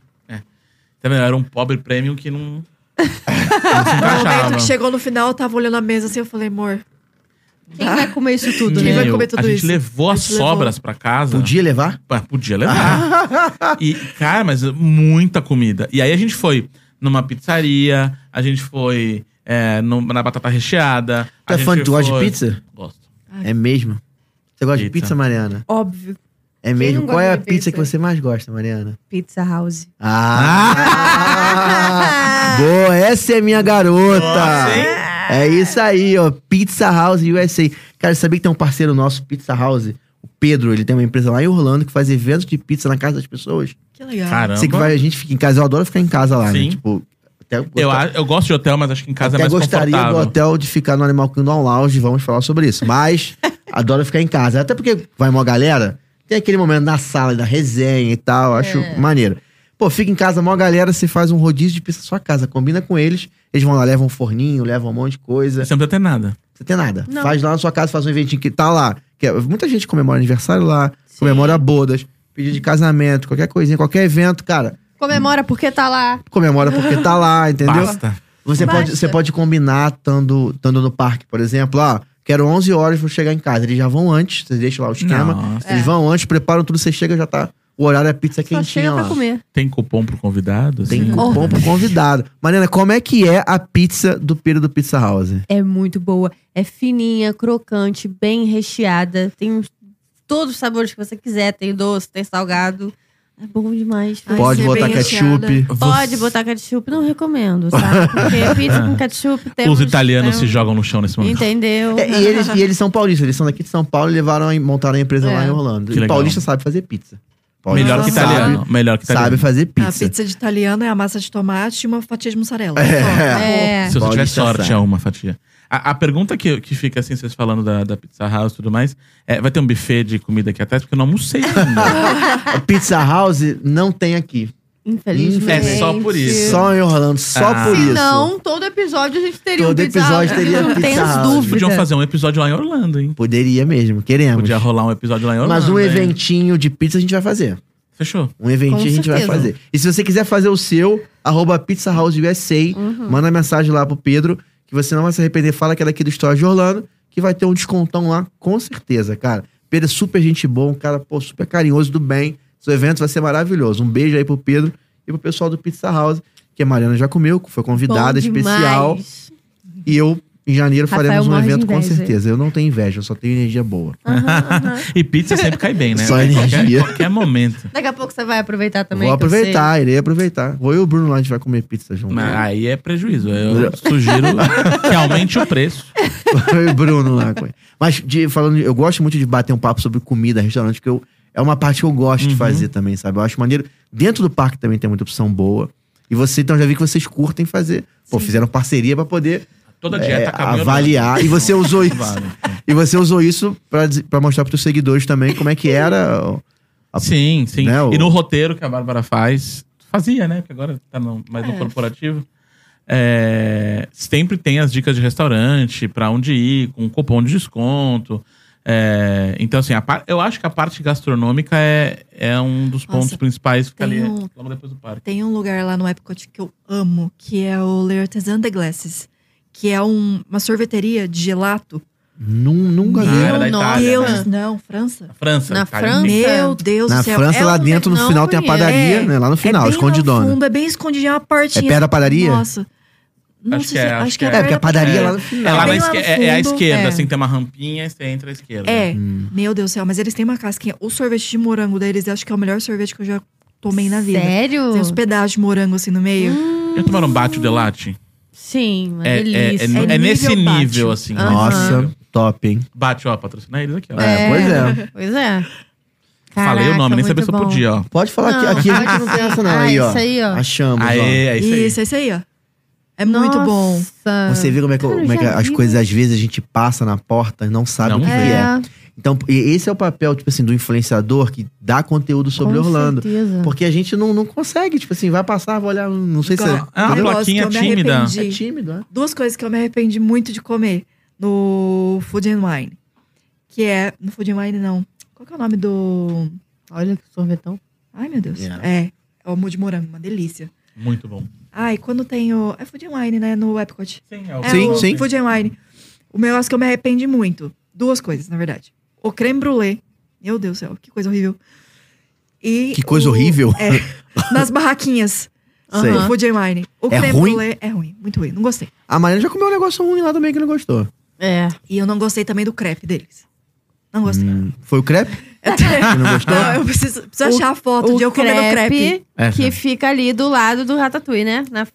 C: Tá vendo? Eu era um pobre premium que não. não se
D: No É momento
C: encaixava.
D: que chegou no final, eu tava olhando a mesa assim, eu falei, amor,
A: Quem vai comer isso tudo,
D: Quem
A: né?
D: vai
C: Meu,
D: comer tudo
C: a gente
D: isso?
C: levou
D: A
C: as
D: gente levou.
C: sobras pra casa.
B: Podia levar?
C: Pá, podia levar. e, cara, mas muita comida. E aí a gente foi numa pizzaria, a gente foi é, no- na batata recheada.
B: Tu
C: a
B: é
C: gente
B: fã de tu gosta de
C: foi-
B: pizza?
C: Gosto.
B: É mesmo. Você gosta de
C: Pizza.
B: pizza, Mariana?
A: Óbvio.
B: É
A: não
B: mesmo. Qual
A: gosta
B: é a
A: de
B: pizza que
A: pizza?
B: você mais gosta, Mariana?
A: Pizza House.
B: Ah! Boa, essa é minha garota!
C: Nossa, hein?
B: é isso aí, ó. Pizza House USA. Cara, sabia que tem um parceiro nosso, Pizza House? O Pedro, ele tem uma empresa lá em Orlando que faz eventos de pizza na casa das pessoas.
D: que legal.
C: Caramba.
B: Você que vai, a gente fica em casa, eu adoro ficar em casa lá,
C: Sim.
B: né? Tipo, até
C: Eu,
B: gostar-
C: a- eu gosto de hotel, mas acho que em casa
B: até
C: é mais
B: gostaria do
C: confortável.
B: hotel de ficar no Animal Kingdom Lounge, vamos falar sobre isso. Mas adoro ficar em casa. Até porque vai uma galera, tem aquele momento na sala, da resenha e tal, acho maneiro. Pô, fica em casa, mó galera, você faz um rodízio de pizza na sua casa, combina com eles, eles vão lá, levam um forninho, levam um monte de coisa.
C: Você não precisa ter nada.
B: Você tem nada.
A: Não.
B: Faz lá na sua casa, faz um eventinho que tá lá. Que é- muita gente comemora aniversário lá, comemora bodas, pedido de casamento, qualquer coisinha, qualquer evento, cara.
A: Comemora porque tá lá.
B: Comemora porque tá lá, entendeu?
C: Basta.
B: Você
A: Basta.
B: pode, você pode combinar estando estando no parque, por exemplo, ah, quero 11 horas vou chegar em casa. Eles já vão antes, você deixa lá o esquema.
C: Nossa.
B: Eles
A: É.
B: vão antes, preparam tudo, você chega já tá o horário é pizza
A: Só
B: quentinha
A: chega pra
B: lá.
A: comer.
C: Tem cupom pro convidado?
B: Tem
C: assim?
B: cupom pro convidado. Mariana, como é que é a pizza do Pedro do Pizza House?
A: É muito boa. É fininha, crocante, bem recheada. Tem os- todos os sabores que você quiser. Tem doce, tem salgado. É bom demais.
D: Ai,
B: Pode
D: ser
B: botar
D: bem
B: ketchup.
D: recheada.
A: Pode botar ketchup, não recomendo, sabe? Porque pizza com ketchup tem.
C: Os italianos se jogam no chão nesse momento.
A: Então, Entendeu?
B: É, e, eles, e eles são paulistas, eles são daqui de São Paulo e levaram, a- montaram a empresa
D: É.
B: lá em Orlando.
C: Que
B: E
C: legal.
B: paulista sabe fazer pizza. Paulista
C: Melhor que
D: Nossa.
C: italiano.
B: Sabe,
C: Melhor que italiano.
B: sabe fazer
D: A
B: pizza.
D: pizza de italiano é a massa de tomate e uma fatia de mussarela. Só.
A: É.
C: Se você tiver
B: Paulista
C: sorte,
B: sabe.
C: é uma fatia. A, a pergunta que, que fica assim, vocês falando da, da Pizza House e tudo mais, é, vai ter um buffet de comida aqui atrás, porque eu não almocei ainda.
B: A Pizza House não tem aqui.
A: Infelizmente.
C: É só por isso.
B: Só em Orlando, só
C: Ah.
B: por
A: Se
B: isso.
A: não, todo episódio a gente teria
B: Todo
A: um pizza
B: episódio
A: House,
B: teria
A: não
B: Pizza
A: tenhas
B: House.
A: dúvida.
C: Podiam fazer um episódio lá em Orlando, hein?
B: Poderia mesmo, queremos.
C: Podia rolar um episódio lá em Orlando.
B: Mas um
C: hein?
B: eventinho de pizza a gente vai fazer.
C: Fechou.
B: Um eventinho
A: Com
B: a gente vai
A: certeza.
B: fazer. E se você quiser fazer o seu, arroba Pizza House USA,
A: Uhum. Hum.
B: manda mensagem lá pro Pedro, que você não vai se arrepender. Fala que é daqui do História de Orlando, que vai ter um descontão lá, com certeza, cara. Pedro é super gente boa, um cara, pô, super carinhoso, do bem. Seu evento vai ser maravilhoso. Um beijo aí pro Pedro e pro pessoal do Pizza House, que a Mariana já comeu, foi
A: Bom
B: convidada
A: demais.
B: especial. E eu, em janeiro,
A: Rafael
B: faremos um
A: morre de
B: evento, com
A: inveja.
B: certeza. Eu não tenho inveja, eu só tenho energia boa.
A: Aham, aham.
C: E pizza sempre cai bem, né?
B: Só
C: Em qualquer,
B: energia.
C: qualquer momento.
A: Daqui a pouco você vai aproveitar também. então
B: Vou
A: que eu
B: aproveitar, irei aproveitar. Vou eu e o Bruno lá, a gente vai comer pizza junto.
C: Mas aí é prejuízo. Eu sugiro que aumente o preço.
B: Eu e o Bruno lá. com ele. Mas de- falando, de- eu gosto muito de bater um papo sobre comida, restaurante, porque eu, é uma parte que eu gosto de fazer também, sabe? Eu acho maneiro. Dentro do parque também tem muita opção boa. E você, então, já vi que vocês curtem fazer. Pô, fizeram parceria pra poder
C: Toda dieta né?
B: é,
C: acaba em Orlando.
B: avaliar. E você usou isso.
C: Vale.
B: E você usou isso pra dizer- pra mostrar pros seus seguidores também como é que era. ó.
C: Sim, sim.
B: Né, o-
C: E no roteiro que a Bárbara faz, fazia, né? Porque agora tá no- mais no
D: É.
C: corporativo. É, sempre tem as dicas de restaurante, pra onde ir, com cupom de desconto. É, então, assim, a par- eu acho que a parte gastronômica é, é um dos
D: Nossa,
C: pontos principais que fica
D: tem
C: ali
D: um-
C: logo depois do parque.
D: Tem um lugar lá no Epcot que eu amo, que é o Le Artisan de Glaces. Que é um- uma sorveteria de gelato.
B: Nun- Nunca vi.
C: Ah, era da
A: Meu
C: Itália,
A: Deus.
C: né?
D: Deus, não, França.
C: Na França.
A: Na
C: Itália,
A: França?
C: tem-
D: Meu Deus
B: Na
D: do céu.
B: França,
D: é
B: lá
D: um
B: dentro, no
A: não
B: final, tem a
A: conheço.
B: padaria,
D: É.
B: né? Lá no final,
D: é bem
B: escondidona.
D: No fundo, é bem escondidinha, uma partinha.
B: É perto da padaria?
D: Nossa. Não
C: Acho
D: sei
C: que é,
D: se-
C: acho que é.
B: É, porque a
D: perto da
B: padaria é
C: É.
B: lá no final.
C: É lá
D: Bem
C: na
D: lá no
C: esquerda, é é à
D: fundo,
C: esquerda,
D: é.
C: assim, tem uma rampinha e você entra à esquerda.
D: É.
B: Hum.
D: Meu Deus do céu, mas eles têm uma casquinha. O sorvete de morango deles, eu acho que é o melhor sorvete que eu já tomei na vida.
A: Sério?
D: Tem uns pedaços de morango assim no meio.
C: Eu tomaram um bate de latte.
A: Sim, uma
C: É, é,
A: delícia.
C: é- é
D: É
C: nesse
D: nível bate.
C: nível, assim.
A: Aham.
B: Nossa, top, hein?
C: Bate, ó, patrocinar eles aqui, ó.
B: É, pois é.
A: Pois é.
C: Falei o nome, nem
A: Caraca,
C: sabia
A: muito
C: se eu
A: bom.
C: podia, ó.
B: Pode falar
A: Não,
B: aqui. Aqui a
A: pode
B: gente não tem
A: sim.
B: essa, não.
A: Ah,
B: Aí, ó.
A: isso aí, ó.
B: Achamos,
C: Aê, é isso aí.
D: Isso, é isso aí, ó. É muito bom.
B: ó.
A: Nossa.
B: Você vê como é que,
A: Cara, eu
B: como é que
A: já
B: as
A: vi.
B: coisas, às vezes, a gente passa na porta e não sabe
C: Não
B: o que
C: vê.
B: é.
A: É,
B: Então, e esse é o papel, tipo assim, do influenciador que dá conteúdo sobre
A: com
B: Orlando.
A: certeza.
B: Porque a gente não, não consegue, tipo assim, vai passar, vai olhar, não sei se é,
D: Igual-
C: É uma
D: um negócio
C: plaquinha
D: que eu me
C: tímida.
B: é
D: arrependi.
B: tímido, né?
D: Duas coisas que eu me arrependi muito de comer no Food and Wine. Que é. No Food and Wine, não. Qual que é o nome do.
A: Olha que sorvetão.
D: Ai, meu Deus.
B: Yeah.
D: É. É o amor de morango, uma delícia.
C: Muito bom.
D: Ai, quando tem o. É Food and Wine, né? No Epcot.
C: Sim, é
D: É
B: Sim,
D: o
B: sim.
D: Food and Wine. O meu acho que eu me arrependi muito. Duas coisas, na verdade. O creme brulee. Meu Deus do céu, que coisa horrível. E
B: Que coisa
D: o-
B: horrível.
D: É, nas barraquinhas.
B: Sei.
D: O Food and Wine. O
B: É
D: creme
B: ruim?
D: brulee é ruim, muito ruim. Não gostei.
B: A Mariana já comeu um negócio ruim lá também que não gostou.
A: É.
D: E eu não gostei também do crepe deles. Não gostei.
B: Foi o crepe? Que não gostou?
D: Não, eu preciso, preciso
A: Ah. O-
D: achar a foto de eu comendo crepe.
C: É,
A: que fica ali do lado do Ratatouille, né? Na,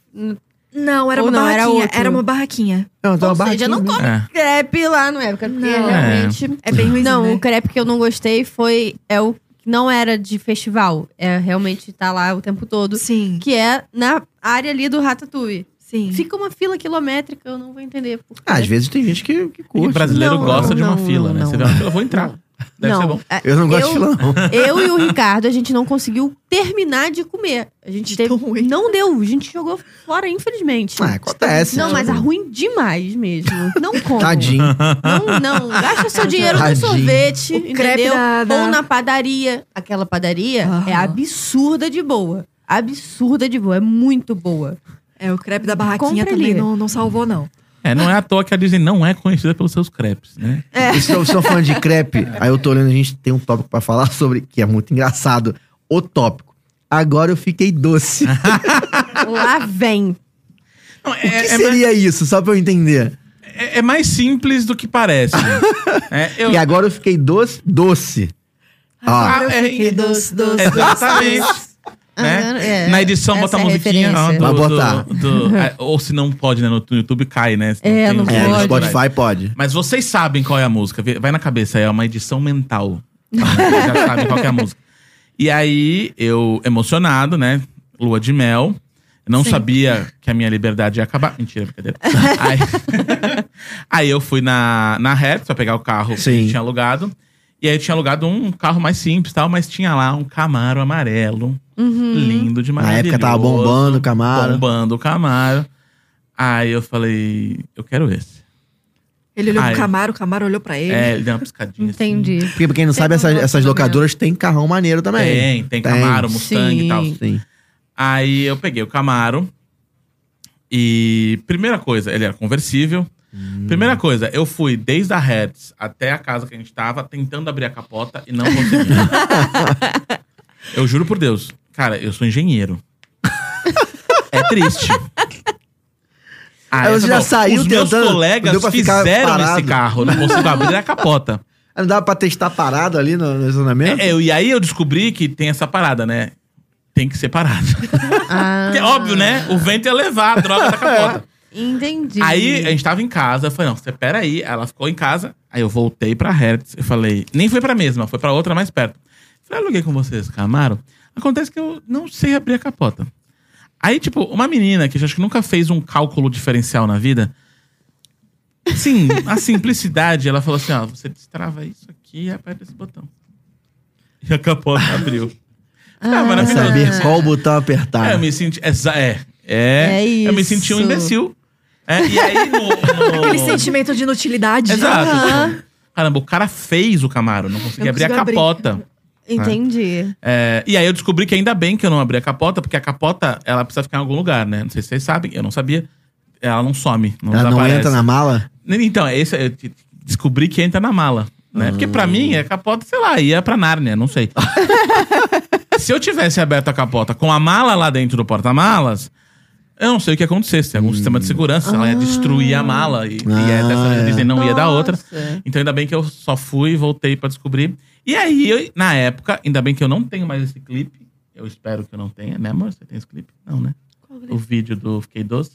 D: Não, era
A: Ou
D: uma
A: não, era
D: barraquinha.
A: outro.
D: Era, uma barraquinha.
B: Não, então
A: Ou
B: a barra
A: seja, não
B: aqui-
A: come
C: É.
A: crepe lá no época. Porque
D: Não.
A: realmente...
D: É bem ruim.
A: Não,
D: né?
A: o crepe que eu não gostei foi... É o que não era de festival. É realmente tá lá o tempo todo.
D: Sim,
A: Que é na área ali do Ratatouille.
D: sim.
A: Fica uma fila quilométrica, eu não vou entender. Por quê.
B: Ah, às vezes tem gente que, que
C: E
B: curte.
C: brasileiro
A: Não,
C: gosta de uma
A: não,
C: fila, né?
A: não.
C: Você vê uma fila, eu vou entrar. Deve ser
A: não,
C: bom.
A: é,
B: Eu não gosto de
A: Eu-
B: fila, não.
A: eu e o Ricardo, a gente não conseguiu terminar de comer. A gente
D: De
A: teve...
D: tão ruim.
A: Não deu, a gente jogou fora, infelizmente.
B: Ah, acontece.
A: Não,
B: né?
A: mas é ruim demais mesmo. Não como.
B: Tadinho.
A: Não, não. Gasta seu dinheiro no
B: Tadinho.
A: sorvete,
D: O crepe
A: entendeu?
D: da- da-
A: Ou na padaria. Aquela padaria
D: Aham.
A: é absurda de boa. Absurda de boa. É muito boa.
D: É, o crepe da barraquinha
A: Compra
D: também
A: ali.
D: não, não salvou, não.
C: É, não é à toa que a Disney não é conhecida pelos seus crepes, né?
A: É.
B: E se eu se eu for falando de crepe, aí eu tô olhando, a gente tem um tópico pra falar sobre, que é muito engraçado. O tópico. Agora eu fiquei doce.
C: É,
A: Lá vem.
C: Não,
B: O que
C: é, é, mais,
B: seria isso? Só pra eu entender.
C: é- é mais simples do que parece. É, eu-
B: E agora eu fiquei doce, doce. Ah,
D: Agora eu
C: é,
D: fiquei
C: é,
D: doce, doce,
C: Exatamente. né?
A: É,
C: Na edição
A: essa
C: bota a
A: é a
C: musiquinha. ó,
A: referência.
C: do-
B: Vai
C: do-
B: botar.
C: do- é, ou se não pode, né? No YouTube cai, né? Se
A: É, não
B: É, no
A: Pode.
B: Spotify pode.
C: Mas vocês sabem qual é a música. vê- Vai na cabeça, é uma edição mental. Então, Vocês já sabem qual que é a música. E aí, eu, emocionado, né? Lua de mel. Não
D: Sim.
C: sabia que a minha liberdade ia acabar. Mentira, brincadeira. aí, aí eu fui na, na rap pra pegar o carro que
B: Sim.
C: eu tinha alugado. E aí eu tinha alugado um carro mais simples e tal, mas tinha lá um Camaro amarelo. Lindo de
B: Na época tava bombando o Camaro.
C: Bombando o Camaro. Aí eu falei, eu quero esse.
D: Ele olhou
C: Ah, é.
D: pro Camaro, o Camaro olhou pra ele.
C: É, ele deu uma piscadinha assim.
A: Entendi.
B: Porque pra quem não
A: Tem
B: sabe,
A: um
B: essas,
A: outro
B: essas
A: também.
B: locadoras têm carrão maneiro também.
C: Tem,
B: Tem.
C: tem Camaro, Mustang e tal.
A: Sim.
B: Sim.
C: Aí eu peguei o Camaro. E primeira coisa, ele era conversível.
B: Hum.
C: Primeira coisa, eu fui desde a Hertz até a casa que a gente tava tentando abrir a capota e não consegui. eu juro por Deus. Cara, eu sou engenheiro. é triste.
B: Aí
C: eu
B: você já saiu
C: Os meus
B: tentando, deu
C: colegas
B: pra ficar
C: fizeram esse
B: parado.
C: carro, não consigo abrir a capota.
B: Aí Não dava pra testar parado ali no, no estacionamento?
C: É, eu- e aí eu descobri que tem essa parada, né? Tem que ser parado.
A: Ah,
C: Porque é óbvio, né? O vento ia levar a droga da capota.
A: Entendi.
C: Aí a gente tava em casa, eu falei, não, você pera aí. Ela ficou em casa, aí eu voltei pra Hertz. Eu falei, nem foi pra mesma, foi pra outra mais perto. Eu falei, aluguei com vocês, Camaro. Acontece que eu não sei abrir a capota. Aí, tipo, uma menina que eu acho que nunca fez um cálculo diferencial na vida. Sim, a simplicidade, ela falou assim: ó, você destrava isso aqui e aperta esse botão. E a capota abriu. Ah,
A: né?
B: Pra
C: maravilhoso.
B: saber qual botão apertar.
C: É, eu me senti. exa- É, é.
A: Ah. É
C: Eu me senti um
A: isso.
C: imbecil. É, e aí no. no-
D: Aquele sentimento de inutilidade.
C: Exato.
A: Aham.
C: Caramba, o cara fez o Camaro, não conseguia
D: Não
C: abrir a
D: conseguiu abrir.
C: capota.
A: Entendi.
C: É, e aí eu descobri que ainda bem que eu não abri a capota, porque a capota, ela precisa ficar em algum lugar, né? Não sei se vocês sabem, eu não sabia. Ela não some, não
B: Ela não
C: desaparece.
B: entra na mala?
C: Então, é isso, eu te- descobri que entra na mala.
B: Ah.
C: Né? Porque pra mim, a capota, sei lá, ia pra Nárnia, não sei. Se eu tivesse aberto a capota com a mala lá dentro do porta-malas, eu não sei o que ia acontecer. Se tem algum sistema de segurança, ela ia destruir a mala e, e ia
B: Hum. Ah,
C: dessa
B: é.
C: vez e não ia da outra.
A: Nossa.
C: Então, ainda bem que eu só fui e voltei pra descobrir. E aí, eu- na época, ainda bem que eu não tenho mais esse clipe. Eu espero que eu não tenha, né, amor? Você tem esse clipe? Não, né? O vídeo do Fiquei Doce.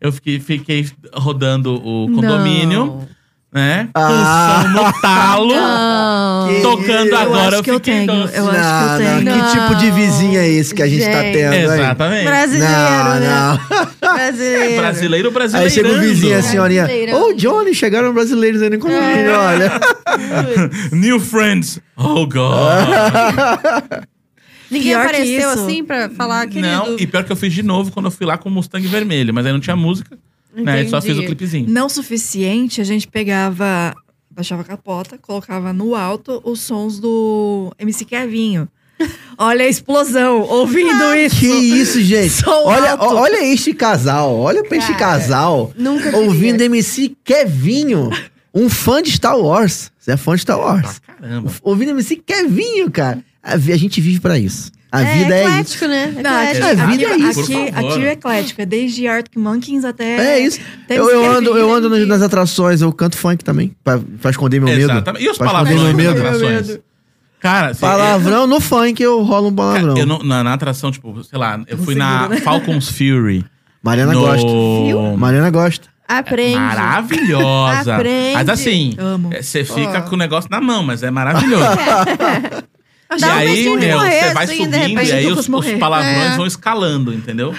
C: Eu fiquei, fiquei rodando o condomínio,
A: Não.
C: né? Com
B: Ah.
C: o som no talo,
A: Não.
B: Que-
C: tocando
B: Eu
C: agora
D: acho
C: eu
D: que eu
C: Fiquei
D: tenho,
C: Doce.
D: Eu acho que eu tenho.
B: Que tipo de vizinho é esse que a gente, tá
A: Gente.
B: tendo? aí?
C: Exatamente.
A: Brasileiro,
B: Não,
A: né?
B: não.
A: Brasileiro.
C: Brasileiro, brasileiro.
B: Aí chega o vizinho, a
A: assim,
B: senhorinha.
A: Brasileirão.
B: Ô, Johnny, chegaram brasileiros aí no condomínio, olha.
C: New friends. Oh, God.
A: Ninguém
D: Pior que
A: apareceu
D: isso.
A: assim pra falar, querido.
C: não, e pior que eu fiz de novo quando eu fui lá com o Mustang vermelho. Mas aí não tinha música, né? Aí Só
A: Entendi.
C: fiz o clipezinho.
D: Não suficiente, a gente pegava, baixava a capota, colocava no alto os sons do MC Kevinho. Olha a explosão, ouvindo isso.
B: Que isso, gente?
D: Som
B: Olha,
D: alto.
B: ó- olha este casal, olha pra este
A: Cara,
B: casal.
A: Nunca diria.
B: Ouvindo MC Kevinho, um fã de Star Wars. Você é fã de Star Wars.
C: Pra caramba.
B: Ouvindo MC Kevinho, cara. A, vi- a gente vive pra isso. A vida é isso.
A: eclético, né?
D: Não, aqui,
A: Eclético.
B: é a vida é
D: aqui,
B: isso.
D: aqui,
C: Por favor.
D: aqui é eclético, é desde Arctic Monkeys
A: né?
D: até...
B: É isso.
D: até
B: Eu,
D: MC
B: eu ando, eu
D: Kevinho,
B: ando
D: né?
B: nas atrações, eu canto funk também, pra, pra esconder meu medo.
C: Exatamente. E os
B: Pra esconder
C: palavrões
B: meu
C: nas
B: medo.
C: atrações? Cara, assim,
B: Palavrão no funk, eu rolo um
C: eu-
B: palavrão.
C: eu não- na, na atração, tipo, sei lá, eu fui na
D: Segura, né?
C: Falcons Fury.
B: Mariana
C: no-
B: gosta. Mariana gosta.
A: Aprende.
C: Maravilhosa.
A: Aprende.
C: Mas assim,
D: Amo.
C: é, você fica com o negócio na mão, mas é maravilhoso. e
A: Dá um
C: aí,
A: medinho de
C: meu,
A: morrer,
C: você vai
A: assim, de
C: subindo
A: repente,
C: e aí
D: eu
C: os,
D: posso morrer.
C: os palavrões
A: É.
C: vão escalando, entendeu?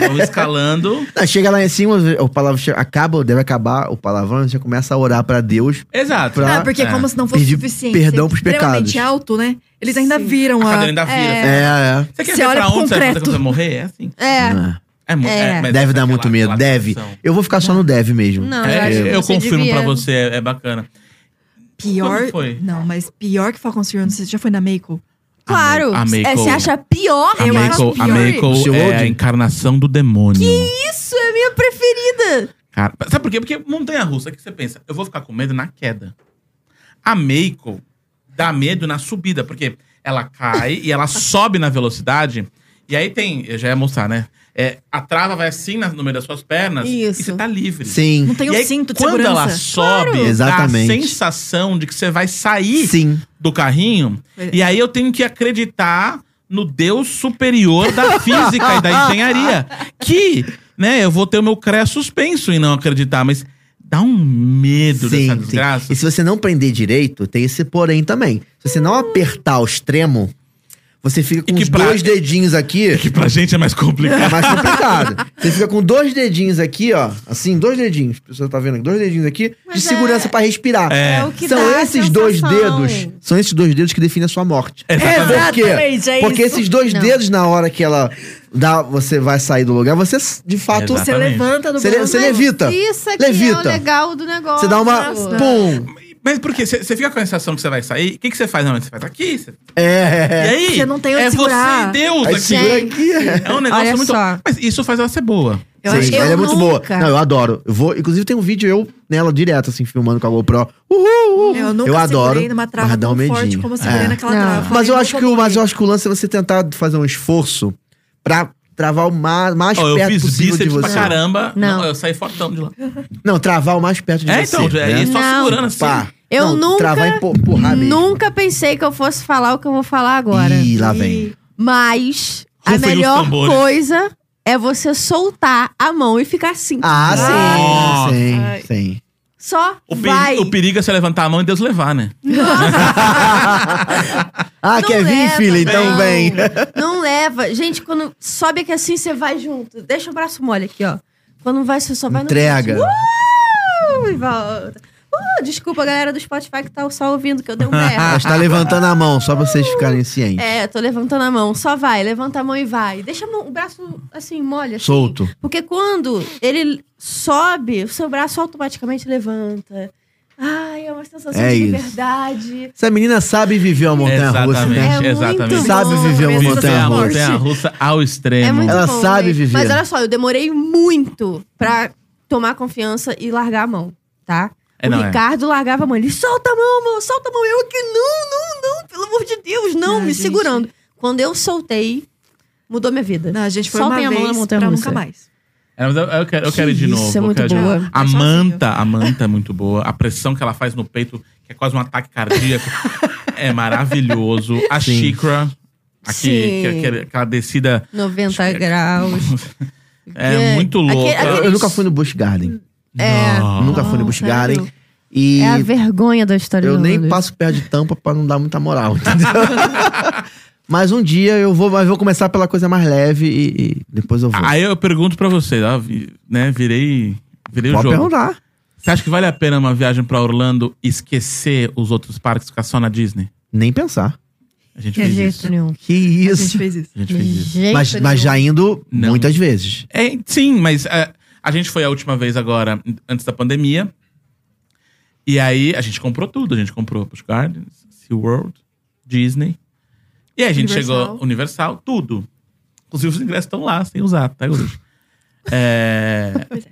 C: Vão escalando.
B: Ah, Chega lá em cima, o palavrão che- acaba, deve acabar o palavrão, você começa a orar pra Deus.
C: Exato.
B: Pra-
D: Ah, porque
C: É.
D: como se não fosse
B: Pedir
D: suficiente.
B: perdão
D: ser
B: pros pecados.
D: extremamente alto, né? Eles ainda
A: Sim.
D: viram
C: A
D: a...
C: cadeira ainda vira. assim.
B: É, é.
C: Você quer
D: Você
C: ver
D: olha
C: pra
D: pro
C: onde você vai fazer
D: concreto.
C: quando você morrer? É assim.
A: É.
B: Ah,
C: É, mu-
A: É.
C: mas
B: Deve
C: essa-
B: dar muito
C: aquela-
B: medo,
C: aquela
B: deve.
C: sensação.
B: Eu vou ficar só no deve mesmo.
A: Não,
C: É,
A: Ah, eu acho que
C: eu
A: você
C: confirmo
A: devia...
C: pra você, é é bacana.
D: Pior...
C: Quando foi?
D: Não, mas pior que Falcon Fury, você já foi na Mako?
A: Claro.
C: A Mako-
A: É, você acha pior?
C: A
D: Eu acho
C: Mako, a
D: pior.
C: Mako
B: Shield?
C: é a encarnação do demônio.
A: Isso é minha preferida.
C: Cara, sabe por quê? Porque montanha russa, o que você pensa? Eu vou ficar com medo na queda. A Mako dá medo na subida, porque ela cai e ela sobe na velocidade. E aí tem, eu já ia mostrar, né? é, a trava vai assim na- no meio das suas pernas
A: Isso.
C: e você tá livre.
B: Sim.
D: Não tem
C: e
D: um
C: aí,
D: cinto de
C: quando
D: segurança.
C: ela sobe,
B: Exatamente.
C: dá a sensação de que você vai sair
B: Sim.
C: do carrinho.
D: Pois é.
C: E aí eu tenho que acreditar no Deus superior da física e da engenharia. Que, né, eu vou ter o meu cré suspenso em não acreditar, mas dá um medo
B: Sim,
C: dessa
B: sim.
C: desgraça.
B: E se você não prender direito, tem esse porém também. Se você não apertar o extremo, você fica
C: E
B: com
C: que
B: os
C: pra-
B: dois dedinhos aqui.
C: Que pra gente é mais
B: É
C: complicado.
B: mais complicado. Você fica com dois dedinhos aqui, ó. Assim, dois dedinhos. A pessoa tá vendo aqui, dois dedinhos aqui,
A: Mas
B: de
A: é-
B: segurança pra respirar.
A: É o que
B: São
A: dá a
B: esses dois
A: sensação.
B: dedos. São esses dois dedos que definem a sua morte.
C: É,
B: Por quê?
D: Exatamente, é
B: Porque
D: isso.
B: esses dois
A: Não.
B: dedos, na hora que ela dá, você vai sair do lugar, você de fato.
C: Exato.
D: Você
C: Exatamente.
D: levanta do
B: Você le-
D: banco.
B: você levita.
A: Isso aqui é o
B: Levita.
A: legal do negócio.
B: Você dá uma.
A: Nossa.
B: Pum!
C: Mas porque você fica com a sensação que você vai sair, o que que você faz? Não, você faz aqui. cê-
B: É.
C: E aí?
D: Você não tem onde
C: É
D: segurar.
C: você e Deus
B: Aí
C: aqui.
B: segura aqui.
C: É um negócio
A: Olha
C: muito.
A: só.
C: Mas isso faz ela ser boa.
D: Eu
B: Sim,
D: acho que
B: ela
D: eu
B: é muito boa.
D: nunca-
B: Não, eu adoro. Eu vou, inclusive, tem um vídeo eu nela direto, assim, filmando com a GoPro. Uhul! uhul.
D: Eu nunca
B: eu
D: segurei
B: adoro.
D: numa
B: mas
D: trava
B: dá um
D: tão forte
B: medinho.
D: como eu segurei
B: É.
D: naquela
A: Não.
D: trava.
B: Mas eu acho que o, mas eu
D: Ah, eu
B: acho que o lance é você tentar fazer um esforço pra travar o mais, mais
C: Ó, eu
B: perto
C: fiz
B: é possível de
C: bíceps pra
B: você.
C: caramba.
A: Não.
C: Não. eu saí fortão de lá.
B: Não, travar o mais perto de
C: É,
B: você.
C: então,
B: né?
C: é isso, só
A: Não.
C: segurando assim.
B: Pá.
A: Eu
B: Não,
A: nunca-
B: Travar e empu- empurrar mesmo.
A: Nunca pensei que eu fosse falar o que eu vou falar agora.
B: Ih, lá vem.
A: Mas a
C: Rufem os
A: melhor
C: tambores.
A: coisa é você soltar a mão e ficar assim.
B: Ah,
C: Ah.
B: sim.
D: Ai.
B: Sim, sim.
A: Só
C: O, peri-
A: vai.
C: o perigo é você levantar a mão e Deus levar, né?
B: ah, quer vir,
A: leva,
B: filha? Então
A: não.
B: vem.
A: Não leva. Gente, quando sobe aqui assim, você vai junto. Deixa o braço mole aqui, ó. Quando vai, você só vai
B: Entrega.
A: no... Uh, e volta. Uh, desculpa, galera do Spotify que tá só ouvindo, que eu dei um
B: Ela
A: berro.
B: está tá levantando a mão, só pra vocês ficarem cientes.
A: É, tô levantando a mão. Só vai, levanta a mão e vai. Deixa a mão- o braço assim, mole. Assim.
B: Solto.
A: Porque quando ele sobe, o seu braço automaticamente levanta. Ai, é uma sensação
B: É
A: de
B: isso.
A: liberdade.
B: Essa menina sabe viver uma montanha-russa, né?
A: É
C: Exatamente, exatamente.
A: muito
B: Sabe
A: bom.
B: viver um uma
D: Viver
C: Viver a
B: montanha-russa.
D: amor.
C: montanha russa ao extremo.
A: É muito
B: Ela
A: bom,
B: sabe
A: mas,
B: viver.
A: Mas olha só, eu demorei muito pra tomar confiança e largar a mão, tá?
C: É,
A: o
C: não, é.
A: Ricardo largava a mão. Ele solta a mão, amor, solta a mão. Eu aqui, não, não, não, pelo amor de Deus, não,
D: Ah,
A: me
D: gente.
A: segurando. Quando eu soltei, mudou minha vida.
D: Não, a gente foi
A: Soltem
D: uma
A: a mão na
D: vez pra
A: montanha-russa.
D: nunca mais.
C: É, mas eu, eu quero, eu
A: Que
C: quero ir de
A: isso,
C: novo.
A: é
C: eu
A: muito
C: quero de
A: boa.
C: novo. A
D: É sozinho.
C: manta, a manta é muito boa. A pressão que ela faz no peito, que é quase um ataque cardíaco, é maravilhoso. A
B: Sim.
C: xícara, aqui,
A: Sim.
C: que- que- aquela descida
A: 90 graus.
C: é,
A: É,
C: muito
A: aquele-
C: louca.
B: Eu, eu nunca fui no Busch Garden.
A: É.
C: Nossa.
B: Nunca fui no Busch
A: sério?
B: Garden. E
A: É a um vergonha da história
B: eu
A: do
B: nem
A: Lula.
B: passo perto de tampa pra não dar muita moral, entendeu? mas um dia eu vou, mas vou começar pela coisa mais leve e, e depois eu vou.
C: Aí eu pergunto pra você, ó, vi- né? Virei, virei o
B: Pode
C: jogo.
B: perguntar.
C: Você acha que vale a pena uma viagem pra Orlando esquecer os outros parques e ficar só na Disney?
B: Nem pensar.
C: A gente
A: De
C: fez
A: jeito
C: isso.
A: nenhum.
B: Que
D: A gente
B: isso.
D: fez isso.
C: A gente
A: De
C: fez isso.
A: jeito
B: Mas, mas já
A: nenhum.
B: indo
C: Não.
B: muitas vezes.
C: É, sim, mas é, a gente foi a última vez agora, antes da pandemia. E aí a gente comprou tudo. A gente comprou Busch Gardens, SeaWorld, Disney. E aí a gente
D: Universal.
C: chegou Universal, tudo. Inclusive os ingressos estão lá, sem usar, até hoje. É,
D: Pois é.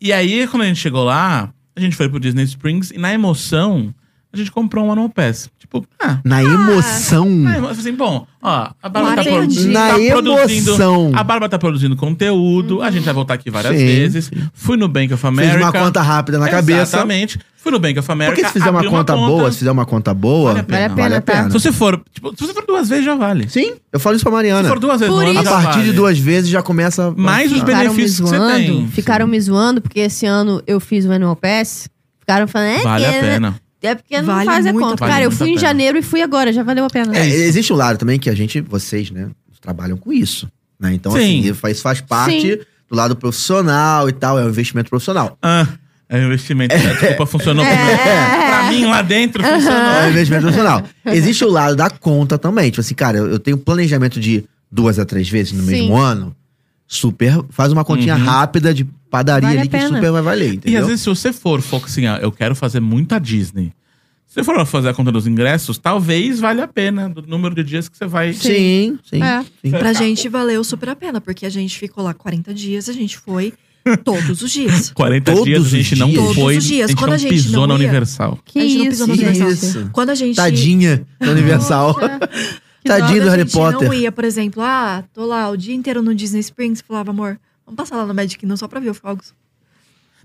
C: e aí, quando a gente chegou lá, a gente foi pro Disney Springs e na emoção, a gente comprou um Animal Pass. Tipo, ah,
B: Na emoção.
C: ah, eu falei assim, bom, ó, a Bárbara
D: Não
C: tá, pro-
D: entendi.
C: tá
B: Na
C: produzindo.
B: emoção.
C: A Bárbara tá produzindo conteúdo, a gente vai voltar aqui várias
B: Hum. Sim,
C: vezes. Fui no Bank of America.
B: Fez uma conta rápida na cabeça.
C: Exatamente. Fui no Bank of America.
B: Porque se fizer uma
C: abri
B: conta, boa, assim, se fizer uma conta boa,
C: Vale a pena.
A: Vale a pena, tá?
C: Se você for, tipo, se você for duas vezes, já vale. Se
B: Sim, eu falo isso pra Mariana.
C: for duas vezes,
A: Por
C: no ano,
B: A
A: isso-
C: já
B: partir de
C: vale.
B: duas vezes já começa. a
C: Mais os
B: funcionar.
C: benefícios.
A: Ficaram me
C: benefícios que você
A: zoando,
C: tem.
A: Ficaram me zoando, porque esse ano eu fiz o Annual Pass. Ficaram falando, é,
C: Vale
A: que-
C: a pena.
A: É porque não
D: Vale
A: faz a
D: muito a
A: conta.
C: pena.
A: Cara, eu
C: Vale
A: fui
C: muito
A: em
C: a pena.
A: janeiro e fui agora, já valeu a pena.
B: É, existe um lado também que a gente, vocês, né, trabalham com isso. Né? Então,
C: Sim.
B: assim, faz- isso faz parte do lado profissional e tal, é um investimento profissional.
C: Ah, é um investimento. Desculpa, funcionou pra mim.
A: É.
C: Pra mim lá dentro funcionou.
A: Ah.
B: É um investimento profissional. Existe o lado da conta também. Tipo assim, cara, eu, eu tenho planejamento de duas a três vezes no
A: Sim.
B: mesmo ano. Super, faz uma continha
C: Uhum.
B: rápida de padaria
A: Vale a
B: ali que
A: pena.
B: super vai valer,
C: E às
B: entendeu?
C: vezes, se você for, for assim, ah, eu quero fazer muita Disney. Se você for fazer a conta dos ingressos, talvez valha a pena do número de dias que você vai.
B: Sim, sim.
A: É.
B: sim.
D: Pra gente valeu super a pena, porque a gente ficou lá 40 dias, a gente foi todos os dias.
C: 40
B: Todos
C: dias a gente
B: os
C: não
B: dias.
C: foi.
D: Todos os dias.
C: A gente
D: Quando
C: não
D: a gente
C: pisou
D: não
C: na
D: ia.
C: Universal.
A: Que
D: a gente não
A: isso,
D: pisou na
A: gente.
D: Universal.
B: Isso.
D: Quando a gente.
B: Tadinha do Universal. Tadinho do
D: Droga, a
B: Harry
D: gente
B: Potter.
D: não ia, por exemplo, ah, tô lá o dia inteiro no Disney Springs, falava, amor, vamos passar lá no Magic não só pra ver os fogos.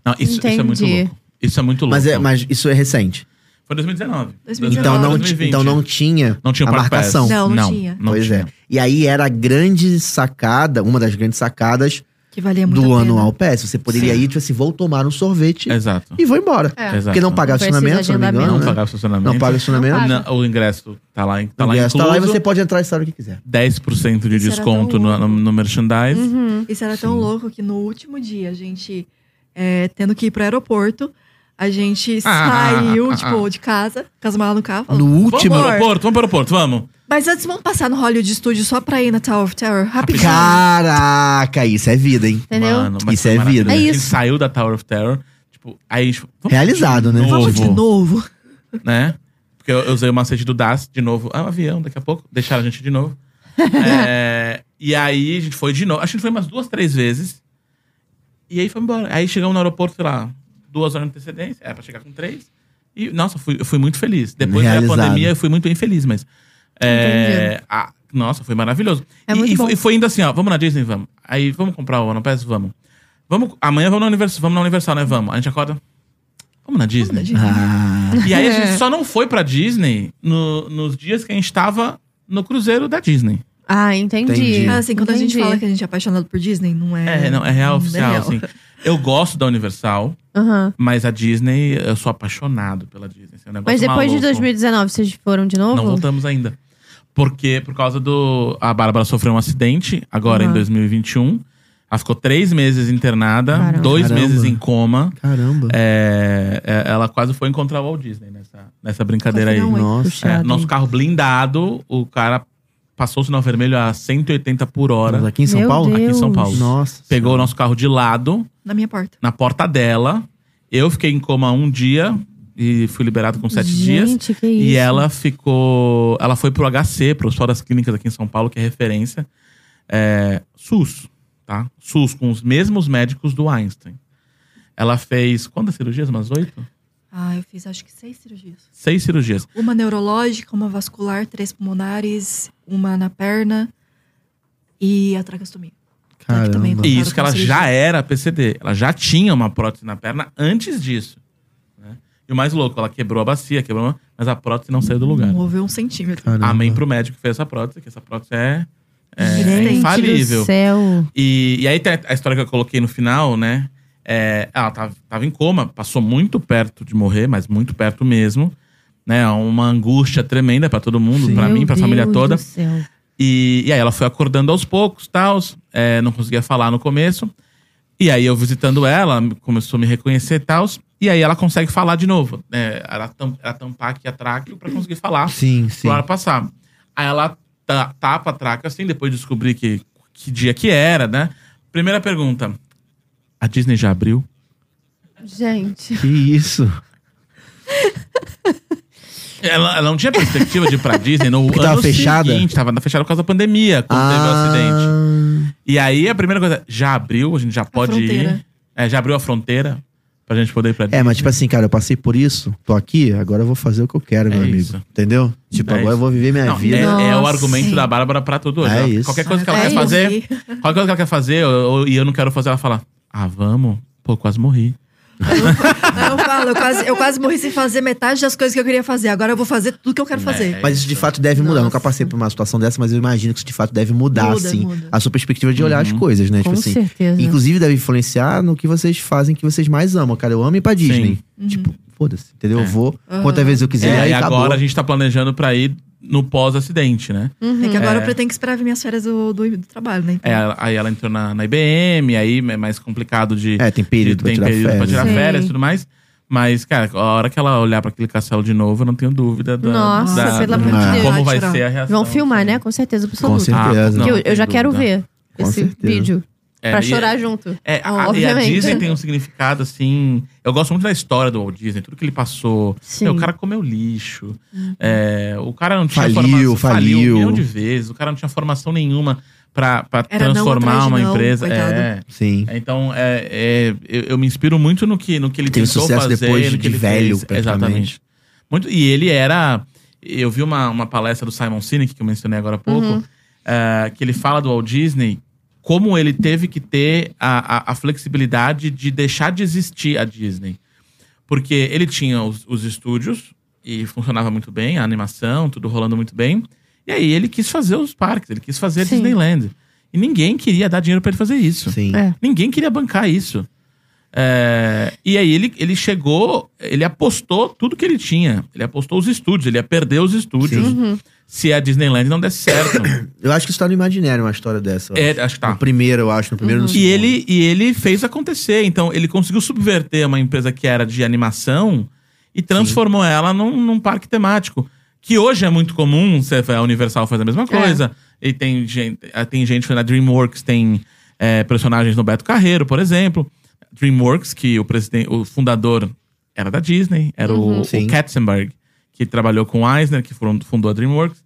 C: Não, isso, isso é muito
A: Entendi.
C: louco. Isso é muito louco.
B: Mas, é, mas isso é recente.
C: Foi 2019.
D: 2019.
B: Então não, ti-
C: 2020.
B: então não tinha
C: Não tinha
B: a
C: Park Pass.
B: marcação.
D: Não, não tinha.
B: pois é. E aí era a grande sacada, uma das grandes sacadas
D: Que valia muito
B: do
D: a É pena.
B: anual pass. Você poderia ir, tipo assim, vou tomar um sorvete
C: Exato.
B: e vou embora.
D: É.
C: É. Exato.
B: Porque não
A: Não
B: pagar
A: precisa
B: estacionamento, se não me
A: agendamento.
B: engano.
C: Não
B: né?
C: pagar o estacionamento.
B: Não paga estacionamento.
A: Não paga.
C: Não, o ingresso tá lá, tá
B: Tá
C: lá
B: lá,
C: incluso.
B: tá lá e você pode entrar e sair o que quiser.
C: 10% de
D: Isso era
C: desconto
D: tão
C: no, no,
D: louco.
C: no merchandise.
A: Uhum.
D: Isso era tão
B: Sim.
D: louco que no último dia, a gente é, tendo que ir pro aeroporto, a gente
C: Ah,
D: saiu,
C: ah,
D: tipo, de casa, com as malas no carro. falou,
B: No último.
C: Vamos pro
D: Amor.
C: aeroporto, vamos pro aeroporto, vamos.
D: Mas antes vamos passar no Hollywood Studio só pra ir na Tower of Terror, rapidinho.
B: Caraca, isso é vida, hein?
A: Entendeu?
C: Mano, mas
B: Isso
C: foi
B: é vida.
C: maravilhoso.
A: É
C: A gente
A: isso.
C: saiu da Tower of Terror. Tipo, aí a gente. vamos
B: Realizado, né?
C: de
D: Vamos de
C: novo.
D: novo.
C: né? Porque eu, eu usei o macete do DAS de novo. Ah, o avião, daqui a pouco. Deixaram a gente de novo. É, e aí a gente foi de novo. Acho que a gente foi umas duas, três vezes. E aí foi embora. Aí chegamos no aeroporto, sei lá, duas horas de antecedência. Era pra chegar com três. E, nossa, fui- eu fui muito feliz. Depois
B: Realizado.
C: da pandemia, eu fui muito infeliz, mas. é, a- nossa, foi maravilhoso.
A: É
C: e,
A: muito
C: e
A: bom.
C: foi, e foi indo assim, ó. Vamos na Disney, vamos. Aí vamos comprar o Ano Pass? Vamos. Vamos. Amanhã vamos na Universal, vamos na Universal, né? Vamos. A gente acorda. Vamos na Disney.
D: Gente,
B: Ah,
C: E aí a
A: É.
C: gente só não foi pra Disney no- nos dias que a gente tava no cruzeiro da Disney.
A: Ah, entendi.
B: Entendi.
D: Ah, assim, quando a gente
A: Entendi.
D: fala que a gente é apaixonado por Disney, não é.
C: É, não, é real
D: não
C: oficial,
D: real.
C: assim. Eu gosto da Universal,
A: Aham.
C: mas a Disney, eu sou apaixonado pela Disney. assim, é um negócio
A: Mas depois de
C: maluco.
A: 2019, vocês foram de novo?
C: Não voltamos ainda. Porque, por causa do. A Bárbara sofreu um acidente agora
A: Aham.
C: em 2021. Ela ficou três meses internada,
A: Caramba.
C: dois
B: Caramba.
C: meses em coma.
B: caramba.
C: É, é, ela quase foi encontrar o Walt Disney nessa, nessa brincadeira aí.
D: Quase não, hein?
B: Nossa.
C: É,
D: Puxado,
C: nosso
D: hein?
C: carro blindado, o cara passou o sinal vermelho a 180 por
B: Mas
C: hora.
B: Aqui em São
A: Meu
B: Paulo?
A: Deus.
C: Aqui em São Paulo.
B: Nossa.
C: Pegou o nosso carro de lado,
D: Na minha porta.
C: na porta dela. Eu fiquei em coma um dia e fui liberado com sete
A: Gente,
C: dias.
A: que isso.
C: E ela ficou. Ela foi pro HC, pro Hospital das Clínicas aqui em São Paulo, que é referência. É, SUS, tá? SUS, com os mesmos médicos do Einstein. Ela fez quantas cirurgias? Umas oito?
D: Ah, eu fiz acho que seis cirurgias.
C: Seis cirurgias.
D: Uma neurológica, uma vascular, três pulmonares, uma na perna e a tracostomia.
B: Caramba.
C: E
D: Claro
C: isso
D: que
C: que ela
D: não seria
C: já
D: justo.
C: era PCD. Ela já tinha uma prótese na perna antes disso. né? E o mais louco, ela quebrou a bacia, quebrou, uma- mas a prótese não saiu do lugar.
D: Moveu um centímetro.
B: Caramba.
C: Amém pro médico que fez essa prótese, que essa prótese é, é
D: Gente
C: infalível.
A: Do céu.
C: E, e aí tem a história que eu coloquei no final, né? É, ela tava, tava em coma, passou muito perto de morrer, mas muito perto mesmo. Né? Uma angústia tremenda pra todo mundo, pra
A: Meu
C: mim, pra
A: Deus
C: família toda.
A: Do céu.
C: E, e aí ela foi acordando aos poucos, tal. é, não conseguia falar no começo. E aí eu visitando ela, começou a me reconhecer e tal. E aí ela consegue falar de novo. né? ela, tam, ela tampar aqui a tráqueo pra conseguir falar
B: Sim, sim.
C: pro ar passar. Aí ela ta- tapa a traca assim, depois de descobrir que, que dia que era, né? Primeira pergunta. A Disney já abriu?
A: Gente.
B: Que isso.
C: Ela, ela não tinha perspectiva de ir pra Disney no
B: Porque
C: ano
B: tava fechada? Ah,
C: seguinte. Tava fechada por causa da pandemia, quando teve o acidente. E aí a primeira coisa, já abriu, a gente já pode
D: fronteira.
C: ir. É, já abriu a fronteira pra gente poder ir pra
B: É, mas tipo assim, cara, eu passei por isso, tô aqui, agora eu vou fazer o que eu quero,
C: É
B: meu
C: isso.
B: amigo. Entendeu? Tipo,
C: É
B: agora
C: isso.
B: eu vou viver minha
C: Não,
B: vida.
C: é, é o
A: Nossa.
C: argumento da Bárbara pra tudo hoje.
B: É
C: Ela-
B: isso.
C: Qualquer coisa que
D: Ah,
C: ela
D: é
C: quer
D: isso.
C: fazer, qualquer coisa que ela quer fazer, eu- eu- e eu não quero fazer, ela fala: Ah, vamos. Pô, quase morri.
D: Aí eu falo, eu quase, eu quase morri sem fazer metade das coisas que eu queria fazer. Agora eu vou fazer tudo que eu
C: É.
D: quero fazer.
B: Mas isso de fato deve mudar. Eu nunca
D: Nossa.
B: passei por uma situação dessa, mas eu imagino que isso de fato deve mudar,
D: Muda,
B: assim,
D: muda.
B: a sua perspectiva de olhar as
C: Uhum.
B: coisas, né?
A: Com
B: tipo assim.
A: certeza.
B: Inclusive deve influenciar no que vocês fazem, que vocês mais amam. Cara, eu amo ir pra Disney. Tipo, foda-se, entendeu? Eu vou quantas vezes eu quiser.
C: É,
B: aí
C: e
B: acabou.
C: agora a gente tá planejando pra ir no pós-acidente, né?
D: É que agora eu tenho que esperar vir minhas férias do, do, do trabalho, né? Então,
C: É, aí ela entrou na, na IBM, aí é mais complicado de.
B: É, tem período
C: de-
B: pra
C: tem
B: tirar
C: período pra
B: férias.
C: tirar
A: Sim.
C: férias e tudo mais. Mas, cara, a hora que ela olhar pra aquele castelo de novo, eu não tenho dúvida da,
A: Nossa,
C: da-
A: pelo
C: de
A: amor de Deus.
C: como vai
D: Tirar.
C: ser a reação. Ah,
A: Vão filmar, né? Com certeza absoluta.
B: Com certeza.
C: não,
A: Que eu,
C: sem
A: eu já quero
C: dúvida.
A: ver
B: Com
A: esse
B: certeza.
A: vídeo.
C: É,
A: pra
C: e-
A: chorar junto.
C: É, a, e a
A: Obviamente.
C: Disney tem um significado, assim. Eu gosto muito da história do Walt Disney, tudo que ele passou.
A: Sim. Uhum.
C: É, o cara comeu lixo. é, o cara não tinha
B: Faliu,
C: formação. um
B: faliu.
C: milhão de vezes. O cara não tinha formação nenhuma pra, pra
D: Era não
C: transformar
D: atrás de
C: uma
D: não,
C: empresa.
D: coitado.
C: É.
B: Sim.
C: É, Então, é, é, eu, eu me inspiro muito no que, no que ele
B: Teve
C: tentou
B: um sucesso
C: fazer.
B: depois
C: no
B: de
C: que ele
B: velho,
C: fez.
B: praticamente.
C: Exatamente. Muito, e ele era... Eu vi uma, uma palestra do Simon Sinek, que eu mencionei agora há pouco,
A: Uhum.
C: eh, que ele fala do Walt Disney como ele teve que ter a, a- a flexibilidade de deixar de existir a Disney. Porque ele tinha os, os estúdios e funcionava muito bem, a animação, tudo rolando muito bem. E aí ele quis fazer os parques, ele quis fazer a
A: Sim.
C: Disneyland. E ninguém queria dar dinheiro pra ele fazer isso.
B: Sim.
A: É.
C: Ninguém queria bancar isso. É, e aí ele, ele chegou, ele apostou tudo que ele tinha. Ele apostou os estúdios, ele ia perder os estúdios
A: Uhum.
C: se a Disneyland não desse certo.
B: Eu acho que isso tá no imaginário uma história dessa. eu
C: É,
B: acho.
C: acho que
B: No
C: tá. Uhum.
B: primeiro, eu acho. No primeiro e no
C: E
B: segundo.
C: ele, e ele fez acontecer. Então, ele conseguiu subverter uma empresa que era de animação e transformou ela num, num parque temático. Que hoje é muito comum, você- a Universal faz a mesma coisa. E tem gente, ah, tem gente na DreamWorks, tem eh, personagens no Beto Carreiro, por exemplo. DreamWorks, que o, presidente, o fundador era da Disney, era o,
B: Sim.
C: o Katzenberg, que trabalhou com o Eisner, que foram- fundou a DreamWorks.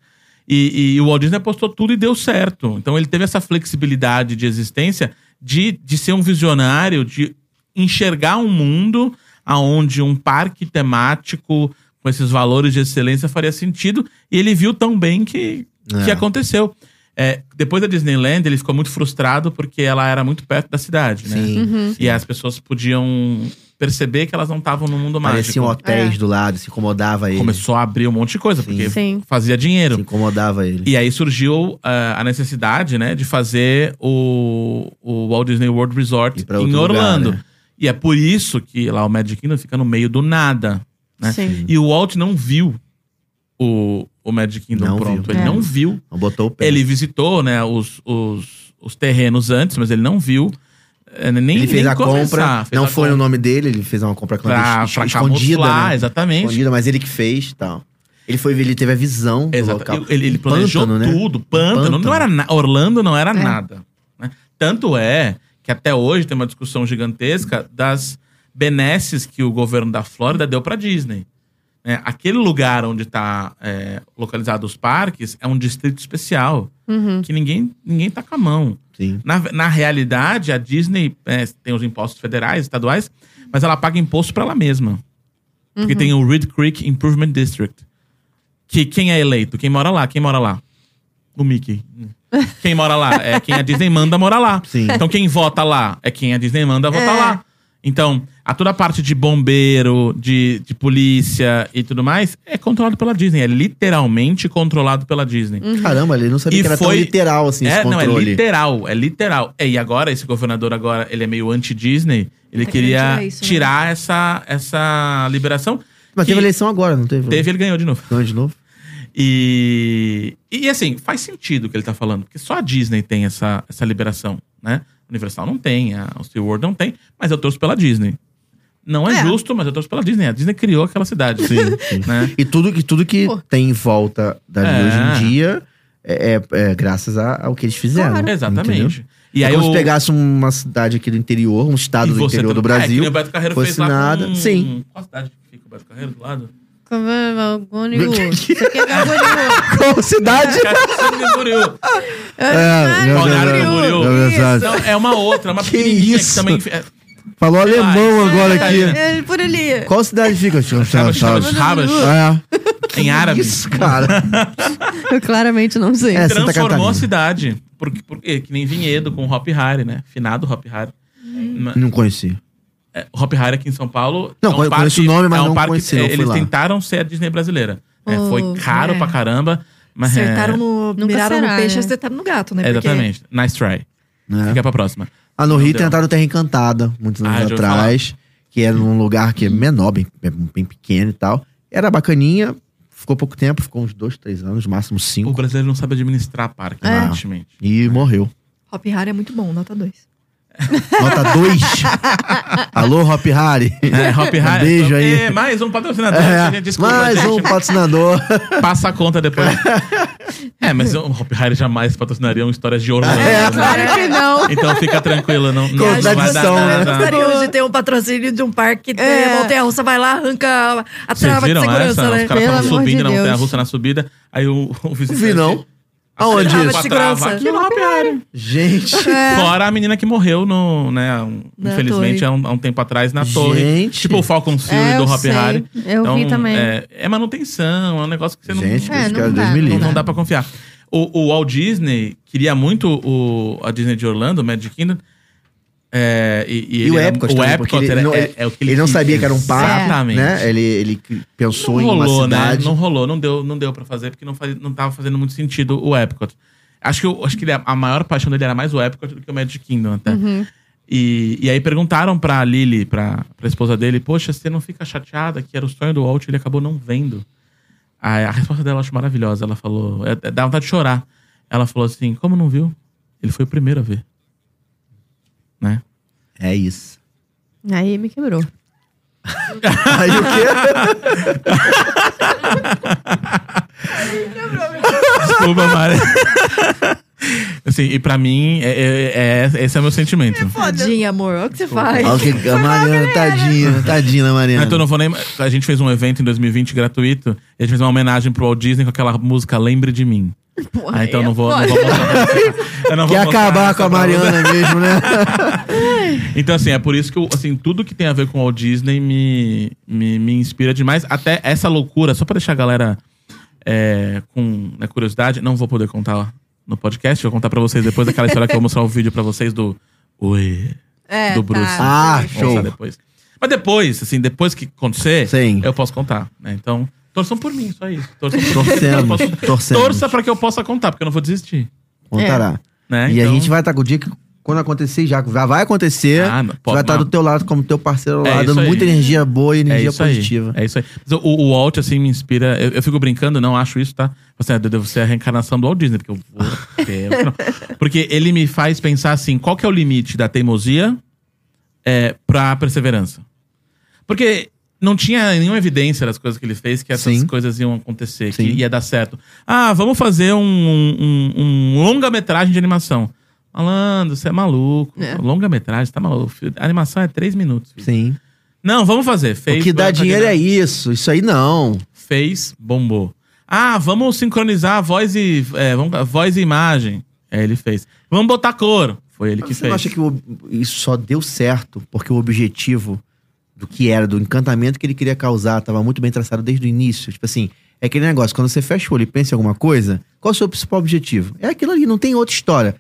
C: E, e o Walt Disney apostou tudo e deu certo. Então ele teve essa flexibilidade de existência de, de ser um visionário, de enxergar um mundo aonde um parque temático com esses valores de excelência faria sentido. E ele viu tão bem que,
B: É.
C: que aconteceu. É, depois da Disneyland, ele ficou muito frustrado porque ela era muito perto da cidade, né?
B: Sim.
A: Uhum.
C: E as pessoas podiam perceber que elas não estavam no mundo mágico. É.
B: Pareciam hotéis um do lado, se incomodava ele.
C: Começou a abrir um monte de coisa,
B: Sim.
C: porque
A: Sim.
C: fazia dinheiro.
B: Se incomodava ele.
C: E aí surgiu ah, a necessidade, né, de fazer o, o Walt Disney World Resort
B: Ir pra
C: em
B: outro lugar,
C: Orlando.
B: né?
C: E é por isso que lá o Magic Kingdom fica no meio do nada. né?
A: Sim.
C: E o Walt não viu o, o Magic Kingdom
B: Não
C: pronto.
B: viu. É.
C: Ele
A: É.
C: não viu.
B: Botou o pé.
C: Ele visitou, né, os, os, os terrenos antes, mas ele não viu. eh, Nem,
B: Ele fez
C: nem
B: a compra,
C: começar. Fez
B: não
C: a
B: foi
C: compra
B: no nome dele, ele fez uma compra
C: pra,
B: clandestina,
C: pra
B: escondida,
C: camuflar,
B: né?
C: exatamente.
B: Escondida, mas ele que fez e tal. Ele foi, ele teve a visão do
C: Exato.
B: local.
C: Ele, ele
B: Um
C: planejou
B: pântano, né?
C: tudo, pântano.
B: pântano.
C: Não era na- Orlando não era
A: É.
C: nada. né? Tanto é que até hoje tem uma discussão gigantesca das benesses que o governo da Flórida deu para Disney. né? aquele lugar onde está localizado os parques é um distrito especial
A: Uhum.
C: que ninguém ninguém tá com a mão.
B: Sim.
C: Na, na realidade, a Disney é, tem os impostos federais, estaduais, mas ela paga imposto para ela mesma. Porque tem o Red Creek Improvement District. Que quem é eleito? Quem mora lá? Quem mora lá? O Mickey. Quem mora lá? É quem a Disney manda mora lá.
B: Sim.
C: Então quem vota lá? É quem a Disney manda votar
A: É.
C: lá. Então, a toda a parte de bombeiro, de, de polícia e tudo mais, é controlado pela Disney. É literalmente controlado pela Disney.
B: Caramba, ele não sabia
C: Uhum. E
B: que era tão
C: foi-
B: literal assim esse
C: É, não, é
B: controle.
C: literal, é literal. É, e agora, esse governador agora, ele é meio anti-Disney. Ele
D: Tá querendo
C: queria tirar,
D: tirar isso, né?
C: essa, essa liberação.
B: Mas
C: que
B: teve eleição agora, não teve?
C: teve, ele ganhou de novo.
B: Ganhou de novo?
C: E, e assim, faz sentido o que ele tá falando, porque só a Disney tem essa, essa liberação, né? A Universal não tem, a o SeaWorld não tem, mas eu torço pela Disney. Não é,
A: É.
C: justo, mas eu torço pela Disney. A Disney criou aquela cidade.
B: sim.
C: Né?
B: E tudo, e tudo que
A: Pô.
B: tem em volta dali
C: É.
B: hoje em dia é, é- é graças a- ao que eles fizeram.
A: Claro.
C: Exatamente.
B: entendeu?
C: E
B: é
C: aí
B: como
C: eu,
B: se pegasse uma cidade aqui do interior, um
C: e
B: estado do
C: você
B: interior do
C: também- É, que nem
B: Brasil.
C: o Beto Carreiro
B: fosse
C: fez lá
B: nada.
C: com-
B: Sim.
C: Qual cidade que fica o Beto Carreiro do lado?
A: Como é, Goniú? Você quer Goniú?
B: Qual cidade?
C: Camboriú.
B: É, meu
C: Balneário
B: Deus,
C: Camboriú.
B: meu Deus,
A: Isso.
C: Não, é uma outra, é uma
B: Que
C: pequenininha que
B: isso?
C: também... é,
B: Falou alemão
C: Ah,
B: agora
C: isso
B: aqui.
C: aí.
A: É, por ali.
B: Qual cidade fica? Tá,
C: Chama, chama, Rabas,
B: É.
C: em árabe.
B: Isso, cara.
A: Eu claramente não sei.
B: É, Santa
C: transformou a
B: Catarina.
C: cidade. Porque, porque, que nem Vinhedo com Hop Harry, né? Finado Hop Harry.
D: Hum.
C: Na-
B: Não conheci.
C: é, Hop Harry aqui em São Paulo. um
B: Não, conheço o nome, mas não conheci, não
C: é,
B: fui
C: Eles
B: lá.
C: tentaram ser a Disney brasileira. É,
A: Oh,
C: foi caro
D: é.
C: pra caramba. Mas é,
D: Acertaram no.
A: Nunca
D: miraram
A: será,
D: no peixe,
A: né?
D: acertaram no gato, né? Porque-
C: Exatamente. Nice try.
B: né?
C: Fica pra próxima.
B: Ah, no Rio
C: Entendeu?
B: tentaram Terra Encantada, muitos
C: Ah, já
B: anos
C: ouvi Hum.
B: atrás, que era num lugar que é menor, bem, bem pequeno e tal. Era bacaninha, ficou pouco tempo, ficou uns dois, três anos, máximo
C: O
B: cinco,
C: brasileiro não sabe administrar parque,
B: É.
C: aparentemente.
B: e morreu.
D: Hop Harry é muito bom, nota 2.
B: Nota dois. Alô, Hop Harry. Um
C: É, Hop Harry.
B: beijo aí.
C: É, mais um patrocinador.
B: É,
C: Desculpa,
B: mais
C: gente.
B: um patrocinador.
C: Passa a conta depois. é, mas o Hop Harry jamais patrocinaria uma história de Orlando.
B: É,
C: né?
A: Claro que não.
C: Então fica tranquila, não, não, não vai dar
B: Contradição, né?
C: nada.
D: Gostaria de ter um patrocínio de um parque de
A: É.
D: montanha-russa, vai lá, arranca a- a
C: Vocês
D: trava de
C: viram essa?
D: segurança,
C: Os caras
D: né?
A: Pelo
C: estavam
A: amor de
C: subindo na
A: Deus.
C: montanha russa na subida. Aí o, o
B: Não
C: visitante.
B: vi, não. Aonde
C: Trava,
B: isso? É.
C: trava
A: Segurança.
C: aqui
A: No
C: no Hopi Hari.
B: Gente.
C: Fora a menina que morreu no, né, um-
D: Na
C: infelizmente,
D: torre.
C: há um, há um tempo atrás, na torre.
B: Gente.
C: Tipo o Falcon Fury
A: É,
C: do
A: eu
C: Hopi
A: sei.
C: Hari.
A: Eu vi também.
C: É, é manutenção, é um negócio que você não...
B: Gente,
A: É,
B: esse
A: não
B: cara,
A: dá,
B: Deus me
A: não
C: Não,
B: livre.
C: não dá pra confiar. O, o Walt Disney queria muito o, a Disney de Orlando, o Magic Kingdom. É, e,
B: E
C: ele
B: o
C: era-
B: Epcot também, porque
C: Epcot
B: ele
C: era-
B: não-
C: é, é o que ele,
B: Ele não
C: quis.
B: sabia que era um parque,
C: Exatamente.
B: né? Ele, ele que pensou
C: Não
B: em uma
C: rolou, né?
B: cidade.
C: Não rolou, não deu, não deu pra fazer, porque não, faz, não tava fazendo muito sentido o Epcot. Acho que, eu, acho que ele- a maior paixão dele era mais o Epcot do que o Magic Kingdom, até. E, e aí perguntaram pra Lily, pra, pra esposa dele, poxa, você não fica chateada que era o sonho do Walt e ele acabou não vendo? A, a resposta dela eu acho maravilhosa. Ela falou, é, é- dá vontade de chorar. Ela falou assim, como não viu? Ele foi o primeiro a ver. Né?
B: É isso.
C: é.
A: Aí me quebrou.
B: Aí o quê?
C: Desculpa, Mari. assim, e pra mim, é, é- é- esse é o meu sentimento.
D: Tadinha, amor. Olha o que você faz.
B: Olha o que a Mariana, tadinha, tadinha da Mariana.
C: Então, eu não vou nem... A gente fez um evento em 2020 gratuito. E a gente fez uma homenagem pro Walt Disney com aquela música Lembre de Mim.
D: Porra,
C: Ah, então eu
D: é
C: não vou, não
D: foda.
C: vou mostrar pra você. Eu não vou
B: Quer
C: mostrar
B: acabar
C: essa
B: com a
C: pra você.
B: Mariana mesmo, né?
C: Então, assim, é por isso que eu, assim, tudo que tem a ver com o Walt Disney me, me, me inspira demais. Até essa loucura, só pra deixar a galera é, com né, curiosidade, não vou poder contar no podcast, vou contar pra vocês depois daquela história que eu vou mostrar o vídeo pra vocês do. Oi.
A: É,
C: Do Bruce.
B: Ah,
A: Sim.
C: Vou mostrar
B: show.
C: depois. Mas depois, assim, depois que acontecer,
B: Sim.
C: eu posso contar. né? Então, torçam por mim, só isso. Torçam por mim, que eu
B: Torcemos,
C: posso-
B: torcemos.
C: Torça pra que eu possa contar, porque eu não vou desistir.
B: Contará.
C: Né?
B: E a
C: Então-
B: gente vai estar com o dia que quando acontecer, já, já vai acontecer.
C: Ah, não,
B: você
C: pode-
B: vai estar
C: não.
B: do teu lado como teu parceiro lá,
C: É isso
B: dando
C: aí.
B: muita energia boa e energia
C: aí,
B: positiva.
C: é isso aí. Mas o, o Walt, assim, me inspira. Eu, eu fico brincando, não acho isso, tá? Assim, ah, Dudu, você é a reencarnação do Walt Disney, porque eu vou. ter- não. porque ele me faz pensar assim: qual que é o limite da teimosia é, pra perseverança? Porque não tinha nenhuma evidência das coisas que ele fez que essas
B: Sim.
C: coisas iam acontecer,
B: Sim.
C: que ia dar certo. Ah, vamos fazer um, um- um- um longa-metragem de animação. Malandro, você é maluco.
A: É.
C: Longa-metragem, tá maluco. filho. A animação é três minutos. filho.
B: Sim.
C: Não, vamos fazer. Fez,
B: o que dá
C: vamos fazer.
B: dinheiro é isso. Isso aí não.
C: Fez, bombou. Ah, vamos sincronizar a voz e, é, vamos- a voz e imagem. É, ele fez. Vamos botar cor. Foi ele que
B: Você não
C: fez.
B: acha que o- isso só deu certo porque o objetivo do que era, do encantamento que ele queria causar, estava muito bem traçado desde o início? Tipo assim, é aquele negócio, quando você fecha o olho e pensa em alguma coisa, qual é o seu principal objetivo? É aquilo ali, não tem outra história.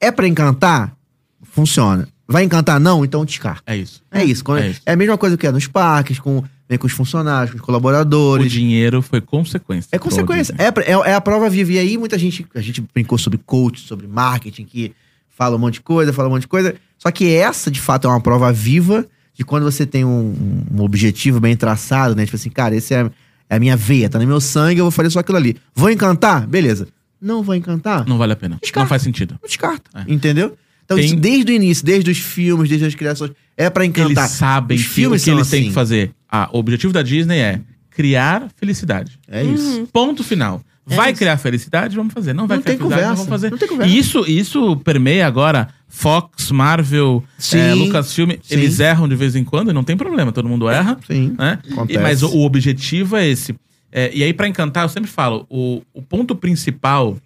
B: É pra encantar? Funciona. Vai encantar? Não? Então descarta.
C: É isso.
B: É isso. Quando-
C: É isso.
B: é a mesma coisa que é nos parques, com, vem com os funcionários, com os
C: O
B: colaboradores.
C: dinheiro foi consequência.
B: É consequência. É, pra- é, é a prova viva. E aí muita gente, a gente brincou sobre coach, sobre marketing, que fala um monte de coisa, fala um monte de coisa. Só que essa, de fato, é uma prova viva de quando você tem um, um objetivo bem traçado, né? Tipo assim, cara, esse é, é a minha veia, tá no meu sangue, eu vou fazer só aquilo ali. Vou encantar? Beleza. Não vou encantar?
C: Não vale a pena. Não faz sentido.
B: Não descarta.
C: É.
B: Entendeu? Então,
C: Tem-
B: isso desde o início, desde os filmes, desde as criações, é pra encantar.
C: Eles sabem
B: Os
C: que o que
B: são
C: eles têm
B: assim.
C: que fazer. Ah, o objetivo da Disney é criar felicidade.
B: É isso.
C: Ponto final. Vai criar felicidade, vamos fazer. Não vai
B: Não
C: criar
B: tem
C: felicidade,
B: conversa.
C: não vamos fazer.
B: Não tem conversa. É,
C: E isso, isso permeia agora Fox, Marvel,
B: Sim.
C: eh, Lucasfilm.
B: Sim.
C: Eles erram de vez em quando e não tem problema, todo mundo erra.
B: Sim.
C: né?
B: Acontece.
C: E- mas o, o objetivo é esse. É, e aí, pra encantar, eu sempre falo: o, o ponto principal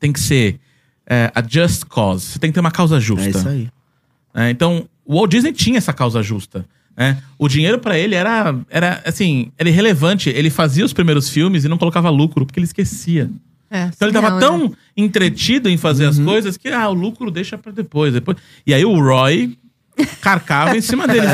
C: tem que ser é, a just cause. Você tem que ter uma causa justa.
B: É isso aí.
C: né? Então, o Walt Disney tinha essa causa justa. né? O dinheiro pra ele era, era, assim, era irrelevante. Ele fazia os primeiros filmes e não colocava lucro, porque ele esquecia.
A: É,
C: Então ele tava
A: surreal, né?
C: tão entretido em fazer
B: Uhum.
C: as coisas que, ah, o lucro deixa pra depois, depois. E aí o Roy carcava em cima dele.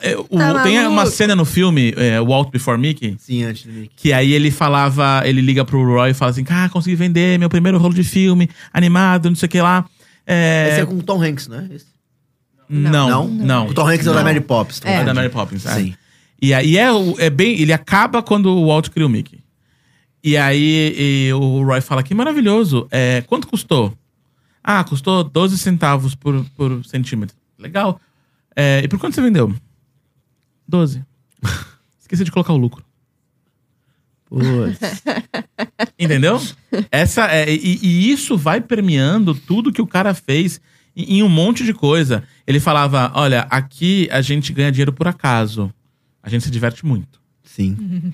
C: É, o-
A: Tá
C: tem
A: maluco.
C: uma cena no filme, é, Walt Before Mickey,
B: Sim, antes do Mickey.
C: que aí ele falava, ele liga pro Roy e fala assim, ah, consegui vender meu primeiro rolo de filme, animado, não sei o que lá. É,
B: Esse é com o Tom Hanks, né? Esse.
C: Não, não.
B: Não? O Tom Hanks é o da Mary Poppins.
C: É,
B: Tom
C: da
B: Hanks.
C: Mary Poppins. é.
B: Sim.
C: E aí é, o- é bem. Ele acaba quando o Walt cria o Mickey. E aí e o Roy fala que maravilhoso. É, quanto custou? Ah, custou 12 centavos por, por centímetro. Legal. É, e por quanto você vendeu? 12. Esqueci de colocar o lucro.
B: Putz.
C: Entendeu? Essa é- e, e isso vai permeando tudo que o cara fez em, em um monte de coisa. Ele falava: olha, aqui a gente ganha dinheiro por acaso. A gente se diverte muito.
B: Sim.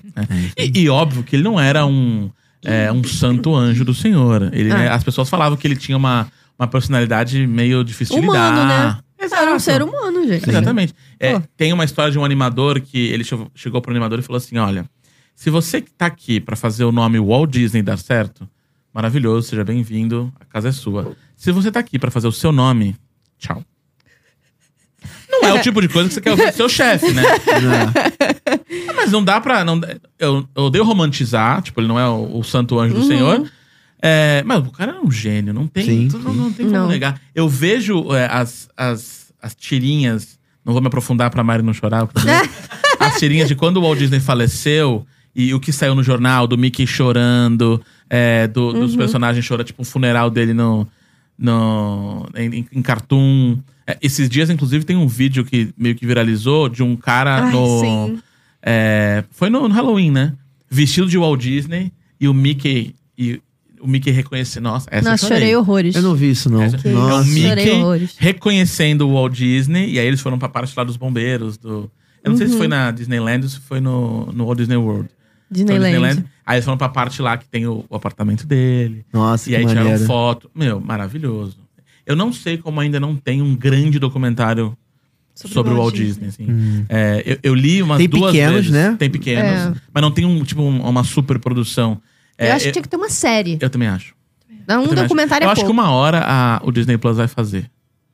C: E, e óbvio que ele não era um. é, um santo anjo do Senhor. Ele,
A: Ah.
C: né, as pessoas falavam que ele tinha uma, uma personalidade meio difícil de
A: Humano,
C: lidar.
A: né? Era um ser humano, gente.
C: Exatamente. É,
A: Pô.
C: Tem uma história de um animador que ele che- chegou pro animador e falou assim: olha, se você que tá aqui para fazer o nome Walt Disney dar certo, maravilhoso, seja bem-vindo, a casa é sua. Se você tá aqui para fazer o seu nome, tchau. Não é o tipo de coisa que você quer ouvir do seu chefe, né? Ah, Mas não dá pra. Não, eu, eu odeio romantizar, tipo, ele não é o, o santo anjo do
A: Uhum.
C: Senhor. É, mas o cara é um gênio, não tem,
B: Sim,
C: tu- Não, não tem como
A: Não.
C: negar. Eu vejo é, as, as, as tirinhas, não vou me aprofundar pra Mari não chorar, porque também- as tirinhas de quando o Walt Disney faleceu e o que saiu no jornal do Mickey chorando, é, do- dos
A: Uhum.
C: personagens chorando, tipo, o funeral dele no, no, em, em- em cartoon. É, esses dias, inclusive, tem um vídeo que meio que viralizou de um cara
A: Ai,
C: no.
A: sim.
C: É, foi no, no Halloween, né? Vestido de Walt Disney e o Mickey. E o Mickey reconhece. Nossa, essa
A: Nossa,
C: eu chorei.
A: chorei horrores.
B: Eu não vi isso, não.
C: Essa- É um
B: Nossa.
C: mito.
A: Chorei
C: Mickey. Então,
A: horrores.
C: Reconhecendo o Walt Disney. E aí eles foram pra parte lá dos bombeiros. Do, eu não sei
A: Uhum.
C: se foi na Disneyland ou se foi no, no Walt Disney World. Foi no
A: Disneyland.
C: Aí eles foram pra parte lá que tem o, o apartamento dele.
B: Nossa,
C: e
B: que
C: aí
B: maneiro.
C: tiraram foto. Meu, maravilhoso. Eu não sei como ainda não tem um grande documentário sobre, o Walt Disney, assim. É, eu, eu li umas
B: Hum. Tem
C: duas
B: pequenos,
C: vezes.
B: né?
C: Tem pequenos, mas não tem um tipo um- uma super produção.
A: É. eu acho que tinha que ter uma série.
C: é, eu também acho.
A: Não,
C: Eu
A: um
C: também acho.
A: documentário
C: Eu
A: é
C: acho que
A: pouco.
C: uma hora a- o Disney Plus vai fazer.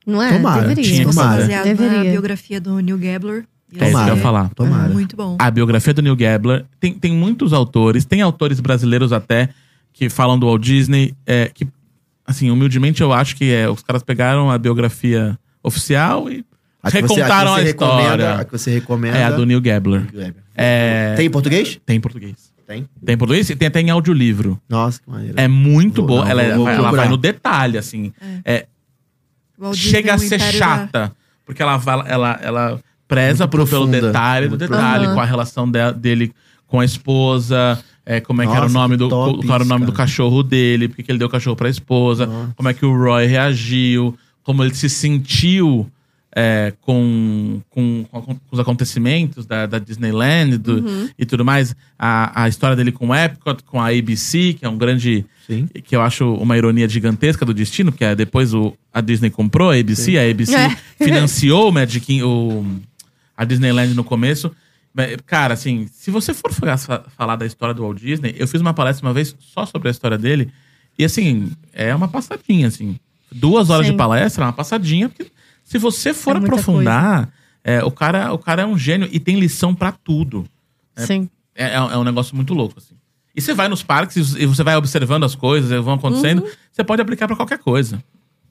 A: Não é?
B: Tomara,
A: Deveria.
C: tinha
D: Se
C: que
D: fosse
B: Tomara.
D: baseado na
A: Deveria.
D: biografia do Neil
C: É
D: Gabler. ia
C: isso que eu
B: Tomara.
C: ia
D: ser
C: falar.
B: Tomara.
D: Muito bom.
C: A biografia do Neil Gabler. Tem, tem muitos autores, tem autores brasileiros até que falam do Walt Disney. é, que, assim, humildemente eu acho que é, os caras pegaram a biografia oficial e
B: A que você-
C: recontaram
B: que
C: a,
B: você recomenda- A
C: história.
B: que você recomenda.
C: É a do Neil Gabler. É,
B: Tem em português?
C: tem em português.
B: Tem.
C: Tem em português e tem até em audiolivro.
B: Nossa, que maneiro.
C: É muito
B: Vou-
C: boa.
B: não,
C: ela,
B: vou- vou
C: ela vai
B: procurar.
C: no detalhe, assim. É,
D: O Walt Disney
C: chega
D: é
C: a
D: um
C: ser
D: império da-
C: chata. Porque ela, vai- ela, ela preza
B: Muito
C: pro- pelo
B: profunda.
C: detalhe do
B: Muito
C: detalhe,
A: profunda.
C: com a relação de- dele com a esposa, é, como é que era o
B: Nossa,
C: nome
B: que
C: do.
B: top
C: qual era o
B: isso,
C: nome do
B: cara.
C: cachorro dele, porque que ele deu o cachorro pra esposa,
B: Nossa.
C: como é que o Roy reagiu, como ele se sentiu. é, com, com, com os acontecimentos da, da Disneyland do-
D: Uhum.
C: e tudo mais. A, a história dele com o Epcot, com a ABC, que é um grande
B: Sim.
C: que eu acho uma ironia gigantesca do destino, porque eh, depois o, a Disney comprou a ABC, a ABC
A: É.
C: financiou o Magic Kingdom, o, a Disneyland no começo. Mas, Cara, assim, se você for fa- fa- falar da história do Walt Disney, eu fiz uma palestra uma vez só sobre a história dele, e assim, é uma passadinha, assim. Duas horas
A: Sim.
C: de palestra é uma passadinha, porque se você for
A: É muita
C: aprofundar, eh, o, cara, o cara é um gênio e tem lição pra tudo.
A: Sim.
C: É, é- é um negócio muito louco, assim. E você vai nos parques e e você vai observando as coisas, e vão acontecendo.
A: Uhum.
C: Você pode aplicar pra qualquer coisa.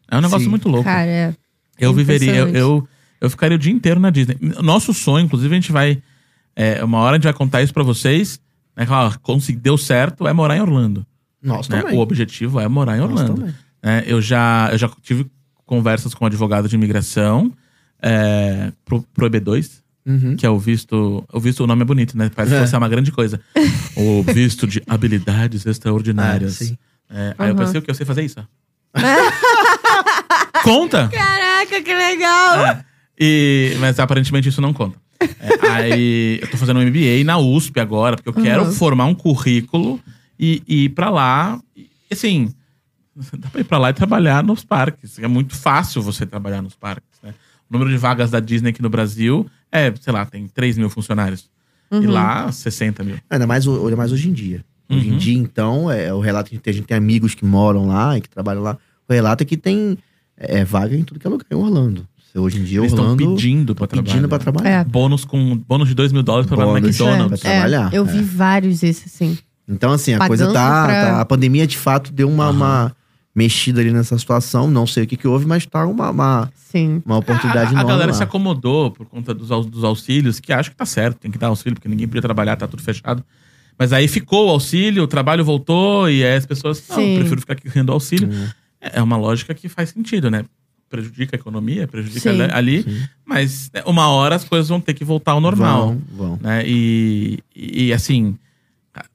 C: É um negócio
B: Sim.
C: muito louco.
A: Cara, é.
C: eu viveria, eu,
A: impressionante.
C: eu, eu ficaria o dia inteiro na Disney. Nosso sonho, inclusive, a gente vai. é, uma hora a gente vai contar isso pra vocês. Né, que, ó, consegui- deu certo, é morar em Orlando.
B: Nossa,
C: né?
B: também.
C: O objetivo é morar em
B: Nossa,
C: Orlando.
B: também.
C: né? eu, já, eu já tive conversas com um advogado de imigração é, pro, pro EB2
B: Uhum.
C: que é o visto. O visto, o nome é bonito, né? Parece que
B: É.
C: fosse uma grande coisa. O visto de habilidades extraordinárias.
B: Ah, sim.
C: É, aí eu
A: Aham.
C: pensei o que eu sei fazer isso. ó. Conta!
A: Caraca, que legal!
C: É. E, mas aparentemente isso não conta. É, aí eu tô fazendo um MBA na USP agora, porque eu quero
A: Uhum.
C: formar um currículo e, e ir pra lá. E, assim, dá pra ir pra lá e trabalhar nos parques. É muito fácil você trabalhar nos parques, né? O número de vagas da Disney aqui no Brasil é, sei lá, tem 3 mil funcionários. É. E lá,
A: Uhum.
C: 60 mil.
B: Ainda mais, ho- ainda mais hoje em dia. Hoje
C: Uhum.
B: em dia, então, é o relato que a gente tem, a gente tem amigos que moram lá e que trabalham lá. O relato é que tem é, vaga em tudo que é lugar em Orlando. Hoje em dia,
C: Eles estão
B: Orlando
C: pedindo pra trabalhar.
B: pedindo pra trabalhar.
A: É.
C: Bônus, com, bônus de 2 mil dólares pra trabalhar no
B: Bônus, né?
C: McDonald's.
B: pra trabalhar,
A: Uhum. É, eu
B: é.
A: vi vários esses, assim.
B: Então, assim, a
A: Pagando
B: coisa tá,
A: pra-
B: tá- A pandemia, de fato, deu uma,
C: Aham.
B: uma mexida ali nessa situação. Não sei o que, que houve, mas tá uma, uma,
A: Sim.
B: uma oportunidade
C: É, a, a
B: nova.
C: galera
B: lá.
C: se acomodou por conta dos, aux- dos auxílios, que acho que tá certo, tem que dar auxílio, porque ninguém podia trabalhar, tá tudo fechado. Mas aí ficou o auxílio, o trabalho voltou, e aí as pessoas, não,
A: Sim.
C: eu prefiro ficar aqui ganhando auxílio.
B: Hum.
C: É é uma lógica que faz sentido, né? Prejudica a economia, prejudica
A: Sim.
C: ali- ali,
B: Sim.
C: mas né, uma hora as coisas vão ter que voltar ao normal.
B: Vão, vão.
C: Né? E, e, assim,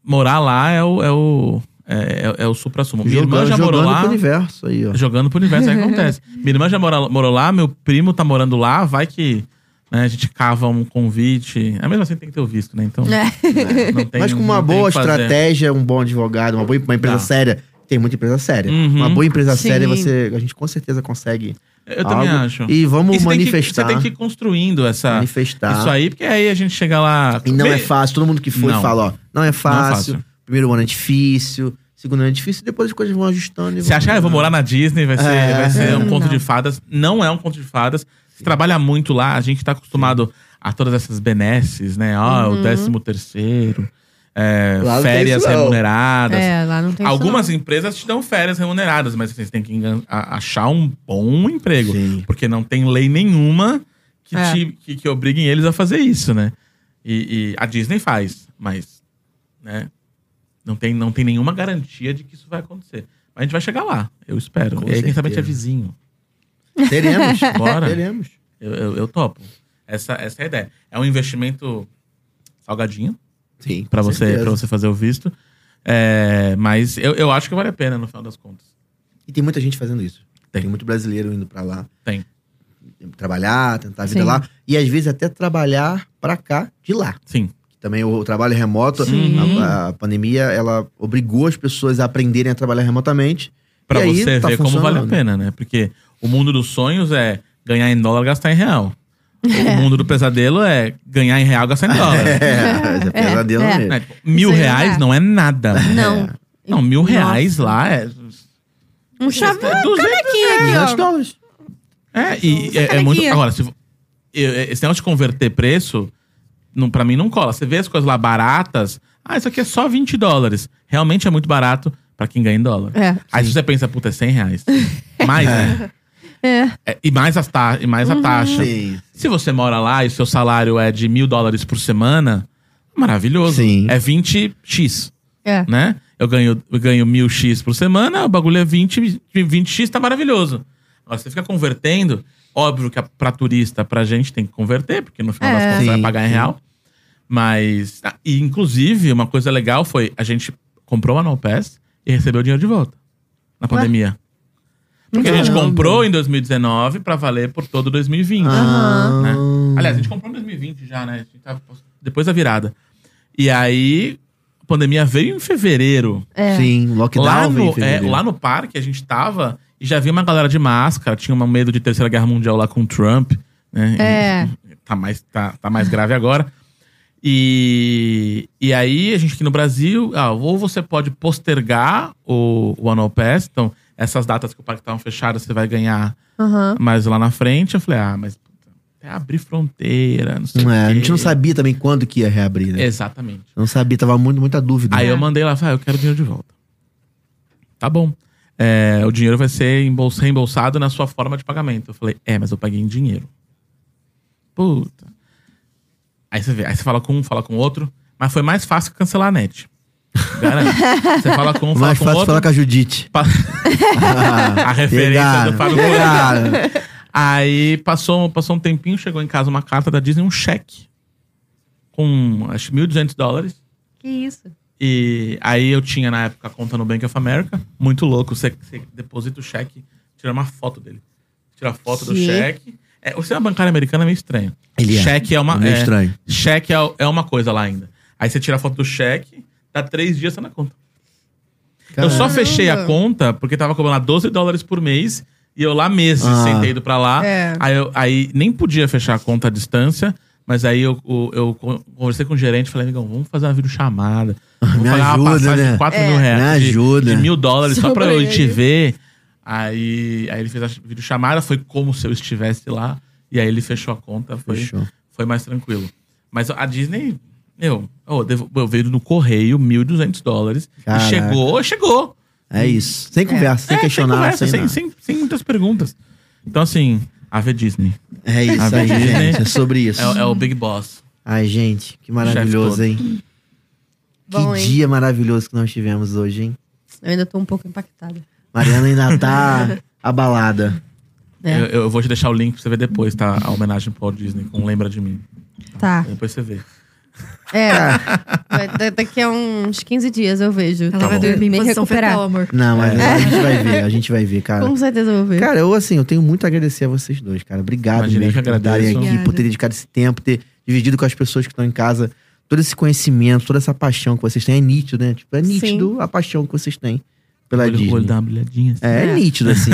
C: morar lá é o, é o, é, é- é o supra-sumo. Minha irmã já morou
B: jogando
C: lá.
B: pro universo aí, ó.
C: Jogando pro universo, aí acontece. Minha irmã já mora, morou lá, meu primo tá morando lá, vai que né? A gente cava um convite. É mesmo assim tem que ter o visto, né? Então,
A: É.
C: né, não tem-
B: Mas com uma
C: não tem
B: boa
C: o que fazer.
B: estratégia, um bom advogado, uma, boa, uma empresa
C: Tá.
B: séria. Tem muita empresa séria.
C: Uhum.
B: Uma boa empresa
A: Sim.
B: séria, você, a gente com certeza consegue.
C: Eu também
B: algo.
C: acho.
B: E vamos
C: E você tem que-
B: manifestar.
C: você tem que ir construindo essa,
B: manifestar.
C: isso aí, porque aí a gente chega lá.
B: E não
C: Bem,
B: é fácil. Todo mundo que foi
C: Não.
B: fala, ó, não é
C: não é
B: fácil. Primeiro ano é difícil, segundo ano é difícil, depois as coisas vão ajustando. e
C: Você
B: vão-
C: acha, ah, eu vou morar na Disney, vai ser,
B: É.
C: vai ser um
A: Não.
C: conto de fadas. Não é um conto de fadas. Você trabalha muito lá, a gente tá acostumado a todas essas benesses, né? Ó, o décimo terceiro, é,
B: Uhum. Lá não tem
C: férias
B: isso, não.
C: remuneradas.
A: É, lá não tem isso,
C: Algumas
A: não.
C: empresas te dão férias remuneradas, mas assim, você tem que engan- a- achar um bom emprego.
B: Sim.
C: Porque não tem lei nenhuma que,
A: É.
C: te- que, que obriguem eles a fazer isso, né? E, e a Disney faz, mas né? não, tem, não tem nenhuma garantia de que isso vai acontecer. Mas a gente vai chegar lá, eu espero.
B: Com
C: e aí, quem sabe a gente
B: certeza.
C: é vizinho.
B: Teremos.
C: Bora.
B: Teremos.
C: Eu, eu, eu topo. Essa, essa é a ideia. É um investimento salgadinho
B: Sim.
C: pra
B: com
C: você,
B: certeza.
C: pra você fazer o visto. É, mas eu, eu acho que vale a pena no final das contas.
B: E tem muita gente fazendo isso.
C: Tem.
B: Tem, muito brasileiro indo pra lá.
C: Tem.
B: Trabalhar, tentar a vida
A: Sim.
B: lá. E às vezes até trabalhar pra cá de lá.
C: Sim.
B: Também o trabalho remoto,
A: Sim.
B: a, a pandemia, ela obrigou as pessoas a aprenderem a trabalhar remotamente.
C: Pra
B: E aí,
C: você
B: tá
C: ver como vale a
B: funcionando.
C: pena, né? Porque o mundo dos sonhos é ganhar em dólar, gastar em real. O mundo do pesadelo é ganhar em real, gastar em dólar.
B: É, é pesadelo
A: é.
B: mesmo.
C: Né? Tipo,
A: Isso aí não
C: mil reais
A: dá.
C: não é nada.
A: Não.
C: Não, mil
A: Nossa.
C: reais lá é.
A: Um chave.
C: 200.
A: Aqui,
B: 200
A: ó.
B: dólares.
C: É, e
A: Essa
C: é, é muito.
A: canequinha.
C: Agora, se, vo- eu- esse negócio de converter preço, não, pra mim não cola. Você vê as coisas lá baratas, ah, isso aqui é só 20 dólares. Realmente é muito barato pra quem ganha em dólar.
A: É.
C: Aí se você pensa, puta, é 100 reais. Mais, né?
A: É.
C: É, e mais, as ta e mais a taxa.
B: Uhum. Sim.
C: Se você mora lá e seu salário é de mil dólares por semana, maravilhoso.
B: Sim.
C: É 20x,
A: É.
C: né? Eu ganho, eu ganho mil x por semana, o bagulho é 20, 20x, tá maravilhoso. Agora, você fica convertendo, óbvio que a- pra turista, pra gente tem que converter, porque no final das
A: É.
C: contas vai
B: Sim,
C: pagar em
B: sim.
C: real. Mas, ah, e inclusive, uma coisa legal foi, a gente comprou o Anal Pass e recebeu o dinheiro de volta, na pandemia. Porque a gente
B: Caramba.
C: comprou em 2019 pra valer por todo 2020.
B: Ah,
C: Né? Aliás, a gente comprou em 2020 já, né? A gente tava depois da virada. E aí, a pandemia veio em fevereiro.
A: É.
B: Sim, lockdown
C: Lá
B: veio em
C: no, é,
B: fevereiro.
C: lá no parque a gente tava e já vi uma galera de máscara. Tinha um medo de terceira guerra mundial lá com o Trump, né?
A: É.
C: E- tá, mais, tá, tá mais grave agora. E, e aí, a gente aqui no Brasil, ah, ou você pode postergar o, o Annual Pass. Então, essas datas que o parque estavam fechadas, você vai ganhar
A: Aham.
B: Uhum.
C: mas lá na frente eu falei, ah, mas puta, até abrir fronteira, não sei o
B: É, a
C: quê.
B: gente não sabia também quando que ia reabrir, né?
C: Exatamente.
B: Não sabia, tava muito, muita dúvida.
C: Aí eu mandei lá, falei, ah, eu quero dinheiro de volta. Tá bom. É, o dinheiro vai ser embols- reembolsado na sua forma de pagamento. Eu falei, é, mas eu paguei em dinheiro. Puta. Aí você vê, aí você fala com um, fala com outro, mas foi mais fácil cancelar a net. Garanto. Você fala com um, fala
B: Mais
C: com
B: fácil é
C: outro.
B: falar com a Judite.
C: pa- a referência
B: Pegaram,
C: do Fábio Porchat.
B: pegaram.
C: Aí passou, passou um tempinho, chegou em casa uma carta da Disney, um cheque. Com acho 1.200 dólares.
A: Que isso.
C: E aí eu tinha na época a conta no Bank of America. Muito louco. Você, você deposita o cheque, tira uma foto dele. Tira a foto do
A: Sim.
C: cheque. É, o sistema bancário americano é meio estranho.
B: Ele é.
C: Cheque é uma.
B: Meio
C: é,
B: estranho.
C: Cheque é, é uma coisa lá ainda. Aí você tira a foto do cheque, dá três dias tá na conta. Eu só
B: Caramba.
C: fechei a conta porque tava cobrando lá 12 dólares por mês e eu lá meses
B: Ah.
C: sem ter ido pra lá.
A: É.
C: Aí, eu- aí nem podia fechar a conta à distância, mas aí eu, eu- eu con- conversei com o gerente e falei, amigão, vamos fazer uma videochamada. Vamos
B: Ah, Me
C: pagar uma
B: ajuda,
C: passagem de
B: né?
C: 4
A: É.
C: mil reais.
B: Me
C: de-
B: ajuda.
C: De, mil dólares só,
A: Só
C: pra
A: pra
C: eu ir te
A: ele.
C: ver. Aí, aí ele fez a videochamada, foi como se eu estivesse lá. E aí ele fechou a conta, foi,
B: Fechou.
C: foi mais tranquilo. Mas a Disney, meu, eu, devo- eu veio no correio 1.200 dólares. E
B: Caraca.
C: chegou, chegou.
B: É isso. Sem conversa, sem
C: É,
B: questionar,
C: conversa,
B: sem,
C: sem,
B: nada.
C: sem- sem muitas perguntas. Então, assim, a V Disney.
B: É isso
C: A
B: aí,
C: Disney-
B: gente. É sobre isso.
C: É, é o Big Boss.
B: Ai, gente, que
C: todo.
B: maravilhoso, hein?
A: Bom,
B: que
A: hein?
B: dia maravilhoso que nós tivemos hoje, hein?
A: Eu ainda tô um pouco impactada.
B: Mariana ainda tá abalada.
A: É.
C: Eu, eu
B: É.
C: vou te deixar o link pra você ver depois, tá? A homenagem pro Walt Disney, com Lembra de Mim.
A: Tá.
C: Depois você vê.
A: É. vai- da- daqui a uns 15 dias eu vejo.
D: Ela
B: Tá
D: vai
B: bom.
D: dormir em
A: Me
D: posição
A: recuperar.
D: fetal, amor.
B: Não, mas
C: É.
B: a gente vai ver, a gente vai ver, cara.
A: Com certeza eu vou ver.
B: Cara, eu assim, eu tenho muito a agradecer a vocês dois, cara. Obrigado
C: Imagina,
B: mesmo
C: eu que
B: por estarem aqui,
C: agradeço.
B: por ter
D: Obrigada.
B: dedicado esse tempo, ter dividido com as pessoas que estão em casa todo esse conhecimento, toda essa paixão que vocês têm. É nítido, né? Tipo, é
A: Sim.
B: nítido a paixão que vocês têm pela
C: olho,
B: Disney.
C: olho dá uma brilhadinha. assim.
B: É, é nítido, assim.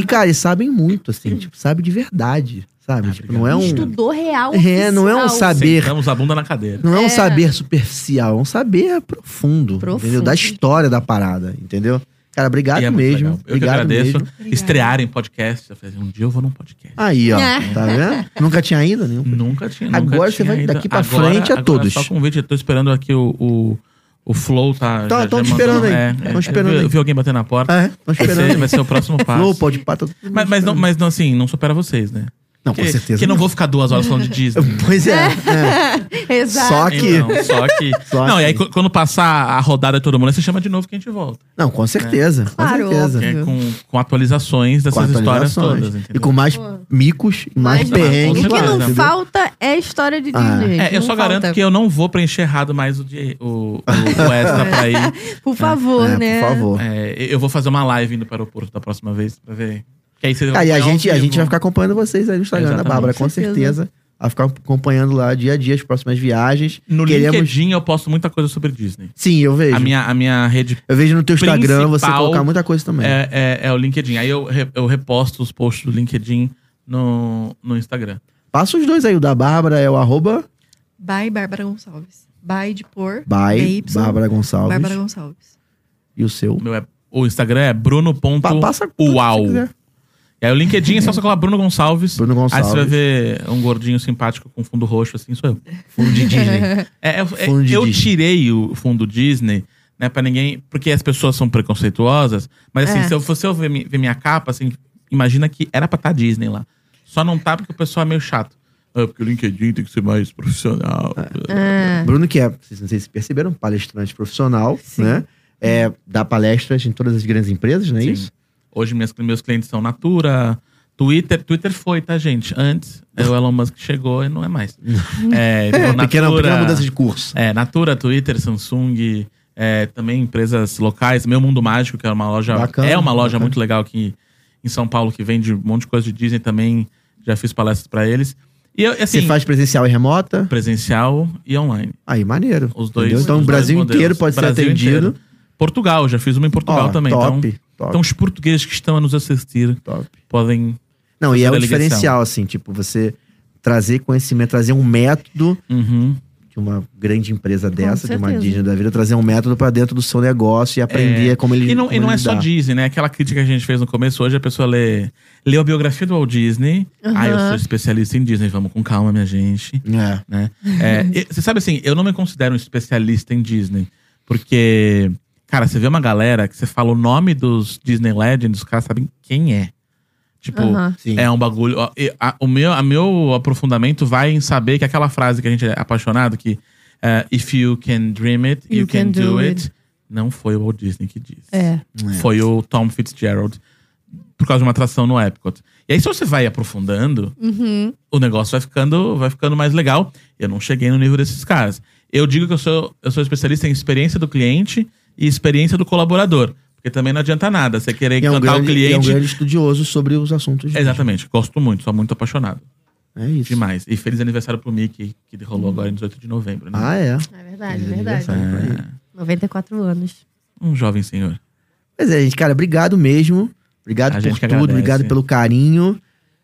B: e, cara, eles sabem muito, assim. Tipo, sabe de verdade, sabe?
C: Ah,
B: tipo, não é um...
A: Estudou real.
B: É, não é um
A: oficial.
B: saber.
C: Sentamos a bunda na cadeira.
B: Não é um
A: É.
B: saber superficial, é um saber profundo,
A: Profundo.
B: entendeu? Da história da parada, entendeu? Cara, obrigado
C: E é muito
B: mesmo.
C: legal. Eu que
B: obrigado
C: agradeço.
B: mesmo.
D: Obrigada.
C: Estrearem podcast. Eu falei, um dia eu vou num podcast.
B: Aí, ó,
A: É.
B: tá vendo? Nunca tinha ainda nenhum.
C: Nunca tinha.
B: Agora
C: nunca
B: você
C: tinha
B: vai
C: ainda.
B: daqui pra frente a
C: agora é
B: todos.
C: Só convite, eu tô esperando aqui o, o, o Flow, tá?
B: Tá,
C: já-
B: tão
C: já
B: te
C: mandou-
B: esperando aí.
C: É,
B: Tão
C: é,
B: te esperando
C: eu vi-
B: aí.
C: Eu vi alguém bater na porta.
B: É, tô
C: Vai
B: esperando.
C: ser,
B: aí.
C: vai ser o próximo passo.
B: Flow, pode pá, tá todo mundo
C: Mas, mas, não,
B: esperando.
C: mas não, assim, não supera vocês, né?
B: Não, com
C: que,
B: certeza.
C: Que não vou ficar duas horas falando de Disney.
B: Pois é. é.
A: Exato.
B: Só que.
C: Então, só que.
B: Só
C: não, e aí
B: que-
C: qu- quando passar a rodada de todo mundo, aí você chama de novo que a gente volta.
B: Não, com certeza. Com
A: Claro,
B: certeza.
C: Que é
A: Uhum.
C: com, com atualizações
B: Com
C: dessas histórias
B: atualizações.
C: todas.
B: E
C: entendeu?
B: com mais
A: Pô.
B: micos e mais
A: Mas
B: perrengues.
A: O que
C: claro,
A: não
B: entendeu?
A: falta é história de
B: Ah.
A: Disney.
C: É, eu
A: Não
C: só
A: falta.
C: garanto que eu não vou preencher errado mais o, de, o, o, o extra pra ir.
A: Por favor,
B: É,
A: né?
B: Por favor.
C: É, eu vou fazer uma live indo para o aeroporto da próxima vez pra ver. Que aí vocês vão
B: Ah, e a
C: acompanhar ao
B: gente, a
C: vivo.
B: gente vai ficar acompanhando vocês aí no Instagram da
C: Exatamente.
B: Bárbara, com
A: Com certeza.
B: certeza. Vai ficar acompanhando lá dia a dia as próximas viagens.
C: No
B: Queremos-
C: LinkedIn eu posto muita coisa sobre Disney.
B: Sim, eu vejo.
C: A minha, a minha rede
B: Eu vejo no teu Instagram você
C: principal
B: colocar muita coisa também.
C: é, é, é o LinkedIn. Aí eu, re- eu reposto os posts do LinkedIn no, no Instagram.
B: Passa os dois aí, o da Bárbara é o arroba
D: Bye, Bárbara Gonçalves. Bye de por.
B: by
D: BY,
B: Bárbara Gonçalves.
D: Bárbara Gonçalves.
B: E o seu.
C: O, meu é- o Instagram é
B: Pa-
C: bruno.uau.
B: passa tudo que você quiser.
C: E aí o LinkedIn é só você colocar Bruno Gonçalves.
B: Bruno Ah,
C: Aí
B: Gonçalves.
C: você vai ver um gordinho simpático com fundo roxo, assim, sou eu.
B: Fundo de Disney.
C: É, é, é,
B: Fundo de
C: eu
B: Disney.
C: tirei o fundo Disney, né, pra ninguém. Porque as pessoas são preconceituosas. Mas assim,
A: É.
C: se eu fosse eu ver, mi- ver minha capa, assim, imagina que era pra estar Disney lá. Só não tá porque o pessoal é meio chato. É, porque o LinkedIn tem que ser mais profissional.
A: Ah.
B: Bruno, que é, vocês não sei se perceberam, palestrante profissional,
D: Sim.
B: né? É, dá palestras em todas as grandes empresas, não é
C: Sim.
B: isso?
C: Hoje minhas, meus clientes são Natura, Twitter. Twitter foi, tá, gente? Antes, é, o Elon Musk chegou e não é mais. É, então,
B: Pequena,
C: Natura-
B: pequena mudança de curso.
C: É, Natura, Twitter, Samsung, é, também empresas locais. Meu Mundo Mágico, que é uma loja.
B: Bacana,
C: é uma loja
B: bacana.
C: muito legal aqui em São Paulo que vende um monte de coisa de Disney também. Já fiz palestras pra eles. E eu, assim,
B: Você faz presencial e remota?
C: presencial e online.
B: Aí, maneiro.
C: Os dois.
B: entendeu? Então,
C: os
B: o Brasil
C: dois
B: inteiro
C: modelos.
B: pode
C: Brasil
B: ser atendido.
C: inteiro. Portugal, já fiz uma em Portugal
B: Ó,
C: também.
B: Top,
C: Então,
B: top,
C: então os portugueses que estão a nos assistir
B: top.
C: podem.
B: Não, e é
C: Fazer
B: o
C: a ligação.
B: diferencial, assim, tipo, você trazer conhecimento, trazer um método
C: Uhum.
B: de uma grande empresa dessa, de uma
A: certeza.
B: Disney da vida, trazer um método pra dentro do seu negócio e aprender como ele
C: E não, e
B: como
C: não é
B: ele
C: só
B: dá.
C: Disney, né? Aquela crítica que a gente fez no começo, hoje a pessoa lê, lê a biografia do Walt Disney.
A: Aham.
C: Ah, eu sou especialista em Disney, vamos com calma, minha gente.
B: É.
C: Né? É, e- você sabe assim, eu não me considero um especialista em Disney. Porque, cara, você vê uma galera que você fala o nome dos Disney Legends, os caras sabem quem é. Tipo,
A: Aham.
B: Sim.
C: é um bagulho. ó, e a- o meu, a meu aprofundamento vai em saber que aquela frase que a gente é apaixonado, que é, if you can dream it, you, can, do, it. não foi o Walt Disney que disse.
A: É.
C: Foi o Tom Fitzgerald, por causa de uma atração no Epcot. E aí, se você vai aprofundando,
A: Uhum.
C: o negócio vai ficando, vai ficando mais legal. Eu não cheguei no nível desses caras. Eu digo que eu sou, eu sou especialista em experiência do cliente e experiência do colaborador. Porque também não adianta nada você querer
B: E é um
C: encantar
B: grande-
C: o
B: e é um
C: cliente.
B: grande estudioso sobre os assuntos. de-
C: Exatamente, gosto muito, sou muito apaixonado.
B: É isso.
C: Demais. E feliz aniversário pro Mickey, que rolou agora em 18 de novembro. Né? É,
B: Ah, é.
A: É verdade,
B: Feliz
A: verdade.
B: aniversário pra ele.
A: 94 anos.
C: Um jovem senhor.
B: Pois é, gente, cara, obrigado mesmo. Obrigado
C: A
B: por
C: gente que
B: tudo,
C: agradece.
B: obrigado pelo carinho.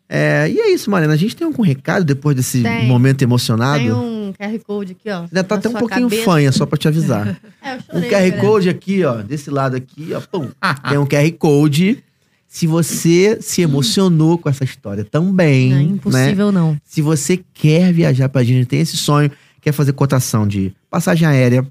B: É, e é isso, Mariana. A gente tem algum recado depois desse
A: Tem.
B: momento emocionado?
A: Tem um QR Code aqui, ó.
B: Ainda tá
A: na
B: até um
A: sua
B: pouquinho
A: cabeça.
B: fanha, só pra te avisar.
A: É, eu
B: Um
A: chorei,
B: QR
A: né?
B: Code aqui, ó, desse lado aqui, ó, pum. Tem um QR Code. Se você se emocionou com essa história também,
A: Não, é
B: né?
A: impossível, não.
B: Se você quer viajar pra Disney, tem esse sonho, quer fazer cotação de passagem aérea,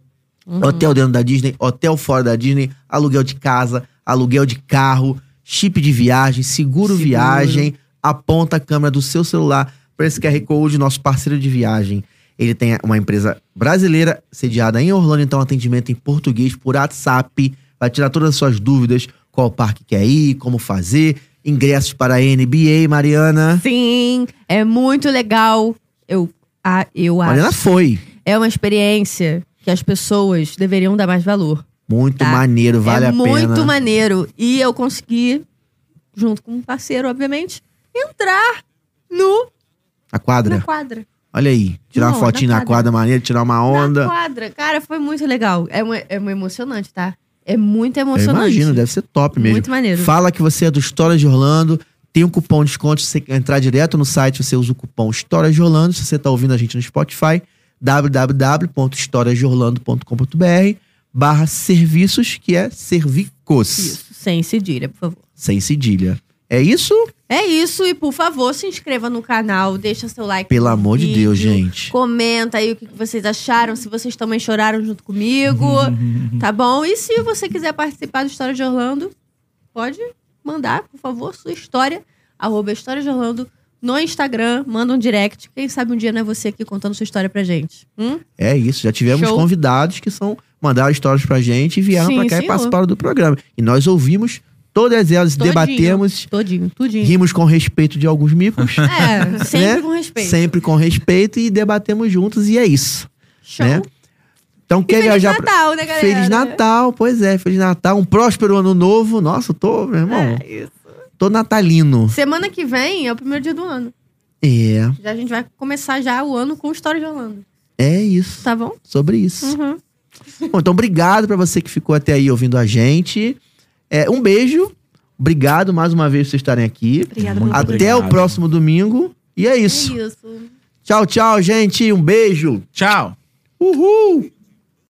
A: Uhum.
B: hotel dentro da Disney, hotel fora da Disney, aluguel de casa, aluguel de carro, chip de viagem, seguro,
A: Seguro.
B: viagem, aponta a câmera do seu celular para esse QR Code, nosso parceiro de viagem. Ele tem uma empresa brasileira sediada em Orlando, então atendimento em português por WhatsApp. Vai tirar todas as suas dúvidas, qual parque quer ir, como fazer, ingressos para a NBA, Mariana.
A: Sim, é muito legal. Eu, ah, eu acho.
B: Mariana foi.
A: é uma experiência que as pessoas deveriam dar mais valor.
B: Muito
A: Tá.
B: maneiro, vale
A: é
B: a
A: muito
B: pena.
A: maneiro. E eu consegui, junto com um parceiro, obviamente, entrar no,
B: A quadra.
A: na quadra.
B: Olha aí. Tirar
A: Não,
B: uma fotinha
A: na
B: na quadra, maneira, tirar uma onda.
A: Na quadra. Cara, foi muito legal. É, uma, é uma emocionante, tá? É muito
B: Eu
A: emocionante.
B: imagino, deve ser top mesmo.
A: Muito maneiro.
B: Fala que você é do História de Orlando. Tem um cupom de desconto. Se você entrar direto no site, você usa o cupom História de Orlando. Se você está ouvindo a gente no Spotify, www.historiasdeorlando.com.br barra serviços, que é servicos,
A: Isso, sem cedilha, por favor.
B: sem cedilha. É isso?
A: É isso, e por favor, se inscreva no canal, deixa seu like.
B: Pelo
A: no
B: amor de Deus,
A: vídeo,
B: gente.
A: Comenta aí o que que vocês acharam, se vocês também choraram junto comigo,
B: Uhum.
A: tá bom? E se você quiser participar do História de Orlando, pode mandar, por favor, sua história, arroba História de Orlando, no Instagram, manda um direct. Quem sabe um dia não é você aqui contando sua história pra gente. Hum?
B: É isso. Já tivemos
A: Show.
B: convidados que são mandaram histórias pra gente e vieram
A: Sim,
B: pra cá e
A: senhor.
B: participaram do programa. E nós ouvimos todas elas,
A: Todinho.
B: debatemos,
A: Todinho, tudinho.
B: rimos com respeito de alguns micos.
A: É, sempre
B: Né?
A: com respeito.
B: Sempre com respeito e debatemos juntos, e é isso.
A: Show.
B: né? Então,
A: E
B: quer
A: Feliz
B: viajar pra-
A: Natal, né, galera?
B: Feliz Natal, pois é, Feliz Natal, um próspero ano novo. Nossa, eu tô, meu irmão,
A: É isso.
B: tô natalino.
A: Semana que vem é o primeiro dia do ano.
B: É,
A: Já a gente vai começar já o ano com História de Orlando,
B: é isso,
A: tá bom?
B: sobre isso.
A: Uhum.
B: Bom, então, obrigado pra você que ficou até aí ouvindo a gente. É, um beijo, obrigado mais uma vez por vocês estarem aqui.
D: Obrigada,
C: Muito
D: muito
B: até
D: obrigada.
B: o próximo domingo, e é isso.
A: É isso.
B: Tchau, tchau, gente, um beijo.
C: Tchau.
B: Uhul!